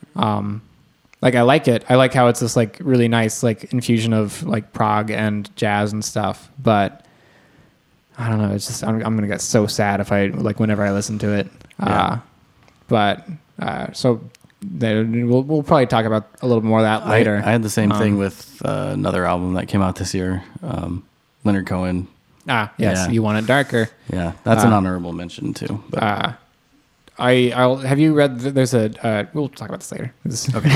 [SPEAKER 1] like I like it. I like how it's this like really nice like infusion of like prog and jazz and stuff. But I don't know. It's just I'm, I'm gonna get so sad if I like whenever I listen to it. Uh,
[SPEAKER 2] Yeah.
[SPEAKER 1] but uh, so there, we'll we'll probably talk about a little more of that
[SPEAKER 2] I-
[SPEAKER 1] later.
[SPEAKER 2] I, had the same
[SPEAKER 1] Um,
[SPEAKER 2] thing with uh, another album that came out this year, um, Leonard Cohen.
[SPEAKER 1] ah yes,
[SPEAKER 2] Yeah.
[SPEAKER 1] you want it darker.
[SPEAKER 2] Yeah, that's an
[SPEAKER 1] Uh,
[SPEAKER 2] honorable mention too. But
[SPEAKER 1] Uh, I I'll have you read. th- There's a uh, we'll talk about this later. okay.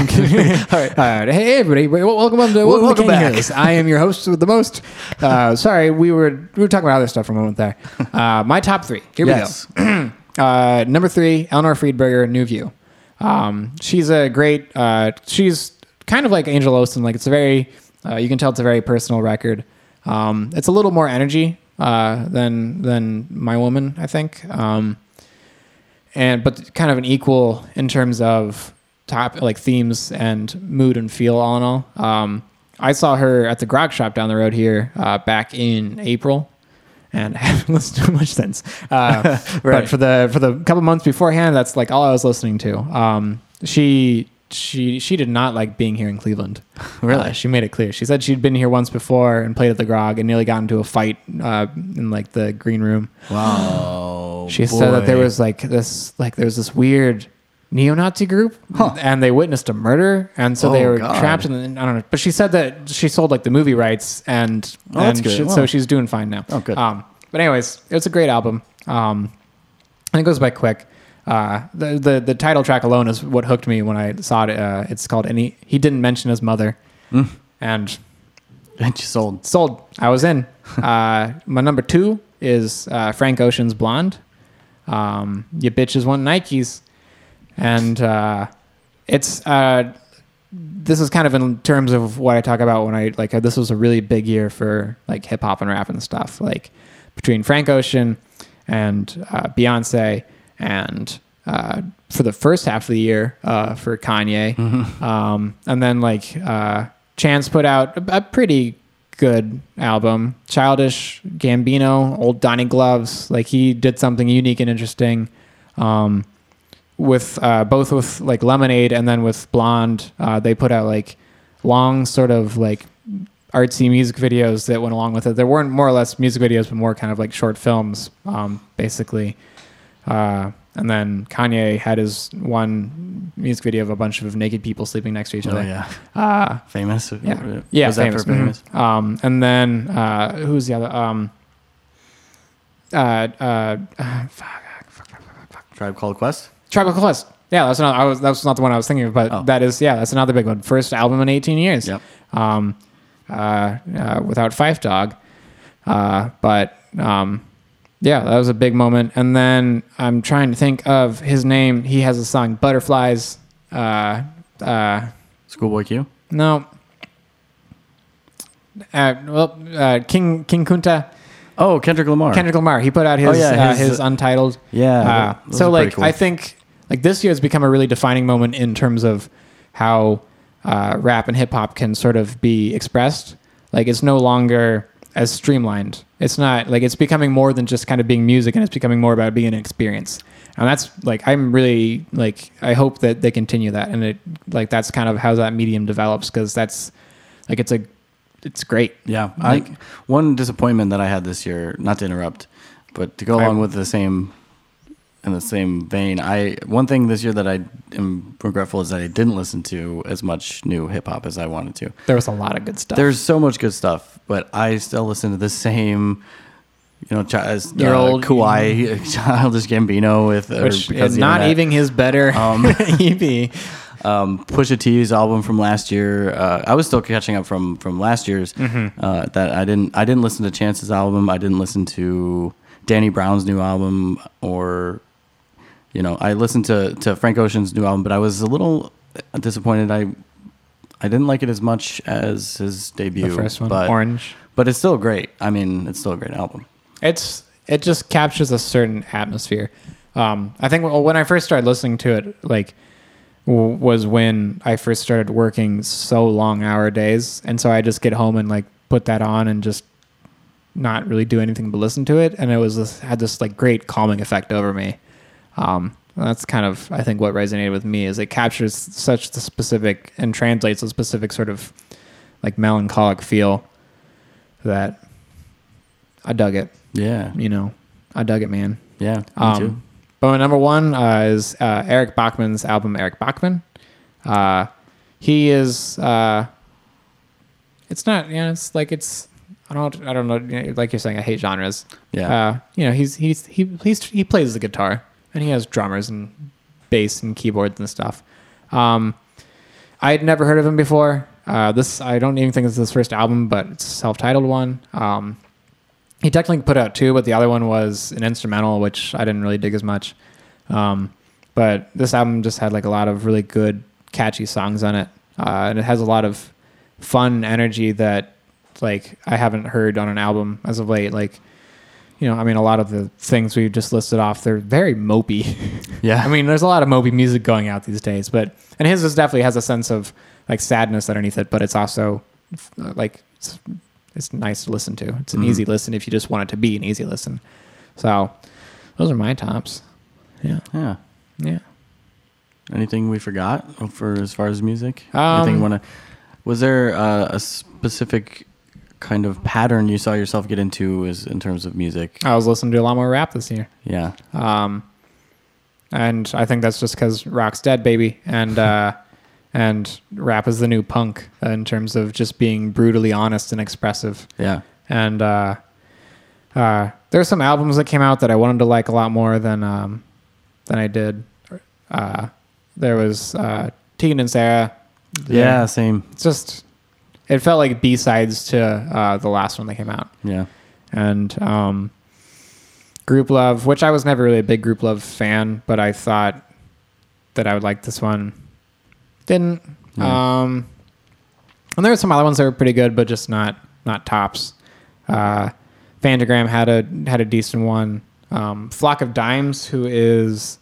[SPEAKER 2] (laughs)
[SPEAKER 1] (laughs) All right. Uh, Hey everybody, we- wel- welcome on to welcome,
[SPEAKER 2] welcome
[SPEAKER 1] to King
[SPEAKER 2] back.
[SPEAKER 1] Heroes. I am your host with the most. Uh, sorry, we were we were talking about other stuff for a moment there. Uh, my top three. Here
[SPEAKER 2] yes,
[SPEAKER 1] we go. Uh, number three, Eleanor Friedberger, New View. Um, she's a great. Uh, she's kind of like Angel Olsen. Like it's a very. Uh, you can tell it's a very personal record. Um, it's a little more energy uh, than than My Woman, I think. Um, and but kind of an equal in terms of top like themes and mood and feel all in all. Um, I saw her at the grog shop down the road here uh, back in April, and (laughs) I haven't listened to much since. Uh, But
[SPEAKER 2] (laughs) Right.
[SPEAKER 1] for the for the couple months beforehand, that's like all I was listening to. Um, she she she did not like being here in Cleveland.
[SPEAKER 2] (laughs) Really?
[SPEAKER 1] Uh, she made it clear. She said she'd been here once before and played at the grog and nearly got into a fight uh, in like the green room.
[SPEAKER 2] wow.
[SPEAKER 1] She said that there
[SPEAKER 2] Oh, boy.
[SPEAKER 1] was like this, like there was this weird neo-Nazi group, and they witnessed a murder, and so they
[SPEAKER 2] Oh,
[SPEAKER 1] were
[SPEAKER 2] God.
[SPEAKER 1] trapped in. The, I don't know, but she said that she sold like the movie rights, and,
[SPEAKER 2] Oh, that's
[SPEAKER 1] and
[SPEAKER 2] good.
[SPEAKER 1] she-
[SPEAKER 2] Wow.
[SPEAKER 1] so she's doing fine now.
[SPEAKER 2] Oh, good.
[SPEAKER 1] Um, but anyways, it's a great album. Um, and it goes by quick. Uh, the, the the title track alone is what hooked me when I saw it. Uh, it's called "And He, he Didn't Mention His Mother,"
[SPEAKER 2] Mm.
[SPEAKER 1] and
[SPEAKER 2] and (laughs) she sold.
[SPEAKER 1] sold. I was in. Uh, my number two is uh, Frank Ocean's Blonde. Um, you bitches want Nikes, and uh, it's uh, this is kind of in terms of what I talk about when I like uh, this was a really big year for like hip hop and rap and stuff like between Frank Ocean and uh, Beyonce and uh, for the first half of the year uh, for Kanye, um, and then like uh, Chance put out a, a pretty good album, Childish Gambino, Old Donnie Gloves, like he did something unique and interesting. Um, with uh, both with like Lemonade and then with Blonde, uh, they put out like long sort of like artsy music videos that went along with it. There weren't more or less music videos, but more kind of like short films, um, basically. Uh, and then Kanye had his one music video of a bunch of naked people sleeping next to each
[SPEAKER 2] Oh
[SPEAKER 1] other.
[SPEAKER 2] yeah,
[SPEAKER 1] Uh,
[SPEAKER 2] famous.
[SPEAKER 1] yeah, yeah,
[SPEAKER 2] was that
[SPEAKER 1] famous.
[SPEAKER 2] for famous?
[SPEAKER 1] mhm. Um, and then uh, who's the other? Um, uh, uh,
[SPEAKER 2] Tribe Called Quest.
[SPEAKER 1] Tribal Quest. Yeah, that's not. I was. That's not the one I was thinking of, but
[SPEAKER 2] Oh.
[SPEAKER 1] that is. Yeah, that's another big one. First album in 18 years.
[SPEAKER 2] Yep.
[SPEAKER 1] Um, uh, uh, without Fife Dog, uh, but um, yeah, that was a big moment. And then I'm trying to think of his name. He has a song, Butterflies. Uh, uh,
[SPEAKER 2] Schoolboy Q.
[SPEAKER 1] no. Uh, well, uh, King King Kunta,
[SPEAKER 2] Oh, Kendrick Lamar.
[SPEAKER 1] Kendrick Lamar. He put out his
[SPEAKER 2] Oh, yeah,
[SPEAKER 1] uh,
[SPEAKER 2] his-
[SPEAKER 1] his untitled.
[SPEAKER 2] Yeah.
[SPEAKER 1] Uh,
[SPEAKER 2] those
[SPEAKER 1] so
[SPEAKER 2] are pretty
[SPEAKER 1] like
[SPEAKER 2] cool.
[SPEAKER 1] I think like this year has become a really defining moment in terms of how uh, rap and hip hop can sort of be expressed. Like it's no longer as streamlined. It's not like it's becoming more than just kind of being music, and it's becoming more about being an experience. And that's like I'm really like I hope that they continue that, and it like that's kind of how that medium develops because that's like it's a it's great.
[SPEAKER 2] Yeah,
[SPEAKER 1] Like-
[SPEAKER 2] I one disappointment that I had this year. Not to interrupt, but to go
[SPEAKER 1] I-
[SPEAKER 2] along with the same in the same vein, I one thing this year that I am regretful is that I didn't listen to as much new hip hop as I wanted to.
[SPEAKER 1] There was a lot of good stuff.
[SPEAKER 2] There's so much good stuff, but I still listen to the same. You know, chi- as uh,
[SPEAKER 1] Your old-
[SPEAKER 2] Kawhi, (laughs) childish Gambino with or
[SPEAKER 1] which
[SPEAKER 2] because
[SPEAKER 1] is
[SPEAKER 2] the
[SPEAKER 1] not
[SPEAKER 2] internet.
[SPEAKER 1] even his better (laughs) um, EP.
[SPEAKER 2] um, Pusha T's album from last year. Uh, I was still catching up from from last year's.
[SPEAKER 1] Mm-hmm.
[SPEAKER 2] Uh, that I didn't I didn't listen to Chance's album. I didn't listen to Danny Brown's new album or you know I listened to to Frank Ocean's new album, but I was a little disappointed. I I didn't like it as much as his debut.
[SPEAKER 1] The first one,
[SPEAKER 2] but,
[SPEAKER 1] Orange.
[SPEAKER 2] but it's still great. I mean, it's still a great album.
[SPEAKER 1] It's it just captures a certain atmosphere. Um, I think well, when I first started listening to it, like w- was when I first started working so long hour days, and so I just get home and like put that on and just not really do anything but listen to it, and it was this, had this like great calming effect over me. Um, and that's kind of I think what resonated with me is it captures such the specific and translates a specific sort of like melancholic feel that I dug it.
[SPEAKER 2] Yeah.
[SPEAKER 1] You know, I dug it, man.
[SPEAKER 2] Yeah. Me too.
[SPEAKER 1] Um, but my number one uh, is uh, Eric Bachman's album, Eric Bachman. Uh, he is. Uh, it's not. You know, it's like it's. I don't. I don't know. you know, Like you're saying, I hate genres.
[SPEAKER 2] Yeah.
[SPEAKER 1] Uh, you know, he's he's he he's, he plays the guitar and he has drummers and bass and keyboards and stuff. Um, I had never heard of him before. Uh, this I don't even think it's his first album, but it's a self-titled one. Um, he technically put out two, but the other one was an instrumental, which I didn't really dig as much. Um, but this album just had like a lot of really good, catchy songs on it, uh, and it has a lot of fun energy that like I haven't heard on an album as of late. Like, you know, I mean, a lot of the things we just listed off, they're very mopey. (laughs)
[SPEAKER 2] yeah.
[SPEAKER 1] I mean, there's a lot of Moby music going out these days, but and his is definitely has a sense of like sadness underneath it, but it's also uh, like it's, it's nice to listen to. It's an
[SPEAKER 2] Mhm.
[SPEAKER 1] easy listen if you just want it to be an easy listen. So those are my tops. Yeah,
[SPEAKER 2] yeah.
[SPEAKER 1] yeah.
[SPEAKER 2] Anything we forgot for as far as music?
[SPEAKER 1] Um,
[SPEAKER 2] Anything want to? Was there uh, a specific kind of pattern you saw yourself get into is in terms of music?
[SPEAKER 1] I was listening to a lot more rap this year,
[SPEAKER 2] Yeah.
[SPEAKER 1] um, and I think that's just because rock's dead, baby, and uh, and rap is the new punk uh, in terms of just being brutally honest and expressive.
[SPEAKER 2] Yeah.
[SPEAKER 1] and uh, uh, there's some albums that came out that I wanted to like a lot more than um, than I did. Uh, there was uh, Tegan and Sarah.
[SPEAKER 2] Yeah. Same.
[SPEAKER 1] it's just it felt like B sides to uh, the last one that came out,
[SPEAKER 2] Yeah.
[SPEAKER 1] and um, Group Love, which I was never really a big Group Love fan, but I thought that I would like this one. Didn't.
[SPEAKER 2] Yeah.
[SPEAKER 1] Um, and there were some other ones that were pretty good, but just not not tops. Uh, Vandergram had a had a decent one. Um, Flock of Dimes, who is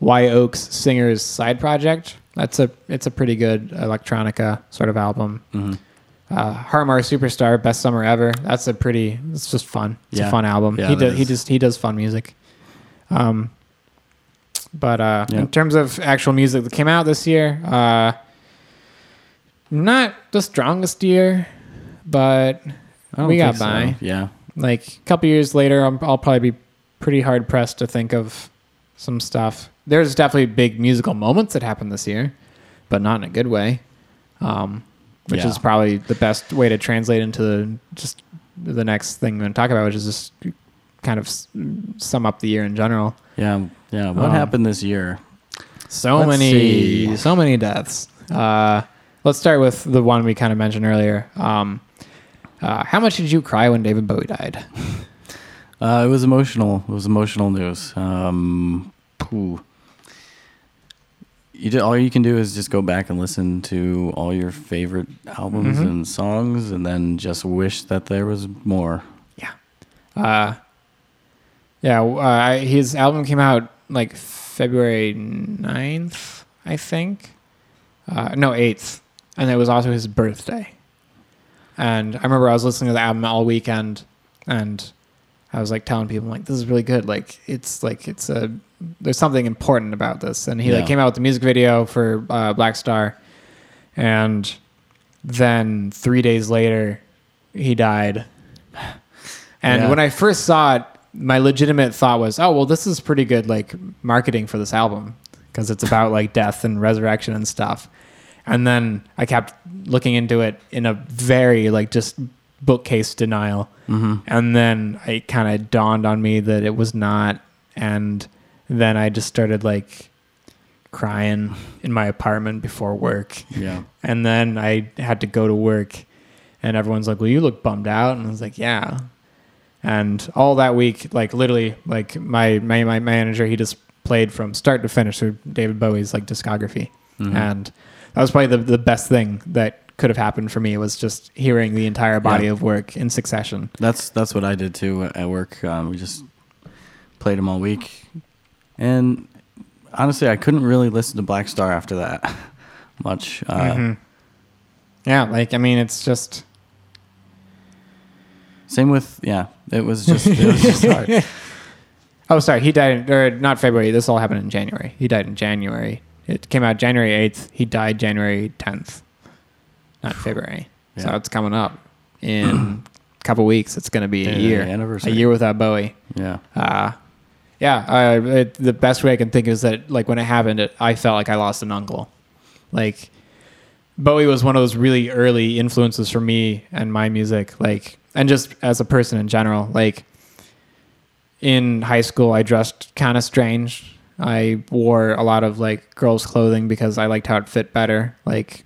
[SPEAKER 1] Y Oaks singer's side project. That's a it's a pretty good electronica sort of album.
[SPEAKER 2] Mhm.
[SPEAKER 1] Uh, Harmar Superstar, best summer ever. That's a pretty. It's just fun. It's a
[SPEAKER 2] Yeah.
[SPEAKER 1] fun album.
[SPEAKER 2] Yeah,
[SPEAKER 1] he
[SPEAKER 2] that
[SPEAKER 1] does he
[SPEAKER 2] is.
[SPEAKER 1] just he does fun music. Um, but uh,
[SPEAKER 2] Yeah.
[SPEAKER 1] in terms of actual music that came out this year, uh, not the strongest year, but
[SPEAKER 2] I don't
[SPEAKER 1] We got
[SPEAKER 2] think so.
[SPEAKER 1] by.
[SPEAKER 2] Yeah.
[SPEAKER 1] like a couple years later, I'm, I'll probably be pretty hard pressed to think of some stuff. There's definitely big musical moments that happened this year, but not in a good way, um, which
[SPEAKER 2] Yeah.
[SPEAKER 1] is probably the best way to translate into the, just the next thing I'm going to talk about, which is just kind of s- sum up the year in general.
[SPEAKER 2] Yeah. Yeah. What
[SPEAKER 1] Um,
[SPEAKER 2] happened this year?
[SPEAKER 1] So
[SPEAKER 2] Let's
[SPEAKER 1] many,
[SPEAKER 2] see.
[SPEAKER 1] so many deaths. Uh, let's start with the one we kind of mentioned earlier. Um, uh, how much did you cry when David Bowie died?
[SPEAKER 2] Uh, it was emotional. It was emotional news. Um, poo. You did, all you can do is just go back and listen to all your favorite albums
[SPEAKER 1] Mhm.
[SPEAKER 2] and songs, and then just wish that there was more.
[SPEAKER 1] Uh, yeah, w- uh, I- his album came out like February 9th, I think. Uh, no, 8th. And it was also his birthday. And I remember I was listening to the album all weekend and I was like telling people like this is really good. Like it's like it's a there's something important about this. And he like
[SPEAKER 2] Yeah.
[SPEAKER 1] came out with the music video for uh, Black Star and then 3 days later he died. And
[SPEAKER 2] Yeah.
[SPEAKER 1] when I first saw it, my legitimate thought was, oh, well, this is pretty good, like marketing for this album because it's about like death and resurrection and stuff. And then I kept looking into it in a very like just bookcase denial. And then it kind of dawned on me that it was not. And then I just started like crying in my apartment before work.
[SPEAKER 2] Yeah.
[SPEAKER 1] And then I had to go to work, and everyone's like, "Well, you look bummed out," and I was like, "Yeah." And all that week, like literally, like my my my manager, he just played from start to finish through David Bowie's like discography,
[SPEAKER 2] Mhm.
[SPEAKER 1] and that was probably the the best thing that could have happened for me was just hearing the entire body
[SPEAKER 2] Yeah.
[SPEAKER 1] of work in succession.
[SPEAKER 2] That's that's what I did too at work. Um, we just played them all week, and honestly, I couldn't really listen to Black Star after that (laughs) much. Uh,
[SPEAKER 1] Mm-hmm. Yeah, like I mean, it's just
[SPEAKER 2] Same with yeah, it was just it
[SPEAKER 1] (laughs)
[SPEAKER 2] was just (laughs) hard.
[SPEAKER 1] Oh, sorry. He died, or not February. This all happened in January. He died in January. It came out January 8th. He died January 10th, not February. So
[SPEAKER 2] Yeah.
[SPEAKER 1] it's coming up in a couple weeks. It's going to be a
[SPEAKER 2] Yeah,
[SPEAKER 1] year.
[SPEAKER 2] anniversary.
[SPEAKER 1] A year without Bowie.
[SPEAKER 2] Yeah,
[SPEAKER 1] Uh, yeah. I, it, the best way I can think is that, like, when it happened, it, I felt like I lost an uncle. Like, Bowie was one of those really early influences for me and my music, like, and just as a person in general. Like, in high school, I dressed kind of strange. I wore a lot of like girls' clothing because I liked how it fit better, like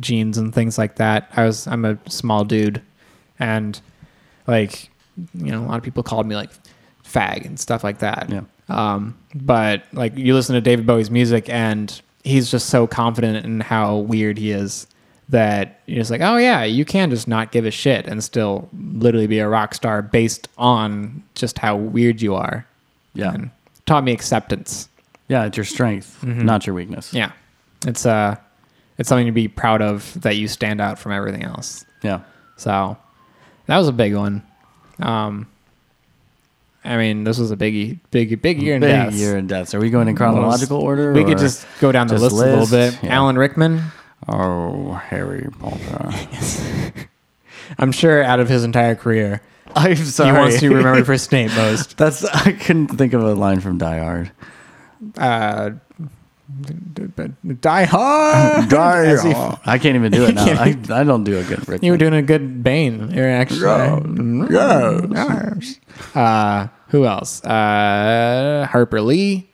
[SPEAKER 1] jeans and things like that. I was, I'm a small dude, and like, you know, a lot of people called me like fag and stuff like that.
[SPEAKER 2] yeah,
[SPEAKER 1] Um, but like you listen to David Bowie's music and he's just so confident in how weird he is that you're just like, oh yeah, you can just not give a shit and still literally be a rock star based on just how weird you are.
[SPEAKER 2] yeah,
[SPEAKER 1] And taught me acceptance.
[SPEAKER 2] yeah. It's your strength, not your weakness.
[SPEAKER 1] Yeah. It's uh it's something to be proud of that you stand out from everything else.
[SPEAKER 2] yeah.
[SPEAKER 1] So that was a big one. Um I mean, this was a biggie, big, big year in
[SPEAKER 2] Big
[SPEAKER 1] deaths.
[SPEAKER 2] year in deaths. Are we going in chronological order?
[SPEAKER 1] We could
[SPEAKER 2] or-
[SPEAKER 1] just go down the
[SPEAKER 2] just
[SPEAKER 1] list, a little
[SPEAKER 2] list?
[SPEAKER 1] bit.
[SPEAKER 2] Yeah.
[SPEAKER 1] Alan Rickman.
[SPEAKER 2] Oh, Harry
[SPEAKER 1] (laughs)
[SPEAKER 2] Potter.
[SPEAKER 1] I'm sure out of his entire career,
[SPEAKER 2] I'm sorry.
[SPEAKER 1] he wants to be (laughs) remembered
[SPEAKER 2] (laughs)
[SPEAKER 1] for his name most.
[SPEAKER 2] That's I couldn't think of a line from Die Hard.
[SPEAKER 1] Uh, d- d- die (laughs) Hard. As (laughs) he-
[SPEAKER 2] I can't even do it now. I, I don't do a good Rick.
[SPEAKER 1] you were doing a good Bane. You're actually. Yes. Uh, who else? Uh, Harper Lee.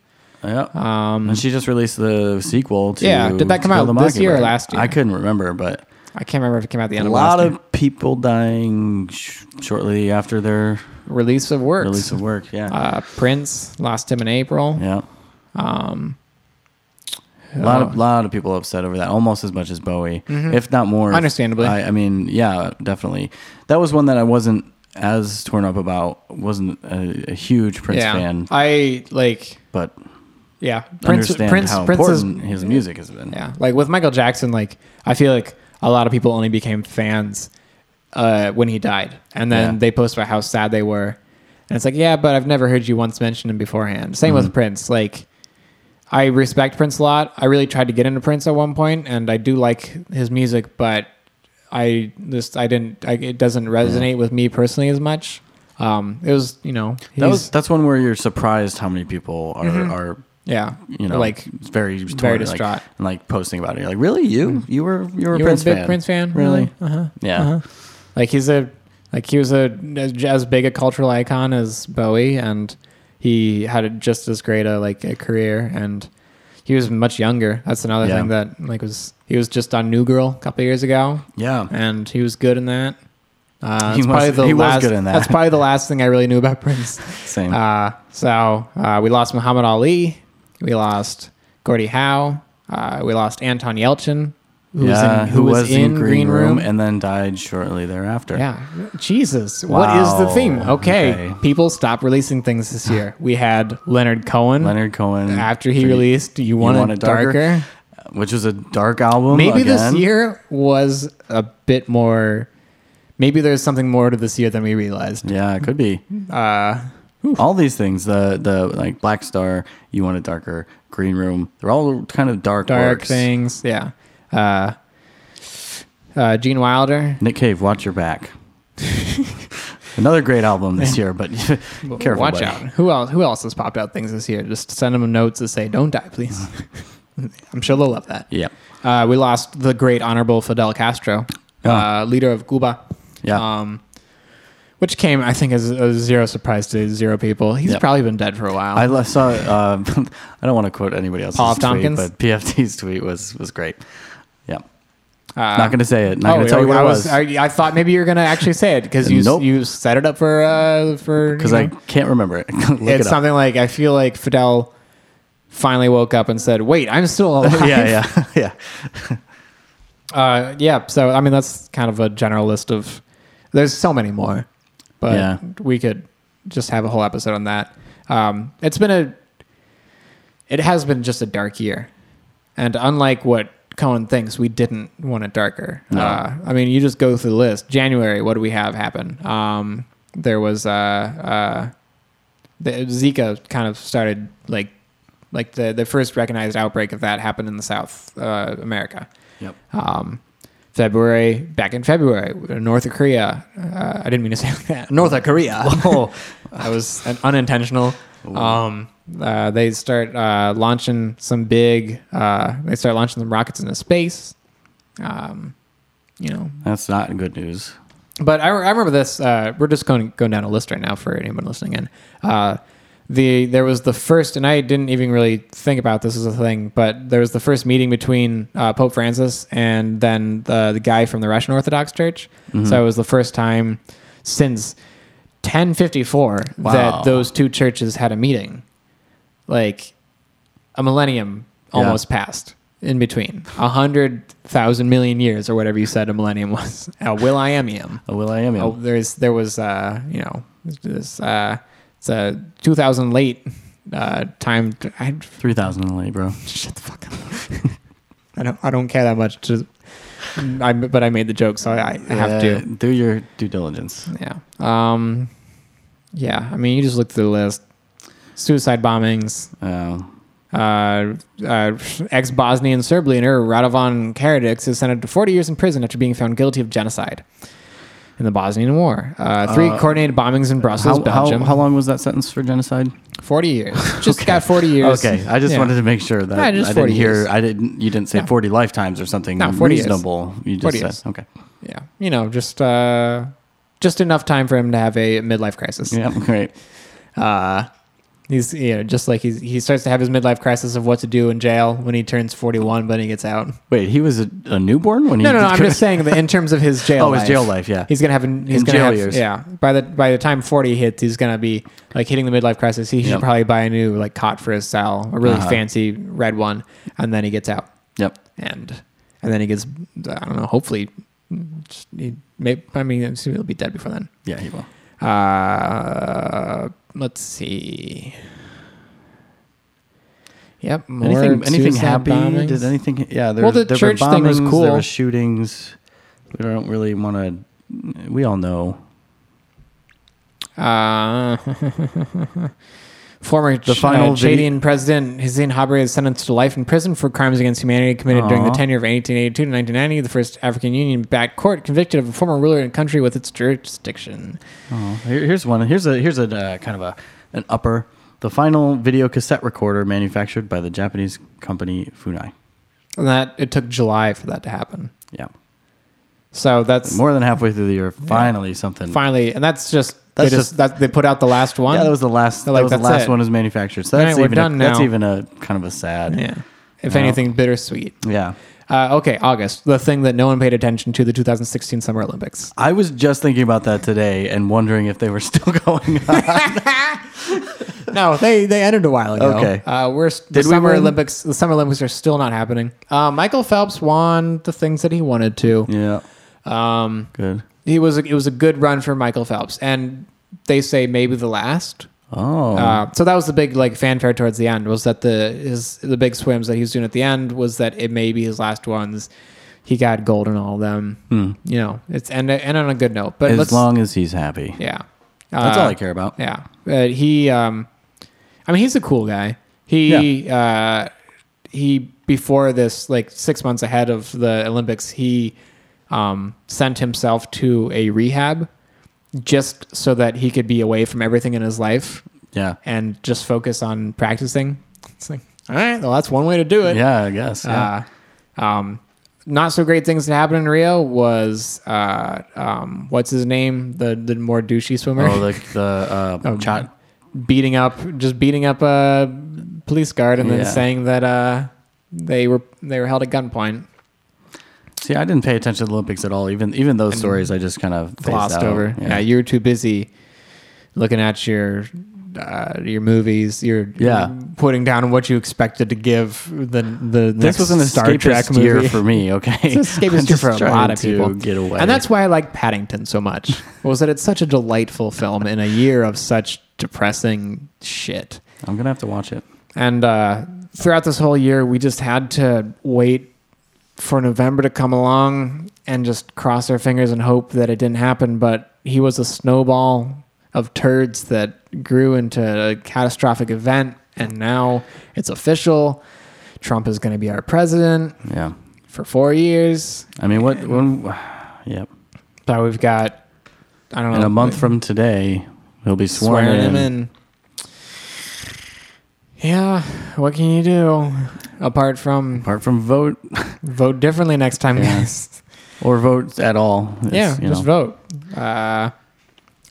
[SPEAKER 2] Yeah. Um, and she just released the sequel to
[SPEAKER 1] Yeah, did that
[SPEAKER 2] To
[SPEAKER 1] come
[SPEAKER 2] Kill
[SPEAKER 1] out
[SPEAKER 2] the
[SPEAKER 1] this year or
[SPEAKER 2] Mockingbird.
[SPEAKER 1] last year?
[SPEAKER 2] I couldn't remember, but
[SPEAKER 1] I can't remember if it came out the
[SPEAKER 2] a
[SPEAKER 1] end of
[SPEAKER 2] lot
[SPEAKER 1] last
[SPEAKER 2] of
[SPEAKER 1] year.
[SPEAKER 2] people dying sh- shortly after their
[SPEAKER 1] release of works.
[SPEAKER 2] release of work. Yeah.
[SPEAKER 1] uh, Prince lost him in April.
[SPEAKER 2] yeah. Um, a lot of lot of people upset over that, almost as much as Bowie, if not more.
[SPEAKER 1] Mm-hmm. Understandably.
[SPEAKER 2] I, I mean, yeah, definitely. That was one that I wasn't as torn up about. wasn't a, a huge Prince
[SPEAKER 1] yeah,
[SPEAKER 2] fan,
[SPEAKER 1] I like.
[SPEAKER 2] but
[SPEAKER 1] Yeah,
[SPEAKER 2] understand how
[SPEAKER 1] is-
[SPEAKER 2] important his music has been.
[SPEAKER 1] Yeah, like with Michael Jackson, like I feel like a lot of people only became fans uh, when he died, and then
[SPEAKER 2] Yeah.
[SPEAKER 1] they post about how sad they were, and it's like, yeah, but I've never heard you once mention him beforehand. Same
[SPEAKER 2] Mm-hmm.
[SPEAKER 1] with Prince, like. I respect Prince a lot. I really tried to get into Prince at one point, and I do like his music, but I just I didn't. I, it doesn't resonate with me personally as much. Um, it was you know
[SPEAKER 2] That
[SPEAKER 1] he's-
[SPEAKER 2] was that's one where you're surprised how many people are are
[SPEAKER 1] yeah
[SPEAKER 2] you know
[SPEAKER 1] like
[SPEAKER 2] it's very
[SPEAKER 1] very
[SPEAKER 2] torn, like-
[SPEAKER 1] distraught. Mm-hmm.
[SPEAKER 2] and like posting about it. You're like, really, you you were you were a
[SPEAKER 1] you were a
[SPEAKER 2] Prince
[SPEAKER 1] big
[SPEAKER 2] fan,
[SPEAKER 1] Prince fan
[SPEAKER 2] really?
[SPEAKER 1] uh huh
[SPEAKER 2] Yeah,
[SPEAKER 1] Like he's a like he was a as, as big a cultural icon as Bowie, and he had a, just as great a like a career, and he was much younger. That's another
[SPEAKER 2] Yeah.
[SPEAKER 1] thing that like was he was just on New Girl a couple years ago,
[SPEAKER 2] yeah.
[SPEAKER 1] and he was good in that. Uh,
[SPEAKER 2] He
[SPEAKER 1] that's
[SPEAKER 2] was-
[SPEAKER 1] probably the
[SPEAKER 2] he was
[SPEAKER 1] last,
[SPEAKER 2] good in that.
[SPEAKER 1] That's probably the last thing I really knew about
[SPEAKER 2] (laughs)
[SPEAKER 1] Prince.
[SPEAKER 2] Same.
[SPEAKER 1] Uh, so uh, we lost Muhammad Ali, we lost Gordie Howe, uh, we lost Anton Yelchin, who
[SPEAKER 2] yeah,
[SPEAKER 1] was in, who was in Green Room,
[SPEAKER 2] and then died shortly thereafter.
[SPEAKER 1] yeah. Jesus. What is the
[SPEAKER 2] Wow.
[SPEAKER 1] theme? Okay.
[SPEAKER 2] Okay.
[SPEAKER 1] People stop releasing things this year. We had Leonard Cohen
[SPEAKER 2] Leonard Cohen
[SPEAKER 1] after he
[SPEAKER 2] Three-
[SPEAKER 1] released You Want,
[SPEAKER 2] Want
[SPEAKER 1] It
[SPEAKER 2] It
[SPEAKER 1] Darker.
[SPEAKER 2] Darker? which was a dark album.
[SPEAKER 1] Maybe
[SPEAKER 2] again.
[SPEAKER 1] this year was a bit more. Maybe there's something more to this year than we realized.
[SPEAKER 2] Yeah, it could be.
[SPEAKER 1] Uh,
[SPEAKER 2] All these things, the the like Black Star, You Want It Darker, Green Room, they're all kind of dark
[SPEAKER 1] dark
[SPEAKER 2] works.
[SPEAKER 1] things. Yeah. Uh, uh, Gene Wilder.
[SPEAKER 2] Nick Cave, watch
[SPEAKER 1] (laughs)
[SPEAKER 2] your back. Another great album this year, but (laughs) careful.
[SPEAKER 1] Watch
[SPEAKER 2] buddy.
[SPEAKER 1] out. Who else? Who else has popped out things this year? Just send them notes that say, "Don't die, please." (laughs) I'm sure they'll love that.
[SPEAKER 2] Yeah.
[SPEAKER 1] Uh, we lost the great honorable Fidel Castro,
[SPEAKER 2] Yeah.
[SPEAKER 1] uh, leader of Cuba,
[SPEAKER 2] Yeah.
[SPEAKER 1] um, which came, I think, as a zero surprise to zero people. He's
[SPEAKER 2] Yeah.
[SPEAKER 1] probably been dead for a while.
[SPEAKER 2] I la- saw. Uh, (laughs) I don't want to quote anybody else's
[SPEAKER 1] Paul F.
[SPEAKER 2] tweet,
[SPEAKER 1] Tompkins?
[SPEAKER 2] but PFT's tweet was was great. Yeah,
[SPEAKER 1] Uh,
[SPEAKER 2] not going to say it. Not going
[SPEAKER 1] oh,
[SPEAKER 2] to tell you what
[SPEAKER 1] I
[SPEAKER 2] it was
[SPEAKER 1] I, I thought maybe you were going to actually say it because you
[SPEAKER 2] Nope.
[SPEAKER 1] you set it up for uh, for
[SPEAKER 2] because
[SPEAKER 1] you
[SPEAKER 2] I
[SPEAKER 1] know.
[SPEAKER 2] can't remember it. (laughs) Look it
[SPEAKER 1] it's
[SPEAKER 2] up.
[SPEAKER 1] something like I feel like Fidel finally woke up and said, "Wait, I'm still alive."
[SPEAKER 2] (laughs) yeah, yeah, yeah.
[SPEAKER 1] Uh, yeah. So I mean, that's kind of a general list of. There's so many more, but
[SPEAKER 2] Yeah.
[SPEAKER 1] we could just have a whole episode on that. Um, it's been a it has been just a dark year. And unlike what Cohen thinks, we didn't want it darker. Uh, I mean, you just go through the list. January, what do we have happen? Um, there was uh, uh, the Zika kind of started like like the the first recognized outbreak of that happened in the South uh, America.
[SPEAKER 2] Yep.
[SPEAKER 1] Um, February, back in February, North Korea. Uh, I didn't mean to say that. North Korea. (laughs) Whoa. that was an unintentional. Um, uh, they start uh, launching some big. Uh, they start launching some rockets into space. Um, you know,
[SPEAKER 2] That's not good news.
[SPEAKER 1] but I, I remember this. Uh, we're just going going down a list right now for anyone listening in. Uh, the there was the first, and I didn't even really think about this as a thing, but there was the first meeting between uh, Pope Francis and then the the guy from the Russian Orthodox Church.
[SPEAKER 2] Mm-hmm.
[SPEAKER 1] So it was the first time since 1054
[SPEAKER 2] Wow.
[SPEAKER 1] that those two churches had a meeting. Like a millennium
[SPEAKER 2] Yeah.
[SPEAKER 1] almost passed in between a hundred thousand million years or whatever you said a millennium (laughs) was. Uh, will I am him.
[SPEAKER 2] Oh, will I am.
[SPEAKER 1] Oh, there's there was uh, you know this uh, it's a 2000 late uh, time. To, I (laughs)
[SPEAKER 2] Three thousand in late, bro.
[SPEAKER 1] shut the fuck up. (laughs) I don't I don't care that much. To, I but I made the joke, so I, I have to.
[SPEAKER 2] Yeah, Uh, do your due diligence.
[SPEAKER 1] Yeah. Um. Yeah. I mean, you just look through the list. Suicide bombings.
[SPEAKER 2] Uh,
[SPEAKER 1] Uh, uh, ex-Bosnian Serb leader Radovan Karadzic is sentenced to 40 years in prison after being found guilty of genocide in the Bosnian War. Uh, three
[SPEAKER 2] Uh,
[SPEAKER 1] coordinated bombings in Brussels,
[SPEAKER 2] how, how,
[SPEAKER 1] Belgium.
[SPEAKER 2] how long was that sentence for genocide?
[SPEAKER 1] 40
[SPEAKER 2] (laughs)
[SPEAKER 1] years. Just got 40 years.
[SPEAKER 2] Okay, I just
[SPEAKER 1] Yeah.
[SPEAKER 2] wanted to make sure that
[SPEAKER 1] Yeah,
[SPEAKER 2] I
[SPEAKER 1] just
[SPEAKER 2] didn't
[SPEAKER 1] 40
[SPEAKER 2] hear.
[SPEAKER 1] years.
[SPEAKER 2] I didn't. You didn't say
[SPEAKER 1] No.
[SPEAKER 2] forty lifetimes or something.
[SPEAKER 1] No, 40 years.
[SPEAKER 2] reasonable.
[SPEAKER 1] 40
[SPEAKER 2] You just
[SPEAKER 1] years.
[SPEAKER 2] said okay.
[SPEAKER 1] Yeah, you know, just uh, just enough time for him to have a midlife crisis.
[SPEAKER 2] Yeah, (laughs) great.
[SPEAKER 1] Uh, he's you know just like he's he starts to have his midlife crisis of what to do in jail when he turns 41, but he gets out.
[SPEAKER 2] Wait, he was a, a newborn when he.
[SPEAKER 1] No, no, no.
[SPEAKER 2] (laughs)
[SPEAKER 1] I'm just saying that in terms of his jail.
[SPEAKER 2] Oh,
[SPEAKER 1] life,
[SPEAKER 2] his jail life. Yeah.
[SPEAKER 1] He's gonna have an- he's
[SPEAKER 2] In
[SPEAKER 1] gonna
[SPEAKER 2] jail
[SPEAKER 1] have,
[SPEAKER 2] years.
[SPEAKER 1] yeah. By the by the time 40 hits, he's gonna be like hitting the midlife crisis. He
[SPEAKER 2] Yep.
[SPEAKER 1] should probably buy a new like cot for his cell, a really
[SPEAKER 2] Uh-huh.
[SPEAKER 1] fancy red one, and then he gets out.
[SPEAKER 2] yep.
[SPEAKER 1] and and then he gets I don't know. Hopefully, just, he may, I mean I'm assuming he'll be dead before then.
[SPEAKER 2] Yeah, he will.
[SPEAKER 1] Uh, let's see. Yep. More
[SPEAKER 2] Anything? Anything
[SPEAKER 1] suicide
[SPEAKER 2] happy?
[SPEAKER 1] bombings.
[SPEAKER 2] Did anything? Yeah. There,
[SPEAKER 1] Well, the
[SPEAKER 2] there
[SPEAKER 1] church
[SPEAKER 2] were bombings,
[SPEAKER 1] thing was
[SPEAKER 2] There
[SPEAKER 1] cool.
[SPEAKER 2] were shootings. We don't really want to. We all know
[SPEAKER 1] Uh, (laughs) former the final
[SPEAKER 2] final video-
[SPEAKER 1] Chadian president Hussein Habre is sentenced to life in prison for crimes against humanity committed during the
[SPEAKER 2] Aw.
[SPEAKER 1] tenure of 1882 to 1990, the first African Union-backed court convicted of a former ruler in a country with its jurisdiction.
[SPEAKER 2] Oh, here- here's one. Here's a here's a uh, kind of a an upper. The final video cassette recorder manufactured by the Japanese company Funai.
[SPEAKER 1] And that it took July for that to happen.
[SPEAKER 2] Yeah,
[SPEAKER 1] So that's
[SPEAKER 2] more than halfway through the year, finally something.
[SPEAKER 1] finally, and that's just
[SPEAKER 2] That's
[SPEAKER 1] they just,
[SPEAKER 2] just-
[SPEAKER 1] that they put out the last one.
[SPEAKER 2] Yeah, that was the last.
[SPEAKER 1] They're like,
[SPEAKER 2] that was the
[SPEAKER 1] "That's
[SPEAKER 2] last
[SPEAKER 1] it."
[SPEAKER 2] one was manufactured. So
[SPEAKER 1] All right,
[SPEAKER 2] that's
[SPEAKER 1] we're
[SPEAKER 2] even a,
[SPEAKER 1] done
[SPEAKER 2] that's
[SPEAKER 1] now.
[SPEAKER 2] even a kind of a sad.
[SPEAKER 1] yeah. If
[SPEAKER 2] Wow.
[SPEAKER 1] anything, bittersweet.
[SPEAKER 2] yeah.
[SPEAKER 1] Uh, okay, August, the thing that no one paid attention to, the 2016 Summer Olympics.
[SPEAKER 2] I was just thinking about that today and wondering if they were (laughs) still going. on.
[SPEAKER 1] (laughs) No, they they ended a while ago.
[SPEAKER 2] Okay.
[SPEAKER 1] uh, we're
[SPEAKER 2] Did
[SPEAKER 1] the
[SPEAKER 2] we
[SPEAKER 1] Summer
[SPEAKER 2] win?
[SPEAKER 1] Olympics. The Summer Olympics are still not happening. Uh, Michael Phelps won the things that he wanted to.
[SPEAKER 2] (laughs) yeah,
[SPEAKER 1] Um,
[SPEAKER 2] good.
[SPEAKER 1] he was it was a good run for Michael Phelps, and they say maybe the last.
[SPEAKER 2] Oh,
[SPEAKER 1] Uh, so that was the big like fanfare towards the end was that the his the big swims that he was doing at the end was that it may be his last ones. He got gold in all of them. You know, it's and and on a good note. But
[SPEAKER 2] Hmm. as
[SPEAKER 1] let's
[SPEAKER 2] long as he's happy,
[SPEAKER 1] yeah,
[SPEAKER 2] that's
[SPEAKER 1] Uh,
[SPEAKER 2] all I care about.
[SPEAKER 1] Yeah, but he um, I mean he's a cool guy. He uh, he before this like six months ahead of the Olympics he um sent himself to a rehab just so that he could be away from everything in his life
[SPEAKER 2] Yeah,
[SPEAKER 1] and just focus on practicing. It's like, all right, well, that's one way to do it.
[SPEAKER 2] yeah. I guess. Yeah.
[SPEAKER 1] Uh, um, not so great things that happened in Rio was uh, um, what's his name, the the more douchey swimmer,
[SPEAKER 2] oh, like the uh,
[SPEAKER 1] (laughs)
[SPEAKER 2] chat.
[SPEAKER 1] Oh, beating up, just beating up a police guard, and then
[SPEAKER 2] Yeah.
[SPEAKER 1] saying that uh, they were they were held at gunpoint.
[SPEAKER 2] See, I didn't pay attention to the Olympics at all. Even even those stories, I just kind of phased
[SPEAKER 1] glossed
[SPEAKER 2] out.
[SPEAKER 1] over. Yeah. you were too busy looking at your uh, your movies. You're
[SPEAKER 2] Yeah.
[SPEAKER 1] putting down what you expected to give the the
[SPEAKER 2] this
[SPEAKER 1] next
[SPEAKER 2] was an
[SPEAKER 1] Star
[SPEAKER 2] escapist
[SPEAKER 1] Trek
[SPEAKER 2] year
[SPEAKER 1] (laughs) movie.
[SPEAKER 2] for me. (laughs) Okay,
[SPEAKER 1] It's an
[SPEAKER 2] I'm
[SPEAKER 1] escapist year
[SPEAKER 2] just
[SPEAKER 1] for a
[SPEAKER 2] trying
[SPEAKER 1] lot of
[SPEAKER 2] to
[SPEAKER 1] people.
[SPEAKER 2] Get away,
[SPEAKER 1] And that's why I like Paddington so
[SPEAKER 2] (laughs)
[SPEAKER 1] much. was that it's such a delightful film in a year of such depressing shit.
[SPEAKER 2] I'm gonna have to watch it.
[SPEAKER 1] And uh, throughout this whole year, we just had to wait for November to come along and just cross our fingers and hope that it didn't happen. But he was a snowball of turds that grew into a catastrophic event. And now it's official. Trump is going to be our president
[SPEAKER 2] Yeah.
[SPEAKER 1] for four years.
[SPEAKER 2] I mean, what? When, (sighs) yep.
[SPEAKER 1] But we've got, I don't know,
[SPEAKER 2] In a month from today, he'll be sworn
[SPEAKER 1] swearing
[SPEAKER 2] in.
[SPEAKER 1] him in. Yeah, what can you do apart from
[SPEAKER 2] Apart from vote
[SPEAKER 1] vote differently next time,
[SPEAKER 2] Yeah.
[SPEAKER 1] guys?
[SPEAKER 2] or vote at all.
[SPEAKER 1] (laughs)
[SPEAKER 2] It's,
[SPEAKER 1] Yeah,
[SPEAKER 2] you
[SPEAKER 1] just
[SPEAKER 2] know.
[SPEAKER 1] vote. Uh,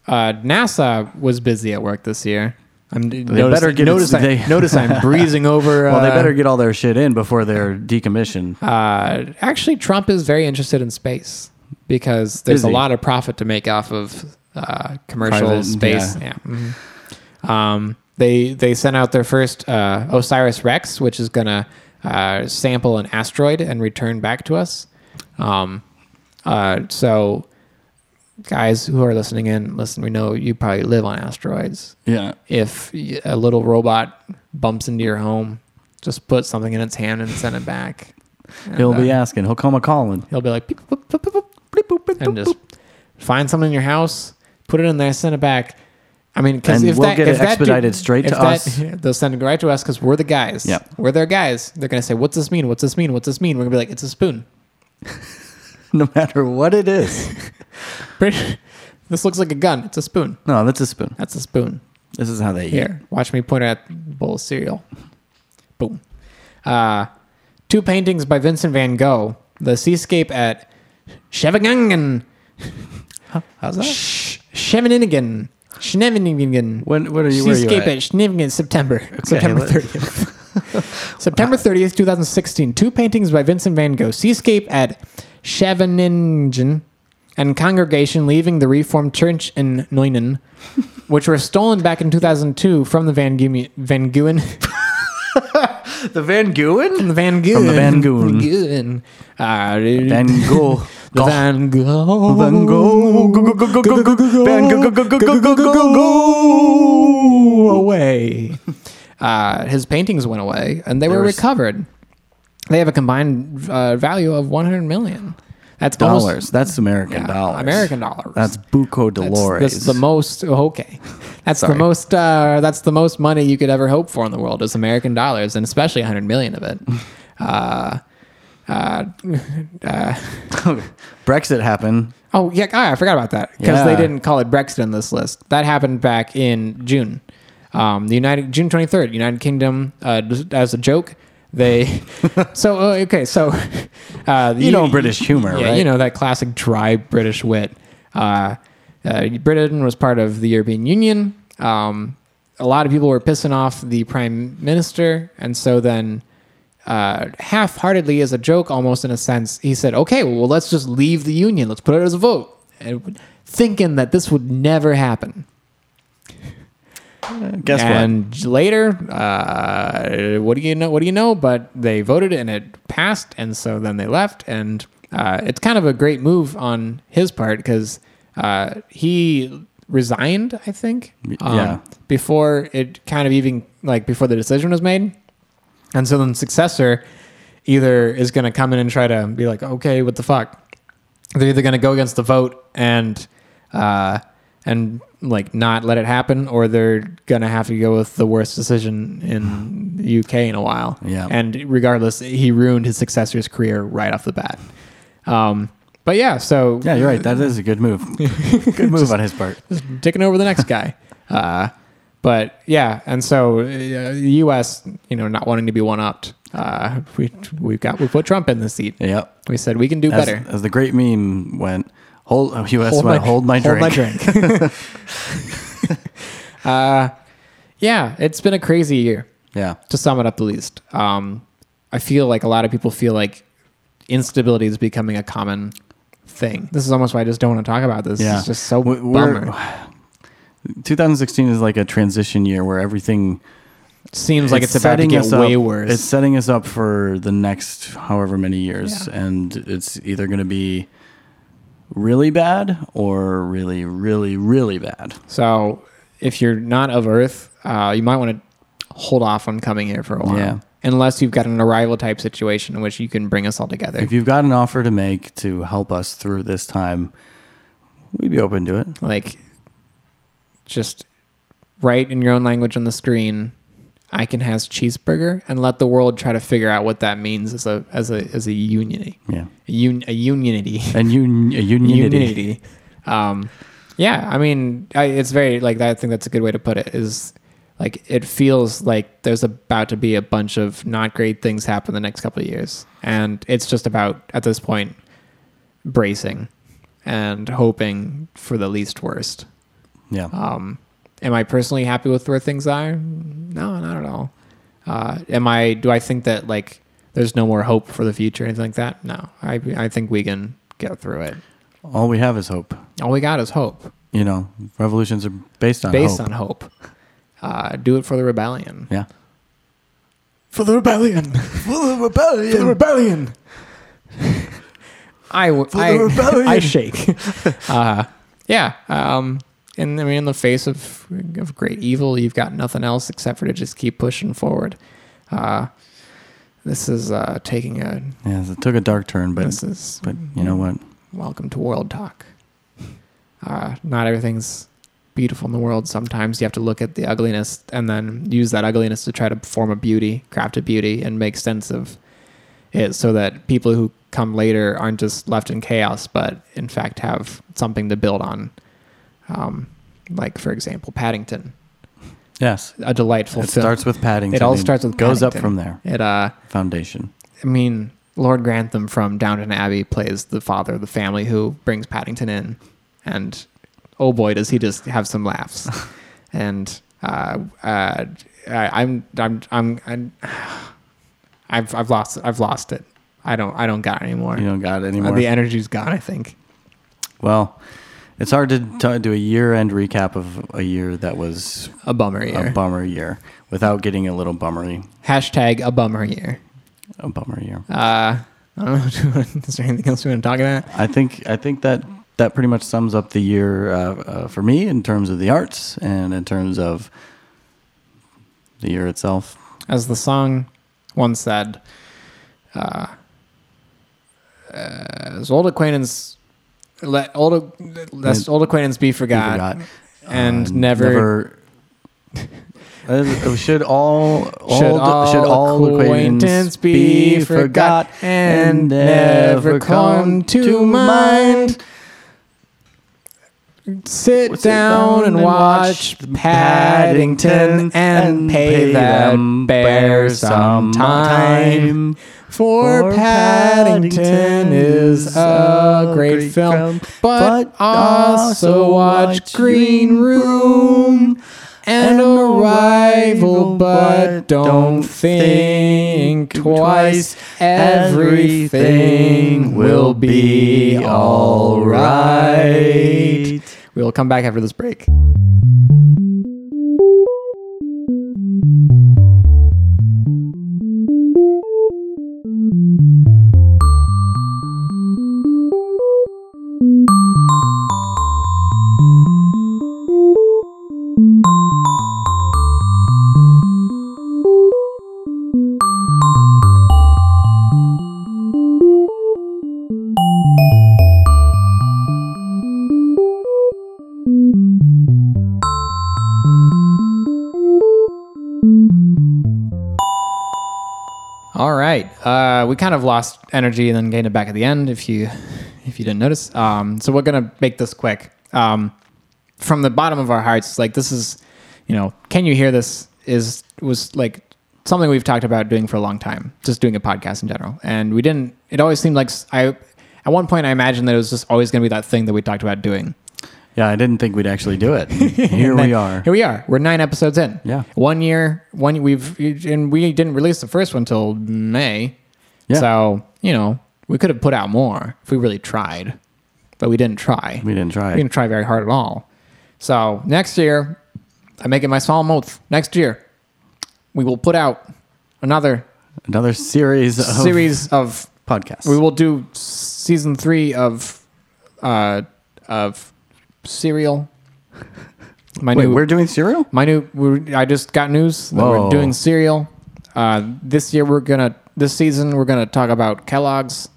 [SPEAKER 1] uh, NASA was busy at work this year. I'm they notice,
[SPEAKER 2] better get it
[SPEAKER 1] notice, I,
[SPEAKER 2] today.
[SPEAKER 1] notice
[SPEAKER 2] (laughs)
[SPEAKER 1] I'm breezing over.
[SPEAKER 2] Well, they
[SPEAKER 1] uh,
[SPEAKER 2] better get all their shit in before they're decommissioned.
[SPEAKER 1] Uh, actually, Trump is very interested in space because there's
[SPEAKER 2] Is
[SPEAKER 1] a
[SPEAKER 2] he?
[SPEAKER 1] lot of profit to make off of uh, commercial
[SPEAKER 2] Private,
[SPEAKER 1] space.
[SPEAKER 2] yeah.
[SPEAKER 1] Yeah. mhm. Um, they they sent out their first uh, Osiris Rex, which is gonna uh, sample an asteroid and return back to us. Um, uh, so, guys who are listening in, listen. We know you probably live on asteroids
[SPEAKER 2] Yeah.
[SPEAKER 1] if y- a little robot bumps into your home, just put something in its hand and send it back.
[SPEAKER 2] (laughs)
[SPEAKER 1] And,
[SPEAKER 2] He'll be
[SPEAKER 1] uh,
[SPEAKER 2] asking. He'll come
[SPEAKER 1] (laughs)
[SPEAKER 2] a calling.
[SPEAKER 1] he'll be like beep, boop, boop, boop, boop, bleep, boop, boop,
[SPEAKER 2] And
[SPEAKER 1] boop, boop. find something in your house, put it in there, send it back. I mean, because
[SPEAKER 2] And
[SPEAKER 1] if
[SPEAKER 2] we'll
[SPEAKER 1] that,
[SPEAKER 2] get
[SPEAKER 1] if
[SPEAKER 2] it
[SPEAKER 1] that
[SPEAKER 2] expedited
[SPEAKER 1] dude-
[SPEAKER 2] straight
[SPEAKER 1] if
[SPEAKER 2] to
[SPEAKER 1] that- (laughs)
[SPEAKER 2] us.
[SPEAKER 1] they'll send it right to us because we're the guys.
[SPEAKER 2] Yep.
[SPEAKER 1] we're their guys. They're gonna say, "What's this mean? What's this mean? What's this mean?" We're gonna be like, "It's a spoon." (laughs)
[SPEAKER 2] (laughs) No matter what it is.
[SPEAKER 1] Pretty- this looks like a gun. It's a spoon.
[SPEAKER 2] No, that's a spoon.
[SPEAKER 1] That's a spoon.
[SPEAKER 2] This is how they eat.
[SPEAKER 1] Here, watch me point at the bowl of cereal. Boom. Uh, two paintings by Vincent van Gogh. The seascape at Scheveningen.
[SPEAKER 2] How's that?
[SPEAKER 1] Sh- Scheveningen. Scheveningen.
[SPEAKER 2] When? What are you? Where are you
[SPEAKER 1] Seascape at
[SPEAKER 2] at?
[SPEAKER 1] Scheveningen, September. September
[SPEAKER 2] let-
[SPEAKER 1] 30th. September 30th, 2016. Two paintings by Vincent van Gogh. Seascape at Scheveningen and Congregation Leaving the Reformed Church in Neunen, which were stolen back in 2002 from the Van, Gume- van Guen.
[SPEAKER 2] The Van Guen.
[SPEAKER 1] From the Van Goon.
[SPEAKER 2] From the Van Goon.
[SPEAKER 1] Goon. Ah, dude.
[SPEAKER 2] (laughs) Van Gogh.
[SPEAKER 1] The Van Gogh.
[SPEAKER 2] Van Gogh. Go, go, go, go, go, go, go. Van Gogh, go, go, go, go, go, go, go.
[SPEAKER 1] away. (laughs) Uh, his paintings went away, and they
[SPEAKER 2] There
[SPEAKER 1] were
[SPEAKER 2] was-
[SPEAKER 1] recovered. They have a combined uh, value of 100 million. That's almost-
[SPEAKER 2] Dollars. That's American
[SPEAKER 1] yeah,
[SPEAKER 2] dollars.
[SPEAKER 1] American dollars.
[SPEAKER 2] That's Buco
[SPEAKER 1] That's-
[SPEAKER 2] Dolores.
[SPEAKER 1] That's, the most okay. That's the
[SPEAKER 2] Sorry.
[SPEAKER 1] most. Uh, that's the most money you could ever hope for in the world is American dollars, and especially 100 million of
[SPEAKER 2] (laughs)
[SPEAKER 1] it. Uh, uh, (laughs) uh,
[SPEAKER 2] (laughs) Brexit happened.
[SPEAKER 1] oh yeah, ah, I forgot about that because
[SPEAKER 2] Yeah.
[SPEAKER 1] they didn't call it Brexit in this list. That happened back in June. Um, the United June 23rd, United Kingdom, uh, just as a joke. They (laughs) so uh, okay so (laughs) uh, the
[SPEAKER 2] You know
[SPEAKER 1] U-
[SPEAKER 2] British humor,
[SPEAKER 1] yeah,
[SPEAKER 2] right?
[SPEAKER 1] you know that classic dry British wit. Uh, uh, Britain was part of the European Union. Um, a lot of people were pissing off the prime minister, and so then, uh, half-heartedly, as a joke, almost in a sense, he said, "Okay, well, let's just leave the union. Let's put it as a vote," and, thinking that this would never happen
[SPEAKER 2] Guess what?
[SPEAKER 1] and later, uh, what do you know? What do you know? But they voted and it passed, and so then they left. And uh, it's kind of a great move on his part because uh, he resigned, I think, um,
[SPEAKER 2] Y- yeah.
[SPEAKER 1] before it kind of even like before the decision was made. And so then the successor either is going to come in and try to be like, okay, what the fuck? They're either going to go against the vote and uh, and like not let it happen, or they're going to have to go with the worst decision in the UK in a while.
[SPEAKER 2] Yeah.
[SPEAKER 1] And regardless, he ruined his successor's career right off the bat. Um, but yeah, so
[SPEAKER 2] Yeah, you're right. That is a good
[SPEAKER 1] (laughs)
[SPEAKER 2] move. good move on his part.
[SPEAKER 1] taking over the next guy. (laughs) Uh, but yeah, and so uh, the U.S., you know, not wanting to be one-upped, uh, we we got we put Trump in the seat.
[SPEAKER 2] Yep.
[SPEAKER 1] We said we can do
[SPEAKER 2] As,
[SPEAKER 1] better.
[SPEAKER 2] as the great meme went, hold oh, U.S. went, hold my
[SPEAKER 1] Hold
[SPEAKER 2] drink.
[SPEAKER 1] my drink. (laughs) uh, yeah, it's been a crazy year
[SPEAKER 2] Yeah.
[SPEAKER 1] to sum it up the least. Um, I feel like a lot of people feel like instability is becoming a common thing. This is almost why I just don't want to talk about this.
[SPEAKER 2] Yeah.
[SPEAKER 1] It's just so
[SPEAKER 2] We- we're- (sighs)
[SPEAKER 1] bummer.
[SPEAKER 2] 2016 is like a transition year where everything
[SPEAKER 1] Seems like it's about to
[SPEAKER 2] setting
[SPEAKER 1] get
[SPEAKER 2] us
[SPEAKER 1] way
[SPEAKER 2] up,
[SPEAKER 1] worse.
[SPEAKER 2] It's setting us up for the next however many years,
[SPEAKER 1] Yeah.
[SPEAKER 2] and it's either going to be really bad or really, really, really bad.
[SPEAKER 1] So if you're not of Earth, uh, you might want to hold off on coming here for a while.
[SPEAKER 2] Yeah.
[SPEAKER 1] unless you've got an arrival type situation in which you can bring us all together.
[SPEAKER 2] If you've got an offer to make to help us through this time, we'd be open to it.
[SPEAKER 1] Like, just write in your own language on the screen. I can has cheeseburger and let the world try to figure out what that means as a as a as a unity,
[SPEAKER 2] Yeah.
[SPEAKER 1] a, un, a unity.
[SPEAKER 2] And un-
[SPEAKER 1] (laughs)
[SPEAKER 2] a unity.
[SPEAKER 1] unity. Um, yeah, I mean, I, it's very like I think that's a good way to put it. Is like it feels like there's about to be a bunch of not great things happen the next couple of years, and it's just about at this point bracing and hoping for the least worst.
[SPEAKER 2] Yeah.
[SPEAKER 1] Um, am I personally happy with where things are? No, not at all. Uh, am I? Do I think that like there's no more hope for the future or anything like that? No, I I think we can get through it
[SPEAKER 2] All we have is hope.
[SPEAKER 1] all we got is hope
[SPEAKER 2] You know, revolutions are based on
[SPEAKER 1] based
[SPEAKER 2] hope.
[SPEAKER 1] on hope uh, do it for the rebellion
[SPEAKER 2] yeah.
[SPEAKER 1] for the rebellion
[SPEAKER 2] For the
[SPEAKER 1] (laughs)
[SPEAKER 2] rebellion.
[SPEAKER 1] rebellion I, w-
[SPEAKER 2] For the
[SPEAKER 1] I- (laughs)
[SPEAKER 2] rebellion.
[SPEAKER 1] I shake uh, yeah um, and I mean in the face of, of great evil you've got nothing else except for to just keep pushing forward uh, this is uh, taking a
[SPEAKER 2] Yeah, it took a dark turn, but
[SPEAKER 1] this is
[SPEAKER 2] but you know what?
[SPEAKER 1] welcome to world talk uh, not everything's beautiful in the world sometimes you have to look at the ugliness and then use that ugliness to try to form a beauty craft a beauty and make sense of it so that people who come later aren't just left in chaos but in fact have something to build on um, like for example paddington
[SPEAKER 2] Yes.
[SPEAKER 1] a delightful
[SPEAKER 2] It
[SPEAKER 1] film
[SPEAKER 2] starts with Paddington.
[SPEAKER 1] It all
[SPEAKER 2] and
[SPEAKER 1] starts with
[SPEAKER 2] goes up
[SPEAKER 1] Paddington.
[SPEAKER 2] from there.
[SPEAKER 1] it uh
[SPEAKER 2] Foundation.
[SPEAKER 1] I mean, Lord Grantham from Downton Abbey plays the father of the family who brings Paddington in, and oh boy, does he just have some laughs. and uh, uh, I, I'm, I'm, I'm, I'm, I've, I've lost, I've lost it. I don't, I don't got it anymore. Uh,
[SPEAKER 2] You don't got it anymore.
[SPEAKER 1] the energy's gone. I think.
[SPEAKER 2] Well, it's hard to t- do a year-end recap of a year that was
[SPEAKER 1] A bummer
[SPEAKER 2] a
[SPEAKER 1] year.
[SPEAKER 2] bummer year without getting a little bummery,
[SPEAKER 1] Hashtag a bummer year.
[SPEAKER 2] a bummer year.
[SPEAKER 1] Uh, I don't know. (laughs) Is there anything else we want to talk about?
[SPEAKER 2] I think I think that that pretty much sums up the year uh, uh, for me in terms of the arts and in terms of the year itself.
[SPEAKER 1] as the song once said, uh, as old acquaintance, let old lest old acquaintance be
[SPEAKER 2] We
[SPEAKER 1] forgot,
[SPEAKER 2] forgot.
[SPEAKER 1] and
[SPEAKER 2] Uh,
[SPEAKER 1] Um, never,
[SPEAKER 2] (laughs) never- Uh, should all old,
[SPEAKER 1] should all, acquaintance be forgot and never come to mind. Sit down,
[SPEAKER 2] Sit down
[SPEAKER 1] and
[SPEAKER 2] and
[SPEAKER 1] watch
[SPEAKER 2] watch
[SPEAKER 1] Paddington and pay that bear some time. For
[SPEAKER 2] For
[SPEAKER 1] Paddington
[SPEAKER 2] Paddington
[SPEAKER 1] is
[SPEAKER 2] is
[SPEAKER 1] a
[SPEAKER 2] a
[SPEAKER 1] great
[SPEAKER 2] great
[SPEAKER 1] film,
[SPEAKER 2] film,
[SPEAKER 1] but
[SPEAKER 2] but
[SPEAKER 1] also
[SPEAKER 2] also
[SPEAKER 1] watch
[SPEAKER 2] watch
[SPEAKER 1] Green
[SPEAKER 2] Green
[SPEAKER 1] Room
[SPEAKER 2] Room
[SPEAKER 1] and
[SPEAKER 2] and
[SPEAKER 1] Arrival,
[SPEAKER 2] Arrival,
[SPEAKER 1] but
[SPEAKER 2] but
[SPEAKER 1] don't
[SPEAKER 2] don't
[SPEAKER 1] think
[SPEAKER 2] think
[SPEAKER 1] twice.
[SPEAKER 2] twice.
[SPEAKER 1] Everything will be all right. We'll come back after this break. All right. Uh, we kind of lost energy and then gained it back at the end. If you if you didn't notice, um, so we're gonna make this quick. Um, from the bottom of our hearts, like this is, you know, can you hear this? Is was like something we've talked about doing for a long time, just doing a podcast in general. And we didn't. It always seemed like s- I. At one point, I imagined that it was just always going to be that thing that we talked about doing.
[SPEAKER 2] Yeah, I didn't think we'd actually
[SPEAKER 1] (laughs)
[SPEAKER 2] do it. Here
[SPEAKER 1] And
[SPEAKER 2] we
[SPEAKER 1] then-
[SPEAKER 2] are.
[SPEAKER 1] Here we are. We're nine episodes in.
[SPEAKER 2] Yeah.
[SPEAKER 1] One year. One we've and we didn't release the first one till May.
[SPEAKER 2] Yeah.
[SPEAKER 1] So you know we could have put out more if we really tried, but we didn't try.
[SPEAKER 2] We didn't try.
[SPEAKER 1] We didn't try very hard at all. So next year, I make it my solemn oath. Next year, we will put out another
[SPEAKER 2] Another series of
[SPEAKER 1] series of
[SPEAKER 2] podcasts.
[SPEAKER 1] we will do season three of uh of Serial. My
[SPEAKER 2] Wait, we're doing serial?
[SPEAKER 1] my new, we're, I just got news that
[SPEAKER 2] Whoa.
[SPEAKER 1] we're doing Serial. Uh, this year we're gonna, this season we're gonna talk about Kellogg's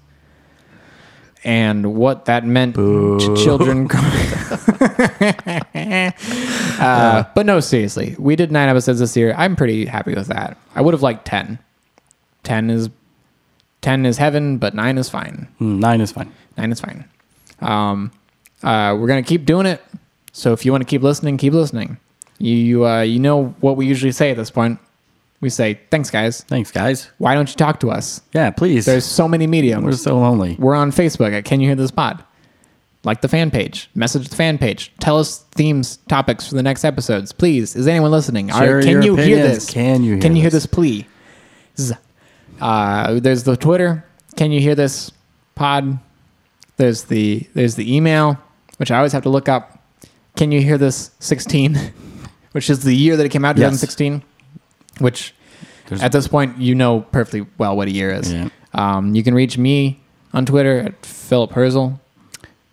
[SPEAKER 1] and what that meant to children. (laughs) growing- uh, but no, seriously, we did nine episodes this year. I'm pretty happy with that. I would have liked ten. Ten is ten is heaven, but nine is fine.
[SPEAKER 2] Mm, Nine is fine.
[SPEAKER 1] Nine is fine. Um, uh, we're gonna keep doing it. So if you want to keep listening, keep listening. You you, uh, you know what we usually say at this point. We say thanks, guys.
[SPEAKER 2] Thanks, guys.
[SPEAKER 1] Why don't you talk to us?
[SPEAKER 2] Yeah, please.
[SPEAKER 1] There's so many
[SPEAKER 2] We're
[SPEAKER 1] mediums.
[SPEAKER 2] so lonely.
[SPEAKER 1] We're on Facebook at Can You Hear This Pod. Like the fan page. Message the fan page. Tell us themes, topics for the next episodes. Please, is anyone listening? Are-
[SPEAKER 2] Share
[SPEAKER 1] can
[SPEAKER 2] your
[SPEAKER 1] you hear
[SPEAKER 2] opinions.
[SPEAKER 1] this?
[SPEAKER 2] Can you hear
[SPEAKER 1] Can you hear
[SPEAKER 2] this?
[SPEAKER 1] this, please? Uh, there's the Twitter. Can you hear this pod? There's the there's the email, which I always have to look up. Can you hear this 16? (laughs) Which is the year that it came out,
[SPEAKER 2] Yes.
[SPEAKER 1] 2016. Which
[SPEAKER 2] There's-
[SPEAKER 1] at this point you know perfectly well what a year is.
[SPEAKER 2] Yeah.
[SPEAKER 1] Um, you can reach me on Twitter at Philip Herzl.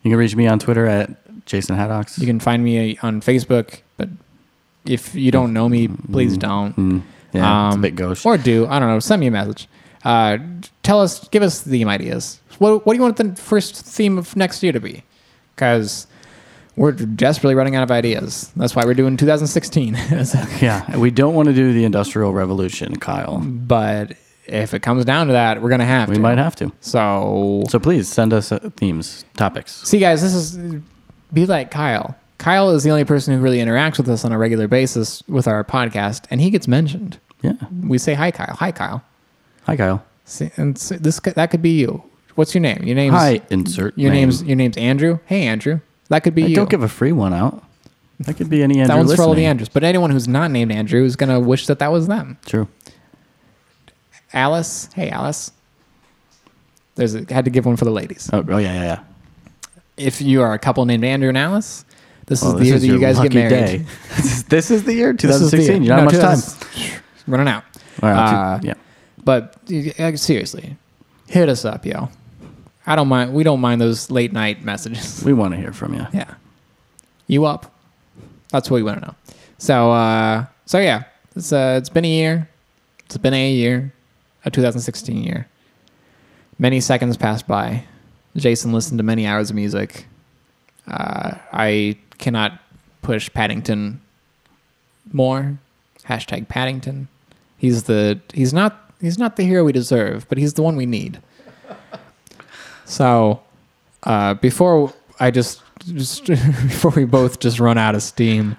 [SPEAKER 2] You can reach me on Twitter at Jason Haddox.
[SPEAKER 1] You can find me on Facebook, but if you don't know me, please don't.
[SPEAKER 2] Mm, yeah, it's a
[SPEAKER 1] Um,
[SPEAKER 2] bit gauche.
[SPEAKER 1] Or do I don't know? Send me a message. Uh, tell us, give us theme ideas. What What do you want the first theme of next year to be? Because we're desperately running out of ideas. That's why we're doing 2016.
[SPEAKER 2] yeah, we don't want to do the Industrial Revolution, Kyle.
[SPEAKER 1] (laughs) but if it comes down to that, we're gonna have
[SPEAKER 2] We
[SPEAKER 1] to.
[SPEAKER 2] might have to.
[SPEAKER 1] So,
[SPEAKER 2] So please send us uh, themes, topics.
[SPEAKER 1] see, guys, this is be like Kyle. Kyle is the only person who really interacts with us on a regular basis with our podcast, and he gets mentioned.
[SPEAKER 2] Yeah.
[SPEAKER 1] We say hi, Kyle. Hi, Kyle.
[SPEAKER 2] Hi, Kyle.
[SPEAKER 1] See, and so this could- that could be you. What's your name? Your name's
[SPEAKER 2] Hi, insert
[SPEAKER 1] Your
[SPEAKER 2] name.
[SPEAKER 1] name's your name's Andrew. Hey Andrew, that could be
[SPEAKER 2] I
[SPEAKER 1] you.
[SPEAKER 2] Don't give a free one out. That could be any Andrew
[SPEAKER 1] that one's for all the
[SPEAKER 2] listening.
[SPEAKER 1] Andrews. But anyone who's not named Andrew is gonna wish that that was them.
[SPEAKER 2] True.
[SPEAKER 1] Alice, hey Alice. There's a, had to give one for the ladies.
[SPEAKER 2] Oh, oh yeah, yeah, yeah.
[SPEAKER 1] If you are a couple named Andrew and Alice, this is
[SPEAKER 2] Oh,
[SPEAKER 1] the year that
[SPEAKER 2] your
[SPEAKER 1] you guys get
[SPEAKER 2] lucky
[SPEAKER 1] married.
[SPEAKER 2] day.
[SPEAKER 1] (laughs)
[SPEAKER 2] (laughs) this is the year
[SPEAKER 1] This is the
[SPEAKER 2] 2016.
[SPEAKER 1] year.
[SPEAKER 2] You don't
[SPEAKER 1] No,
[SPEAKER 2] have much time.
[SPEAKER 1] 2000 Running out.
[SPEAKER 2] All
[SPEAKER 1] Uh,
[SPEAKER 2] right, two- yeah.
[SPEAKER 1] But uh, seriously, hit us up, yo. I don't mind. We don't mind those late night messages. (laughs)
[SPEAKER 2] We want to hear from you.
[SPEAKER 1] Yeah. You up? That's what we want to know. So uh so yeah, it's uh it's been a year. It's been a year, a 2016 year. Many seconds passed by. Jason listened to many hours of music. Uh, I cannot push Paddington more. Hashtag Paddington. He's the he's not he's not the hero we deserve, but he's the one we need. So uh, before I just, just (laughs) before we both just run out of steam,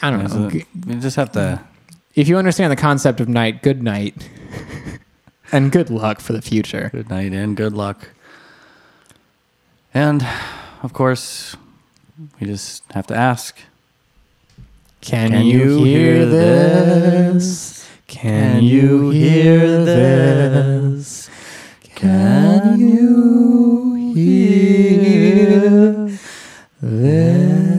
[SPEAKER 1] I don't
[SPEAKER 2] Is
[SPEAKER 1] know.
[SPEAKER 2] it- we just have to.
[SPEAKER 1] If you understand the concept of night, good night, (laughs) and good luck for the future.
[SPEAKER 2] Good night and good luck. And of course, we just have to ask.
[SPEAKER 1] Can, you, hear this? Can you hear this? Can you hear this?